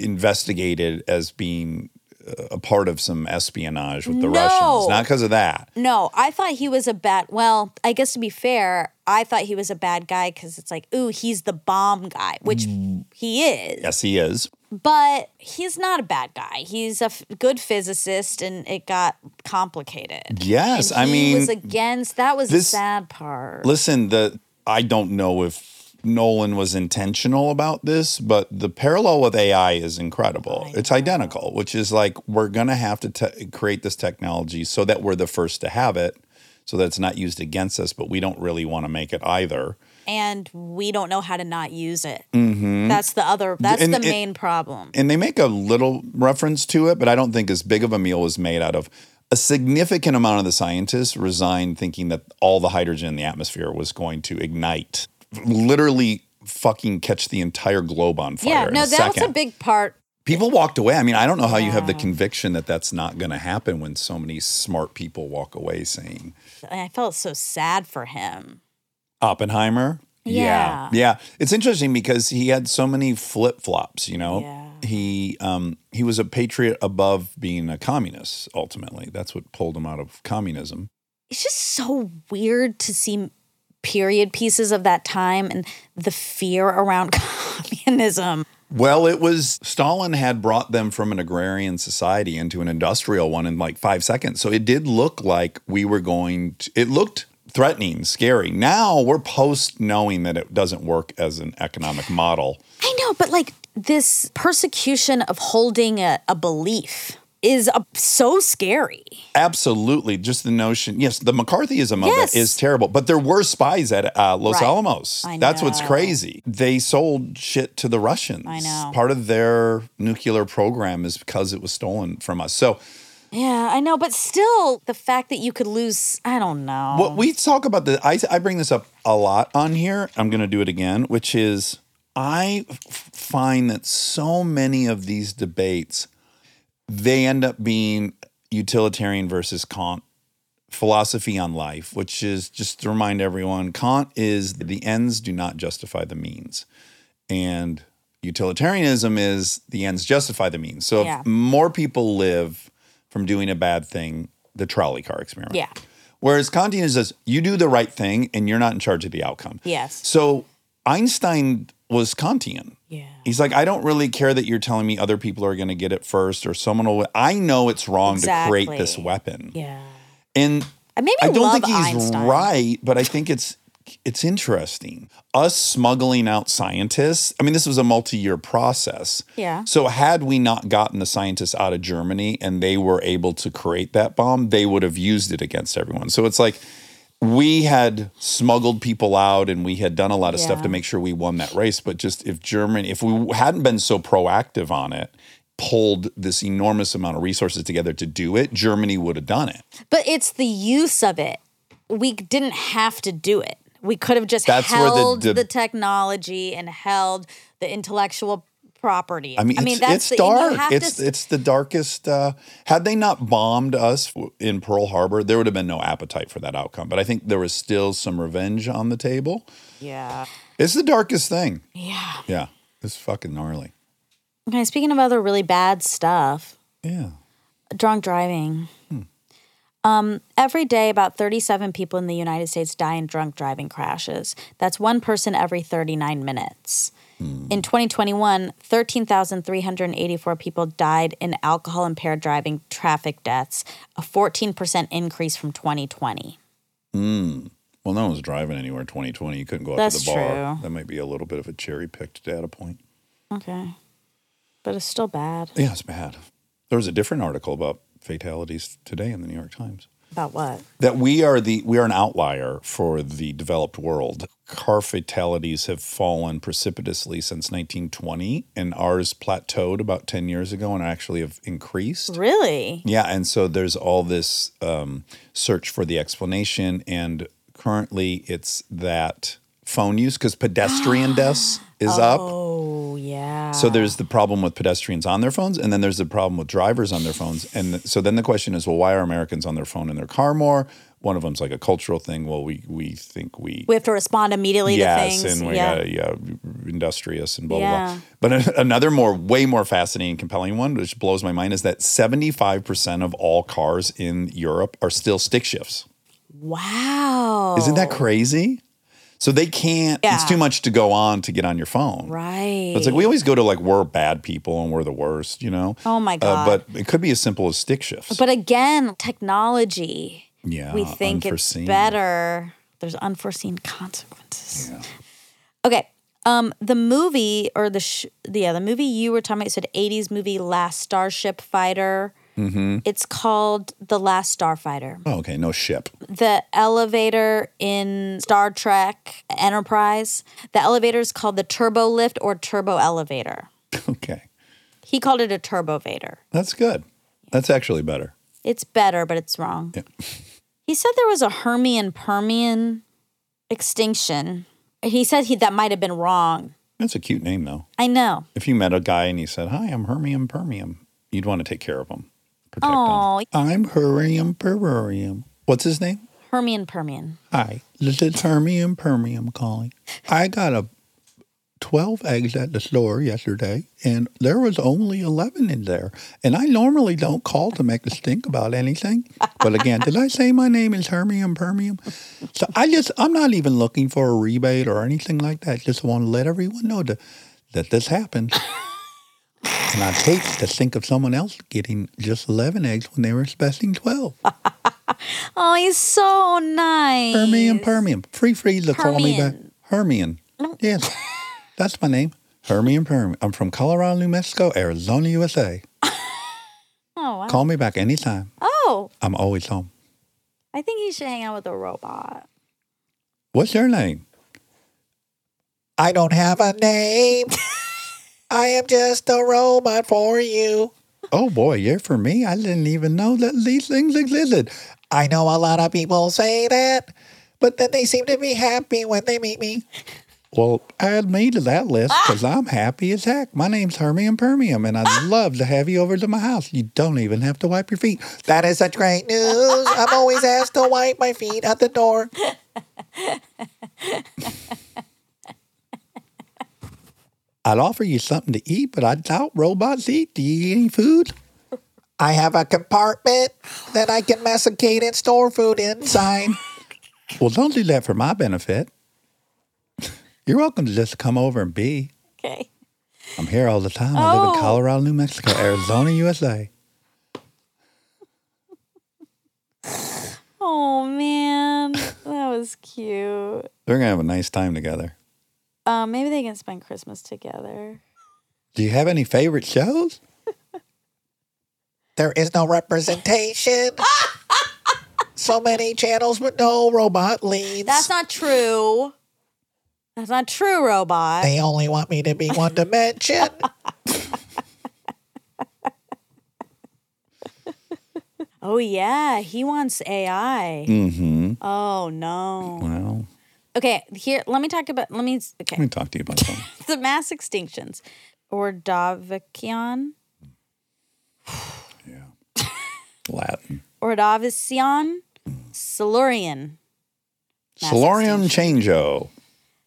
[SPEAKER 1] investigated as being uh, a part of some espionage with the
[SPEAKER 2] No.
[SPEAKER 1] Russians. Not because of that.
[SPEAKER 2] No, I thought he was a bad. Well, I guess to be fair, I thought he was a bad guy because it's like, ooh, he's the bomb guy, which
[SPEAKER 1] Mm.
[SPEAKER 2] he is.
[SPEAKER 1] Yes, he is.
[SPEAKER 2] But he's not a bad guy. He's a f- good physicist, and it got complicated.
[SPEAKER 1] Yes,
[SPEAKER 2] And
[SPEAKER 1] I
[SPEAKER 2] he
[SPEAKER 1] mean,
[SPEAKER 2] was against. That was
[SPEAKER 1] this-
[SPEAKER 2] the sad part.
[SPEAKER 1] listen. The I don't know if Nolan was intentional about this, but the parallel with AI is incredible. it's identical, which is like we're gonna have to te- create this technology so that we're the first to have it, so that it's not used against us, but we don't really want to make it either.
[SPEAKER 2] and we don't know how to not use it. That's the other. That's
[SPEAKER 1] Mm-hmm. And
[SPEAKER 2] the
[SPEAKER 1] it-
[SPEAKER 2] main problem.
[SPEAKER 1] and they make a little reference to it, but I don't think as big of a meal is made out of. A significant amount of the scientists resigned thinking that all the hydrogen in the atmosphere was going to ignite, literally fucking catch the entire globe on fire.
[SPEAKER 2] Yeah,
[SPEAKER 1] in
[SPEAKER 2] no,
[SPEAKER 1] a
[SPEAKER 2] that was a
[SPEAKER 1] second.
[SPEAKER 2] big part.
[SPEAKER 1] People walked away. I mean, I don't know how you have the conviction that that's not going to happen when so many smart people walk away saying
[SPEAKER 2] and I felt so sad for him.
[SPEAKER 1] Oppenheimer.
[SPEAKER 2] Yeah.
[SPEAKER 1] yeah. Yeah. It's interesting because he had so many flip flops, you know?
[SPEAKER 2] Yeah.
[SPEAKER 1] He um, he was a patriot above being a communist, ultimately. That's what pulled him out of communism.
[SPEAKER 2] It's just so weird to see period pieces of that time and the fear around communism.
[SPEAKER 1] Well, it was Stalin had brought them from an agrarian society into an industrial one in like five seconds. So it did look like we were going to, it looked threatening, scary. Now we're post knowing that it doesn't work as an economic model.
[SPEAKER 2] I know, but like this persecution of holding a, a belief is a, so scary.
[SPEAKER 1] Absolutely. Just the notion. Yes, the McCarthyism
[SPEAKER 2] Yes.
[SPEAKER 1] of it is terrible. But there were spies at uh, Los
[SPEAKER 2] Right.
[SPEAKER 1] Alamos.
[SPEAKER 2] I
[SPEAKER 1] That's what's
[SPEAKER 2] know.
[SPEAKER 1] crazy. They sold shit to the Russians.
[SPEAKER 2] I know.
[SPEAKER 1] Part of their nuclear program is because it was stolen from us. So
[SPEAKER 2] Yeah, I know, but still, the fact that you could lose, I don't know.
[SPEAKER 1] what we talk about the I, I bring this up a lot on here. I'm going to do it again, which is I f- find that so many of these debates they end up being utilitarian versus Kant philosophy on life, which is just to remind everyone, Kant is the ends do not justify the means. And utilitarianism is the ends justify the means. So
[SPEAKER 2] Yeah.
[SPEAKER 1] if more people live from doing a bad thing, the trolley car experiment.
[SPEAKER 2] Yeah.
[SPEAKER 1] Whereas Kantian is this, you do the right thing and you're not in charge of the outcome.
[SPEAKER 2] Yes.
[SPEAKER 1] So Einstein was Kantian.
[SPEAKER 2] Yeah.
[SPEAKER 1] He's like, I don't really care that you're telling me other people are going to get it first or someone will. I know it's wrong to create this
[SPEAKER 2] Exactly.
[SPEAKER 1] weapon.
[SPEAKER 2] Yeah.
[SPEAKER 1] And
[SPEAKER 2] I maybe
[SPEAKER 1] I don't
[SPEAKER 2] love
[SPEAKER 1] think he's
[SPEAKER 2] Einstein.
[SPEAKER 1] right, but I think it's it's interesting. Us smuggling out scientists. I mean, this was a multi-year process.
[SPEAKER 2] Yeah.
[SPEAKER 1] So had we not gotten the scientists out of Germany and they were able to create that bomb, they would have used it against everyone. So it's like we had smuggled people out and we had done a lot of stuff
[SPEAKER 2] Yeah.
[SPEAKER 1] to make sure we won that race. But just if Germany, if we hadn't been so proactive on it, pulled this enormous amount of resources together to do it, Germany would have done it.
[SPEAKER 2] But it's the use of it. We didn't have to do it. We could have just
[SPEAKER 1] That's where the
[SPEAKER 2] held the,
[SPEAKER 1] deb-
[SPEAKER 2] technology and held the intellectual property.
[SPEAKER 1] I mean, it's, it's
[SPEAKER 2] the, and you
[SPEAKER 1] dark.
[SPEAKER 2] have to
[SPEAKER 1] It's
[SPEAKER 2] s-
[SPEAKER 1] it's the darkest. Uh, had they not bombed us w- in Pearl Harbor, there would have been no appetite for that outcome. But I think there was still some revenge on the table.
[SPEAKER 2] yeah.
[SPEAKER 1] It's the darkest thing.
[SPEAKER 2] Yeah.
[SPEAKER 1] Yeah, it's fucking gnarly.
[SPEAKER 2] Okay, speaking of other really bad stuff,
[SPEAKER 1] Yeah,
[SPEAKER 2] drunk driving.
[SPEAKER 1] Hmm.
[SPEAKER 2] Um, every day, about 37 people in the United States die in drunk driving crashes. That's one person every 39 minutes.
[SPEAKER 1] Hmm.
[SPEAKER 2] In 2021, 13,384 people died in alcohol impaired driving traffic deaths, a 14% increase from 2020.
[SPEAKER 1] Hmm. well, no one was driving anywhere. Twenty twenty, you couldn't go out
[SPEAKER 2] That's
[SPEAKER 1] to the bar.
[SPEAKER 2] true.
[SPEAKER 1] That might be a little bit of a cherry picked data point.
[SPEAKER 2] Okay. But it's still bad.
[SPEAKER 1] Yeah, it's bad. There was a different article about fatalities today in the New York Times.
[SPEAKER 2] About what?
[SPEAKER 1] that we are the we are an outlier for the developed world. Car fatalities have fallen precipitously since 1920, and ours plateaued about 10 years ago, and actually have increased.
[SPEAKER 2] Really?
[SPEAKER 1] Yeah, and so there's all this um, search for the explanation, and currently it's that phone use because pedestrian deaths is up.
[SPEAKER 2] Oh, yeah.
[SPEAKER 1] So there's the problem with pedestrians on their phones, and then there's the problem with drivers on their phones. And th- so then the question is, well, why are Americans on their phone in their car more? One of them's like a cultural thing. Well, we we think we,
[SPEAKER 2] We have to respond immediately
[SPEAKER 1] yes,
[SPEAKER 2] to things.
[SPEAKER 1] and we
[SPEAKER 2] yeah.
[SPEAKER 1] gotta, yeah, industrious and blah
[SPEAKER 2] Yeah.
[SPEAKER 1] blah blah. But a- another more way more fascinating, and compelling one, which blows my mind, is that seventy five percent of all cars in Europe are still stick shifts.
[SPEAKER 2] Wow.
[SPEAKER 1] Isn't that crazy? So they can't. It's
[SPEAKER 2] Oh. Yeah.
[SPEAKER 1] too much to go on to get on your phone.
[SPEAKER 2] Right.
[SPEAKER 1] But It's like we always go to like we're bad people and we're the worst, you know.
[SPEAKER 2] Oh my
[SPEAKER 1] Uh,
[SPEAKER 2] God.
[SPEAKER 1] but it could be as simple as stick shifts.
[SPEAKER 2] but again, technology,
[SPEAKER 1] yeah,
[SPEAKER 2] we think
[SPEAKER 1] Uh, unforeseen.
[SPEAKER 2] it's better. There's unforeseen consequences. Okay. Um, the movie or the sh- yeah, the movie you were talking about you said 80s movie Last Starship Fighter. It's called The Last Starfighter.
[SPEAKER 1] Oh, okay, no ship.
[SPEAKER 2] the elevator in Star Trek Enterprise. The elevator is called the turbo lift or turbo elevator.
[SPEAKER 1] Okay,
[SPEAKER 2] He called it a turbovator.
[SPEAKER 1] that's good. That's actually better.
[SPEAKER 2] It's better, but it's wrong. he said there was a Hermian Permian extinction. He said he that might have been wrong.
[SPEAKER 1] That's a cute name, though.
[SPEAKER 2] I know.
[SPEAKER 1] If you met a guy and he said, "Hi, I'm Hermium Permium," you'd want to take care of him, protect
[SPEAKER 2] Oh,
[SPEAKER 1] him. I'm Hermium Permium. What's his name?
[SPEAKER 2] Hermian Permian.
[SPEAKER 1] Hi, this is Hermium Permium calling. I got a 12 eggs at the store yesterday, and there was only 11 in there. And I normally don't call to make a stink about anything. But again, did I say my name is Hermium Permium? So I just, I'm not even looking for a rebate or anything like that. Just want to let everyone know that, that this happened. And I hate to think of someone else getting just 11 eggs when they were expecting 12.
[SPEAKER 2] Oh, he's so nice.
[SPEAKER 1] Hermian, Permian. Free free to call me back. Hermian. Yes. That's my name. Hermian Permian. I'm from Colorado, New Mexico, Arizona, USA.
[SPEAKER 2] Oh, wow.
[SPEAKER 1] Call me back anytime.
[SPEAKER 2] oh,
[SPEAKER 1] I'm always home.
[SPEAKER 2] I think he should hang out with a robot.
[SPEAKER 1] What's your name?
[SPEAKER 9] I don't have a name. I am just a robot for you.
[SPEAKER 1] Oh boy, you're for me. I didn't even know that these things existed.
[SPEAKER 9] I know a lot of people say that, but then they seem to be happy when they meet me.
[SPEAKER 1] Well, add me to that list because I'm happy as heck. My name's Hermian Permium, and I'd love to have you over to my house. You don't even have to wipe your feet.
[SPEAKER 9] That is such great news. I'm always asked to wipe my feet at the door.
[SPEAKER 1] I'd offer you something to eat, but I doubt robots eat. Do you eat any food?
[SPEAKER 9] I have a compartment that I can masticate and store food inside.
[SPEAKER 1] Well, don't do that for my benefit. You're welcome to just come over and be.
[SPEAKER 2] Okay.
[SPEAKER 1] I'm here all the time. I live
[SPEAKER 2] Oh.
[SPEAKER 1] in Colorado, New Mexico, Arizona, USA.
[SPEAKER 2] Oh man, that was cute.
[SPEAKER 1] They're going to have a nice time together.
[SPEAKER 2] Um, maybe they can spend Christmas together.
[SPEAKER 1] Do you have any favorite shows?
[SPEAKER 9] There is no representation. so many channels with no robot leads.
[SPEAKER 2] That's not true. That's not true, robot.
[SPEAKER 9] they only want me to be one dimension.
[SPEAKER 2] Oh yeah, he wants AI.
[SPEAKER 1] Mm hmm.
[SPEAKER 2] Oh no.
[SPEAKER 1] Well,
[SPEAKER 2] Okay, here. Let me talk about. Let me. Okay,
[SPEAKER 1] let me talk to you about something.
[SPEAKER 2] the mass extinctions, or Davikian,
[SPEAKER 1] Latin.
[SPEAKER 2] Ordovician, Silurian, Mass
[SPEAKER 1] Solarium Changeo.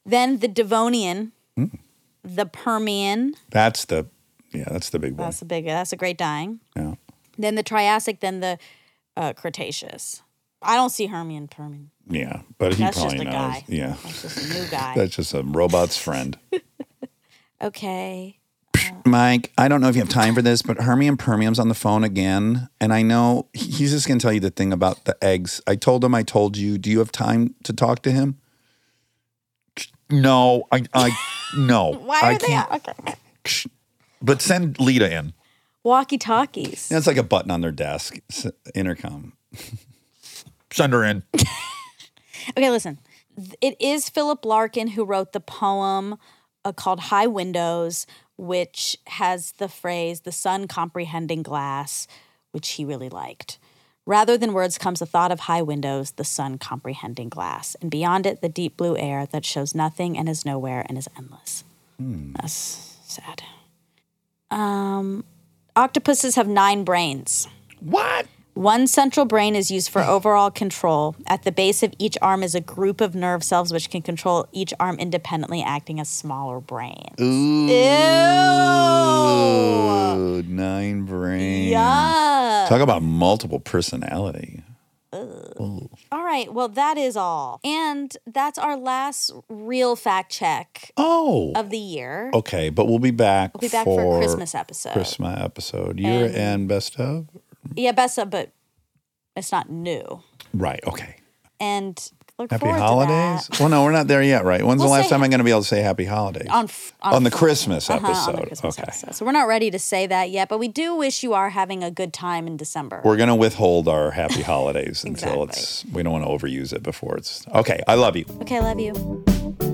[SPEAKER 2] then the Devonian,
[SPEAKER 1] Hmm.
[SPEAKER 2] the Permian.
[SPEAKER 1] That's the, yeah, that's the big one.
[SPEAKER 2] That's a big. That's a great dying.
[SPEAKER 1] Yeah.
[SPEAKER 2] Then the Triassic. Then the uh, Cretaceous. I don't see Hermian Permian.
[SPEAKER 1] Yeah. But he
[SPEAKER 2] That's just
[SPEAKER 1] probably
[SPEAKER 2] a
[SPEAKER 1] knows.
[SPEAKER 2] guy.
[SPEAKER 1] Yeah.
[SPEAKER 2] That's just a new guy.
[SPEAKER 1] That's just a robot's friend.
[SPEAKER 2] okay.
[SPEAKER 1] Mike, I don't know if you have time for this, but Hermium Permium's on the phone again. And I know he- he's just going to tell you the thing about the eggs. I told him, I told you, do you have time to talk to him? No, I, I, no.
[SPEAKER 2] Why are
[SPEAKER 1] I
[SPEAKER 2] they
[SPEAKER 1] can't.
[SPEAKER 2] okay?
[SPEAKER 1] But send Lita in.
[SPEAKER 2] Walkie talkies.
[SPEAKER 1] That's like a button on their desk, s- intercom.
[SPEAKER 8] Send her in.
[SPEAKER 2] Okay, listen. Th- It is Philip Larkin who wrote the poem uh, called High Windows, which has the phrase, the sun comprehending glass, which he really liked. Rather than words comes the thought of high windows, the sun comprehending glass, and beyond it, the deep blue air that shows nothing and is nowhere and is endless.
[SPEAKER 1] Hmm.
[SPEAKER 2] That's sad. Um, octopuses have nine brains. One central brain is used for overall control. At the base of each arm is a group of nerve cells which can control each arm independently, acting as smaller brains. Ew.
[SPEAKER 1] Oh, nine brain.
[SPEAKER 2] Yeah.
[SPEAKER 1] Talk about multiple personality.
[SPEAKER 2] All right. Well, that is all. And that's our last real fact check
[SPEAKER 1] Oh,
[SPEAKER 2] of the year.
[SPEAKER 1] okay. But we'll be back,
[SPEAKER 2] Uh, We'll be back for, a Christmas episode.
[SPEAKER 1] Christmas episode. Year
[SPEAKER 2] And-
[SPEAKER 1] and best of?
[SPEAKER 2] Yeah, Bessa, but it's not new.
[SPEAKER 1] Right. Okay.
[SPEAKER 2] And Look
[SPEAKER 1] Happy
[SPEAKER 2] forward
[SPEAKER 1] holidays.
[SPEAKER 2] to that.
[SPEAKER 1] Well, no, we're not there yet, right? When's
[SPEAKER 2] We'll
[SPEAKER 1] the last
[SPEAKER 2] say-
[SPEAKER 1] time I'm going to be able to say happy holidays?
[SPEAKER 2] On, f-
[SPEAKER 1] On the Christmas
[SPEAKER 2] Uh-huh, on
[SPEAKER 1] episode.
[SPEAKER 2] the Christmas
[SPEAKER 1] Okay.
[SPEAKER 2] episode. So we're not ready to say that yet, but we do wish you are having a good time in December.
[SPEAKER 1] we're going to withhold our happy holidays until
[SPEAKER 2] Exactly.
[SPEAKER 1] it's, we don't want to overuse it before it's, okay, I love you.
[SPEAKER 2] okay, love you.